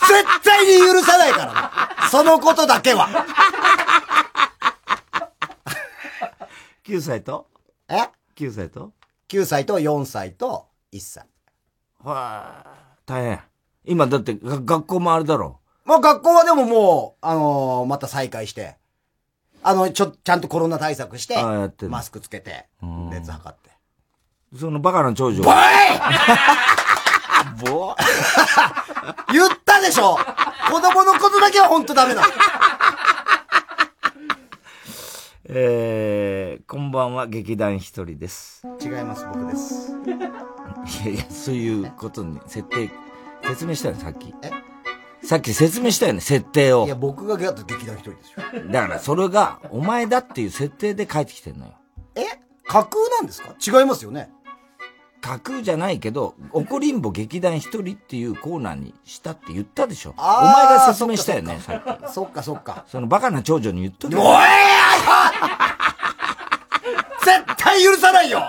絶対に許さないからなそのことだけは。 9歳とえ ?9 歳と ?9 歳と4歳と1歳。は大変。今だってが学校もあれだろ。まあ学校はでももう、あのーまた再開して、あの、ちょ、ちゃんとコロナ対策して、ああやってるマスクつけて、熱測って。そのバカな長女。ぼ 言ったでしょ子供のことだけは本当ダメだ。えー、こんばんは、劇団ひとりです。違います、僕です。いやいや、そういうことに、設定、説明したよね、さっき。さっき説明したよね、設定をいや、。僕がだって劇団一人ですよ。だから、それが、お前だっていう設定で帰ってきてんのよ。え架空なんですか違いますよね。架空じゃないけど、怒りんぼ劇団一人っていうコーナーにしたって言ったでしょ。おあー前が説明したよね、さっき。そっかそっか。そのバカな長女に言っとけおいや絶対許さないよ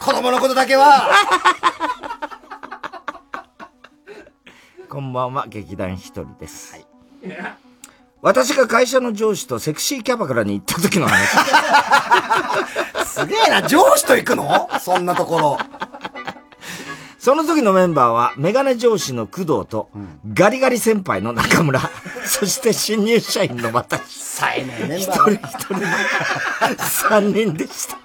子供のことだけ はこんばんは、劇団ひとりです。私が会社の上司とセクシーキャバクラに行った時の話。 すげえな、上司と行くのそんなところ。その時のメンバーは、メガネ上司の工藤と、ガリガリ先輩の 中村、そして新入社員の私。冴えねえメン一バ人ー一人の3人でした。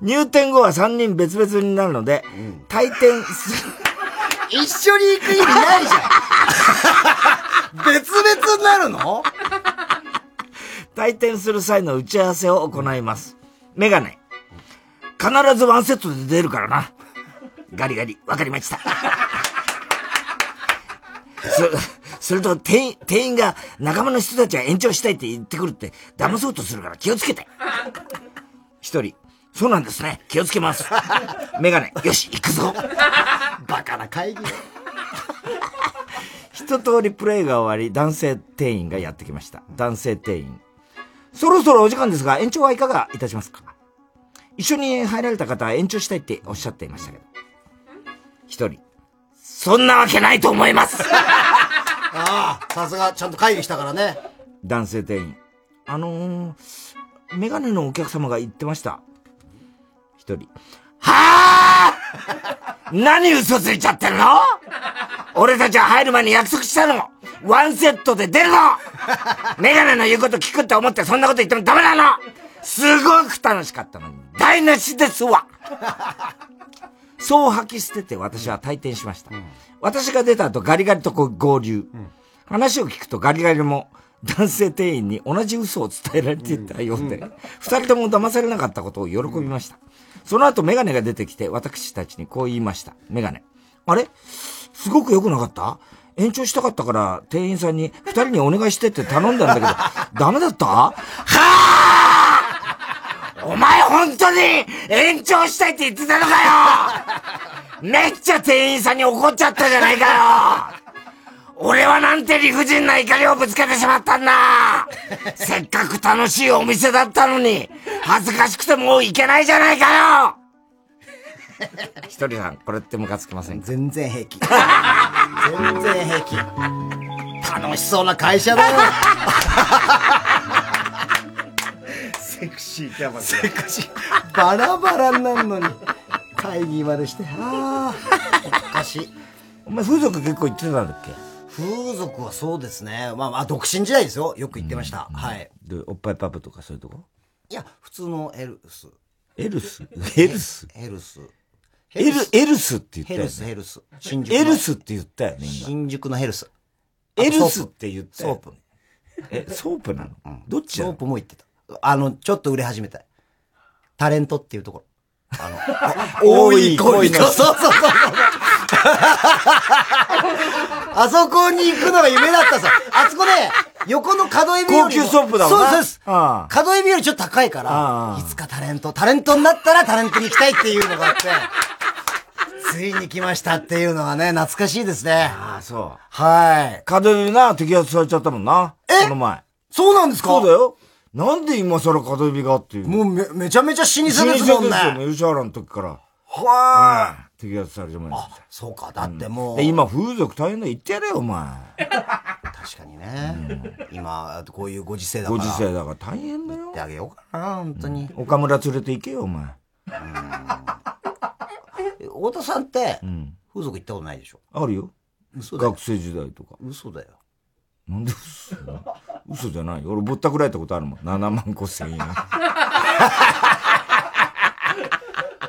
入店後は3人別々になるので、退店する。一緒に行く意味ないじゃん別々になるの退店する際の打ち合わせを行います。メガネ。必ずワンセットで出るからな。ガリガリ、わかりました。す、すると店員、店員が仲間の人たちは延長したいって言ってくるって騙そうとするから気をつけて。一人。そうなんですね。気をつけます。メガネ。よし、行くぞ。 バカな会議だ一通りプレイが終わり、男性店員がやってきました。男性店員。そろそろお時間ですが、延長はいかがいたしますか一緒に入られた方は延長したいっておっしゃっていましたけど。一人。そんなわけないと思いますああ、さすが、ちゃんと会議したからね。男性店員。あのー、メガネのお客様が言ってました。一人。はあ何嘘ついちゃってるの俺たちは入る前に約束したのワンセットで出るのメガネの言うこと聞くって思ってそんなこと言ってもダメなのすごく楽しかったのに、台無しですわそう吐き捨てて私は退店しました。私が出た後ガリガリとこう合流。話を聞くとガリガリも男性店員に同じ嘘を伝えられていたようで、二人とも騙されなかったことを喜びました。その後メガネが出てきて私たちにこう言いました。メガネ。あれすごく良くなかった延長したかったから店員さんに二人にお願いしてって頼んだ んだけど、ダメだったはあお前本当に延長したいって言ってたのかよめっちゃ店員さんに怒っちゃったじゃないかよ俺はなんて理不尽な怒りをぶつけてしまったんだせっかく楽しいお店だったのに、恥ずかしくてもう行けないじゃないかよひとりさん、これってムカつきませんか全然平気。全然平気。楽しそうな会社だ よ。セクシーキャバクラ。セクシー。バラバラになるのに、会議までして、ああ、おかしい。お前風俗結構行ってたんだっけ風俗はそうですね。まあまあ、独身時代ですよ。よく行ってました。はい。でおっぱいパブとかそういうとこいや、普通のエルス。エルスエルスヘルス。エル、エルスって言ったよ、ね。ヘルス、ヘルス。新宿のエルスって言ったよね、新宿のヘルス。エルスって言ったソープ。え、ソープなの、どっちソープも行ってた。あの、ちょっと売れ始めた。タレントっていうところ。あの、多い恋のそうそうそうそう。あそこに行くのが夢だったさ。あそこね、横の角エビよりも。高級ソープだもんなそうです。ああ角エビよりちょっと高いから、いつかタレント、タレントになったらタレントに行きたいっていうのがあって、ついに来ましたっていうのはね、懐かしいですね。ああ、そう。はい。カドビな、摘発されちゃったもんな。この前。そうなんですかそうだよ。なんで今更カドビがっていう。もうめ、めちゃめちゃ老舗ですもんねもう吉原の時から。はあ。摘発されてもらあ、そうか。だってもうで、今風俗大変だ。言ってやれよ、お前。確かにね。今、こういうご時世だかごら。時世だから大変だよ。言ってあげようかな、本当に。岡村連れて行けよ、お前。太田さんって、風俗行ったことないでしょあるよ。嘘だよ学生時代とか。嘘だよ。なんで嘘嘘じゃないよ。俺ぼったくられたことあるもん。7万5千円。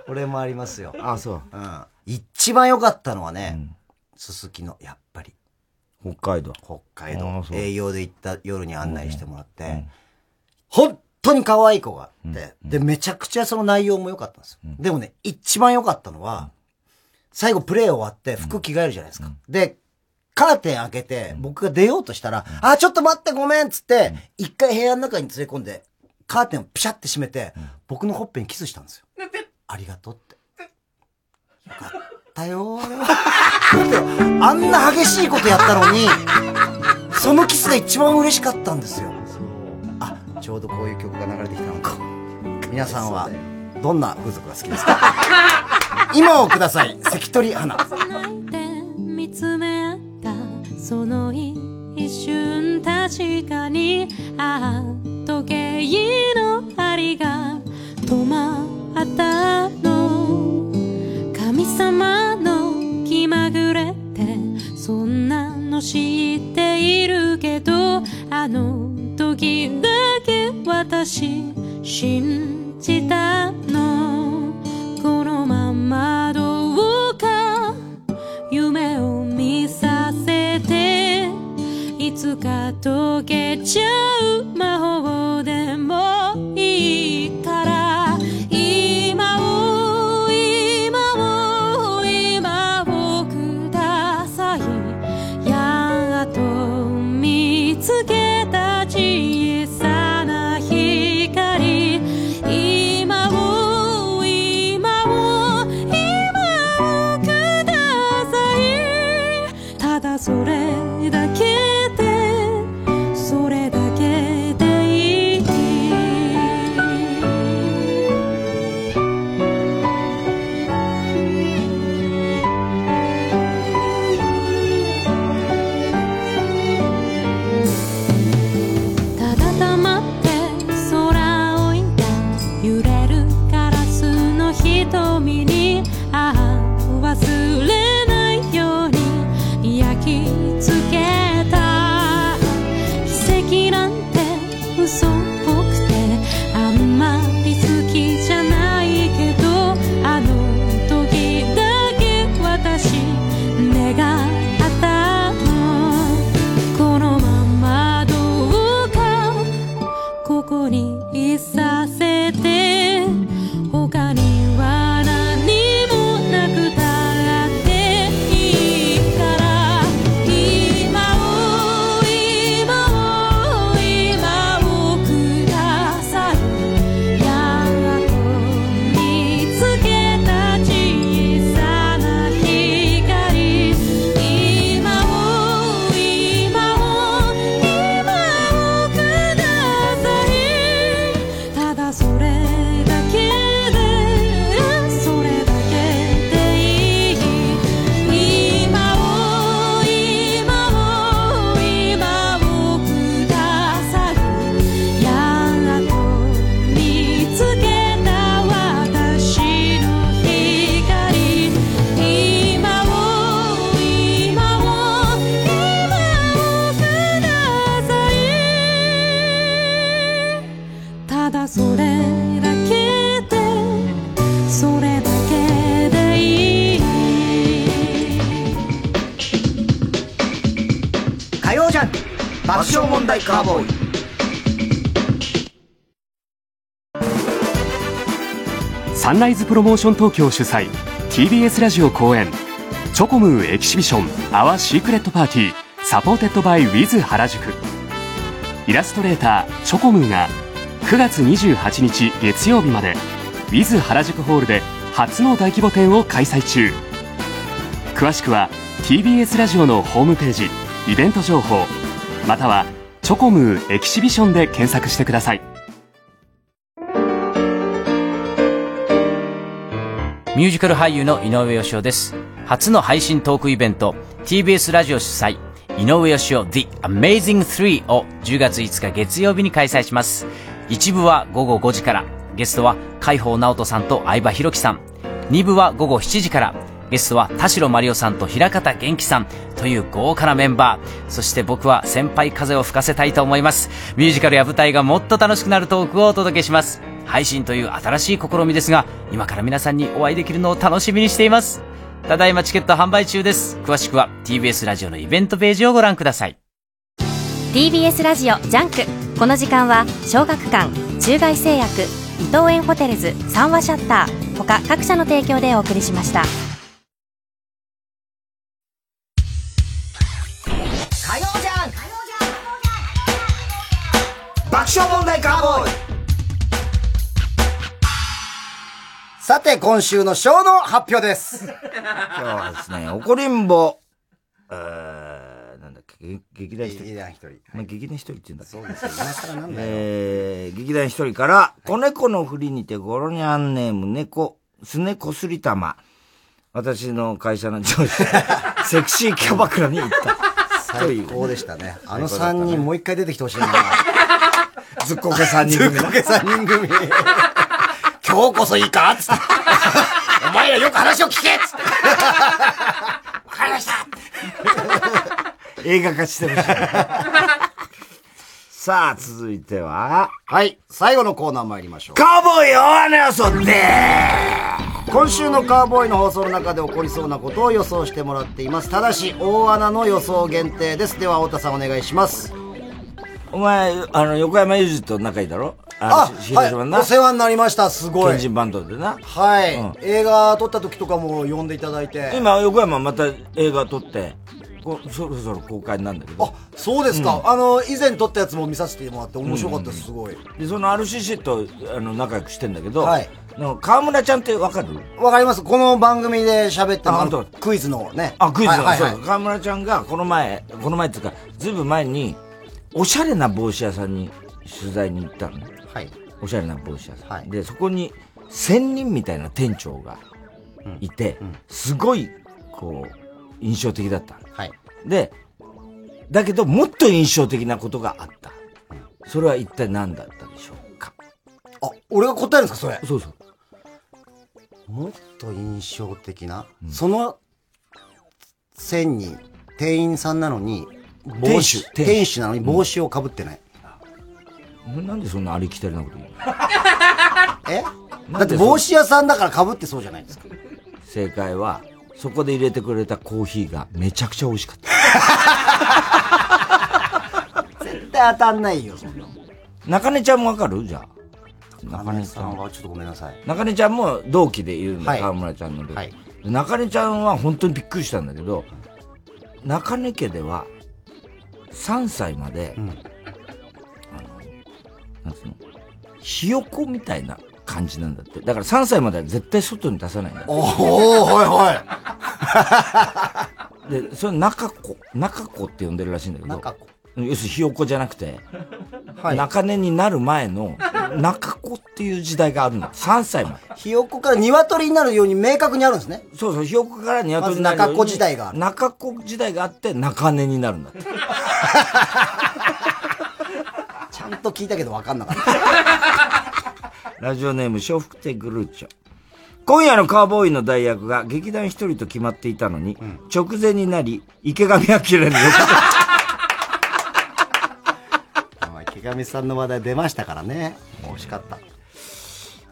俺もありますよ。あ、そう。うん。一番良かったのはね、すすきの、やっぱり。北海道。北海道あそう営業で行った夜に案内してもらって、本当に可愛い子があって、で、めちゃくちゃその内容も良かったんですよ。でもね、一番良かったのは、最後プレイ終わって服着替えるじゃないですか。で、カーテン開けて、僕が出ようとしたら、あ、ちょっと待ってごめんっつって、一回部屋の中に連れ込んで、カーテンをピシャって閉めて、僕のほっぺにキスしたんですよ。ありがとうって。よかったよ、俺は。あんな激しいことやったのに、そのキスが一番嬉しかったんですよ。あ、 ちょうどこういう曲が流れてきたのか。 皆さんは、どんな風俗が好きですか 今をください、関取花。見つめ合ったその一瞬確かにああ時計の針が止まったの神様の気まぐれってそんなの知っているけどあの時だけ私信じたのこのままどうか夢を見させていつか溶けちゃう魔法でもいいから今を今を今をくださいやっと見つけた小さな光今を今を今をくださいただそれだけでそれだけでいいただ黙って空をいた揺れるガラスの瞳にああ忘れないように焼き付けた奇跡なんて嘘っぽくてあんまり好きじゃないけどあの時だけ私願ったのこのままどうかここにいさせて他には何もな爆笑問題カーボーイサンライズプロモーション東京主催 TBS ラジオ公演チョコムーエキシビションアワーシークレットパーティーサポーテッドバイウィズ原宿イラストレーターチョコムーが9月28日月曜日までウィズ原宿ホールで初の大規模展を開催中詳しくは TBS ラジオのホームページイベント情報またはチョコムーエキシビションで検索してくださいミュージカル俳優の井上芳雄です。初の配信トークイベント、TBS ラジオ主催、井上芳雄 The Amazing 3を10月5日月曜日に開催します。一部は午後5時から、ゲストは海宝直人さんと相葉弘樹さん。二部は午後7時から、ゲストは田代真理夫さんと平方元気さんという豪華なメンバー。そして僕は先輩風を吹かせたいと思います。ミュージカルや舞台がもっと楽しくなるトークをお届けします。配信という新しい試みですが、今から皆さんにお会いできるのを楽しみにしています。ただいまチケット販売中です。詳しくは TBS ラジオのイベントページをご覧ください。 TBS ラジオジャンクこの時間は小学館中外製薬伊藤園ホテルズ三和シャッター他各社の提供でお送りしました火曜じゃん爆笑問題カーボーイさて、今週の賞の発表 です。 今日はですね、怒りんぼ、えー、なんだっけ、げ劇団一人。劇団一人。まあ、劇団一人って言うんだそうですよ今更なんだよえー、劇団一人から、子猫のふりにてゴロニャンネーム猫、すねこすりたま。私の会社 の上司、セクシーキャバクラに行った。最高でしたね。あの最高だ3ったね人もう一回出てきてほしいな。ずっこけ3人組ずっこけ3人組。 今日こそいいかつって。 お前らよく話を聞けつって。わかりました 映画化してほしい。さあ、続いては、はい、最後のコーナー参りましょう。カーボーイ大穴予想って今週のカーボーイの放送の中で起こりそうなことを予想してもらっています。ただし、大穴の予想限定です。では、太田さんお願いします。お前、あの、横山裕二と仲いいだろあの、し広島のな。お世話になりました。すごい。天神バンドでな。はい、うん映画撮った時とかも呼んでいただいて。今、横山また映画撮って、こそろそろ公開になるんだけど。あ、そうですか、うんあの、以前撮ったやつも見させてもらって面白かったです、すごい。で、その RCC とあの仲良くしてんだけど、なんか川村ちゃんってわかるわかりますこの番組で喋ってあも本当クイズのね。あ、クイズはだ、いはいはいそう。川村ちゃんがこの前、この前っていうか、ずいぶん前に、おしゃれな帽子屋さんに取材に行ったのね。はい。おしゃれな帽子屋さん。で、そこに、仙人みたいな店長がいて、すごい、こう、印象的だったの。はい。で、だけど、もっと印象的なことがあった。それは一体何だったでしょうか。あ、俺が答えるんですか、それ。そうそう。もっと印象的な、その、線に、店員さんなのに、帽子店主店主店主なのに帽子をかぶってない。お前なんでそんなありきたりなこと言うの えだなんってでそう帽子屋さんだからかぶってそうじゃないですか。正解は、そこで入れてくれたコーヒーがめちゃくちゃ美味しかった。絶対当たんないよ、そんな。中根ちゃんもわかるじゃあ。中根さんはちょっとごめんなさい。中根ちゃんも同期でいるの、はい川村ちゃんので、で中根ちゃんは本当にびっくりしたんだけど、中根家では、3歳まで、あの、なんつうの、ひよこみたいな感じなんだって。だから3歳までは絶対外に出さないんだって。おおはいはで、それ中子、中子って呼んでるらしいんだけど、要するにひよこじゃなくて、中根になる前の中子っていう時代があるの。3歳まで。ひよこから鶏になるように明確にあるんですね。そうそう、ひよこから鶏になるまず中子時代がある。中子時代があって中根になるんだって。ちゃんと聞いたけど分かんなかった。ラジオネーム、笑福亭グルーチョ。今夜のカーボーイの代役が劇団一人と決まっていたのに、直前になり、池上彰にまあ池上さんの話題出ましたからね。惜しかった。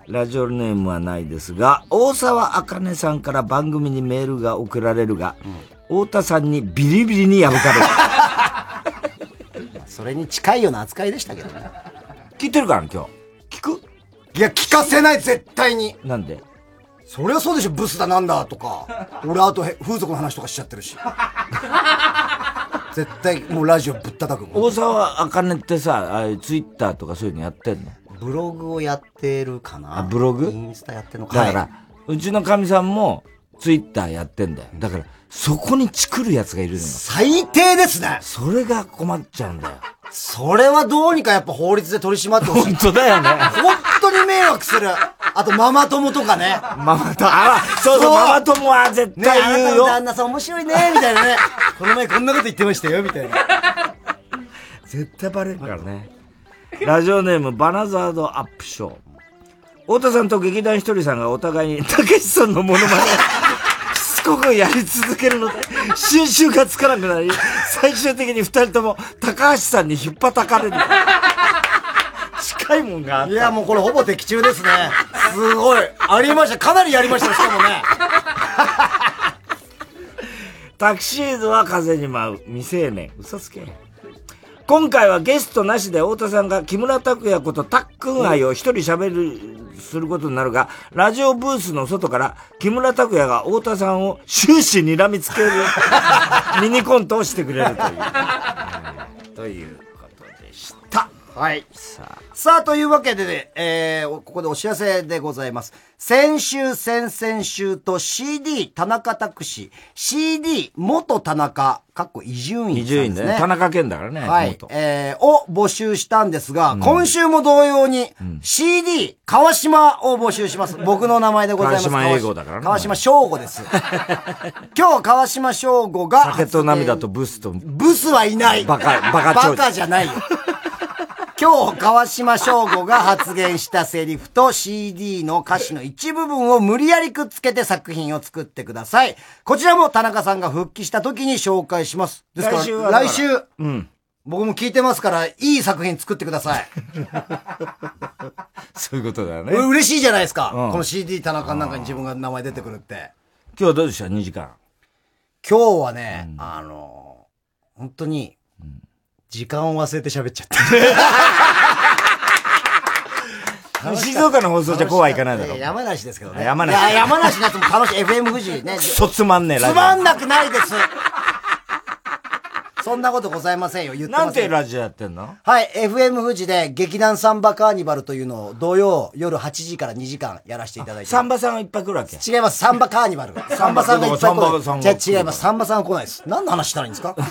ラジオネームはないですが、大沢あかねさんから番組にメールが送られるが、太田さんにビリビリに破かれる。それに近いような扱いでしたけどね。聞いてるから、今いや、聞かせない、絶対に。日。なんでそりゃそうでしょ、ブスだなんだとか。俺、あとへ風俗の話とかしちゃってるし。 絶対、もうラジオぶったたくもん。大沢あかねってさ、ああいうツイッターとかそういうのやってんのブログをやってるかあ、な。ブログインスタやってるのだか。から、はうちのかみさんもツイッターやってんだよ。だから、そこにチクるやつがいるのよ。最低ですねそれが困っちゃうんだよ。いそれはどうにかやっぱ法律で取り締まってほしい。本当だよね。本当に迷惑する。あと、ママ友とかね。ママ友、あら、そうそう、ママ友は絶ね対あな言たのうよ。旦那さん面 白いね、みたいなね。この前こんなこと言ってましたよ、みたいな。絶対バレるからね。ラジオネーム、バナザードアップショー。太田さんと劇団ひとりさんがお互いに、たけしさんのモノマネ、しつこくやり続けるので、収集がつかなくなり、最終的に二人とも、高橋さんに引っ張たかれる。近いもんがあった。いや、もうこれほぼ的中ですね。すごい。ありました。かなりやりました、しかもね。タキシードは風に舞う。未成年。嘘つけ。今回はゲストなしで太田さんが木村拓哉ことたっくん愛を一人喋る、することになるが、ラジオブースの外から木村拓哉が太田さんを終始睨みつ けるミニコントをしてくれるという。ということでした。はい。さあ、というわけでね、えー、おここでお知らせでございます。先週、先々週と CD、田中拓司、CD、元田中、かっこ伊集院さんで伊すね。集院ね。田中健だからね。はい元。えー、を募集したんですが、ん今週も同様に、CD、川島を募集し ます。僕の名前でございます。川島英語だからね川島翔吾 です。今日、川島翔吾が、酒と涙とブスと、ブスはいない。バカバカ長寿じゃないよ。今日、川島省吾が発言したセリフと CD の歌詞の一部分を無理やりくっつけて作品を作ってください。こちらも田中さんが復帰した時に紹介します。ですから、来来週週はだからうん、僕も聞いてますから、いい作品作ってください。そういうことだよね。う嬉しいじゃないですか。うんこの CD 田中の中に自分が名前出てくるって。今日はどうでした ?2 時間。今日はね、あの、本当に、時間を忘れて喋っちゃった。静岡の放送じゃこうはいかないだろや。山梨ですけどね。山梨いや、山梨のやつも楽しい。FM 富士ね。くつそつまんねえ、ラジオ。まんなくないです。そんなことございませんよ。言ってませなんてよラジオやってんのはい、FM 富士で劇団サンバカーニバルというのを土曜夜8時から2時間やらせていただいて。サンバさんがいっぱい来るわけ違います、サンバカーニバ ル。サンバさんがいっぱい来る。じゃあ違います、サンバさんが来ないです。何の話したらいいんで すか今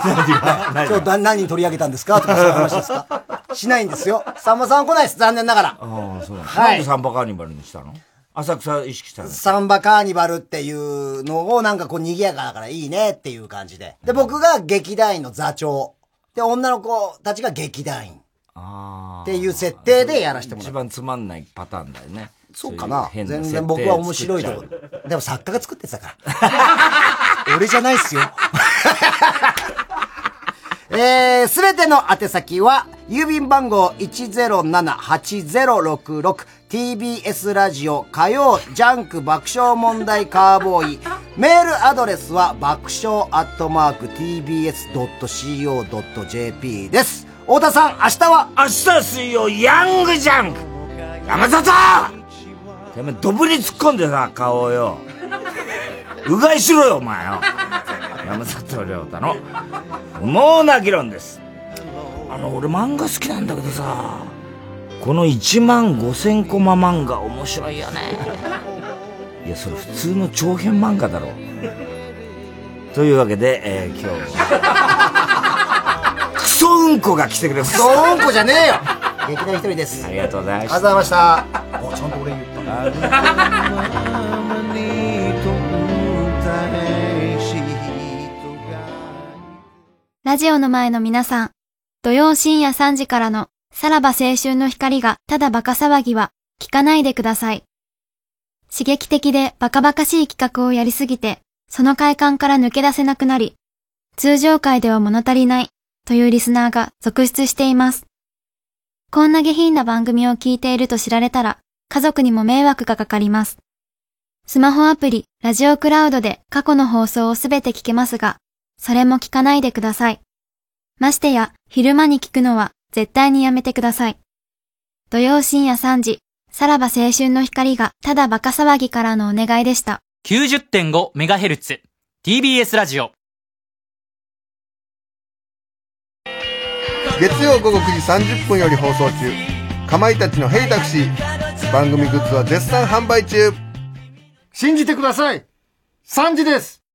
日だ何人取り上げたんですかとかそういう話ですかしないんですよ。サンバさんは来ないです、残念ながら。ああ、そうなんだ。はいなんでサンバカーニバルにしたの浅草意識したのサンバカーニバルっていうのをなんかこう賑やかだからいいねっていう感じで。で、僕が劇団員の座長。で、女の子たちが劇団員。っていう設定でやらせてもら一う。番つまんないパターンだよね。そうかなそういう変全な然僕は面白いと設思定を作っちゃうう。でも作家が作ってたから。俺じゃないっすよ。 えー、すべての宛先は、郵便番号 107-8066TBS ラジオ火曜ジャンク爆笑問題カーボーイ。メールアドレスは爆笑アットマーク TBS.CO.JP です。太田さん、明日は明日水曜、ヤングジャンク山里てめえ、ドブに突っ込んでさ、顔をよ。うがいしろよ、お前よ。山里亮太の、無謀な議論です。あの、俺漫画好きなんだけどさ、この1万5000コマ漫画面白いよね。いや、それ普通の長編漫画だろ。というわけで、えー今日は、 クソうんこが来てくれました。ドーンこじゃねえよ劇団一人です。ありがとうございまありしがとう。たございました。あちゃんと俺言ラジオの前の皆さん、土曜深夜3時からの、さらば青春の光がただバカ騒ぎは、聞かないでください。刺激的でバカバカしい企画をやりすぎて、その快感から抜け出せなくなり、通常回では物足りない、というリスナーが続出しています。こんな下品な番組を聞いていると知られたら、家族にも迷惑がかかります。スマホアプリ、ラジオクラウドで過去の放送をすべて聞けますが、それも聞かないでください。ましてや、昼間に聞くのは絶対にやめてください。土曜深夜3時、さらば青春の光がただバカ騒ぎからのお願いでした。 90.5MHz。TBS ラジオ。月曜午後9時30分より放送中かまいたちの「ヘイタクシー」番組グッズは絶賛販売中信じてください !3 時です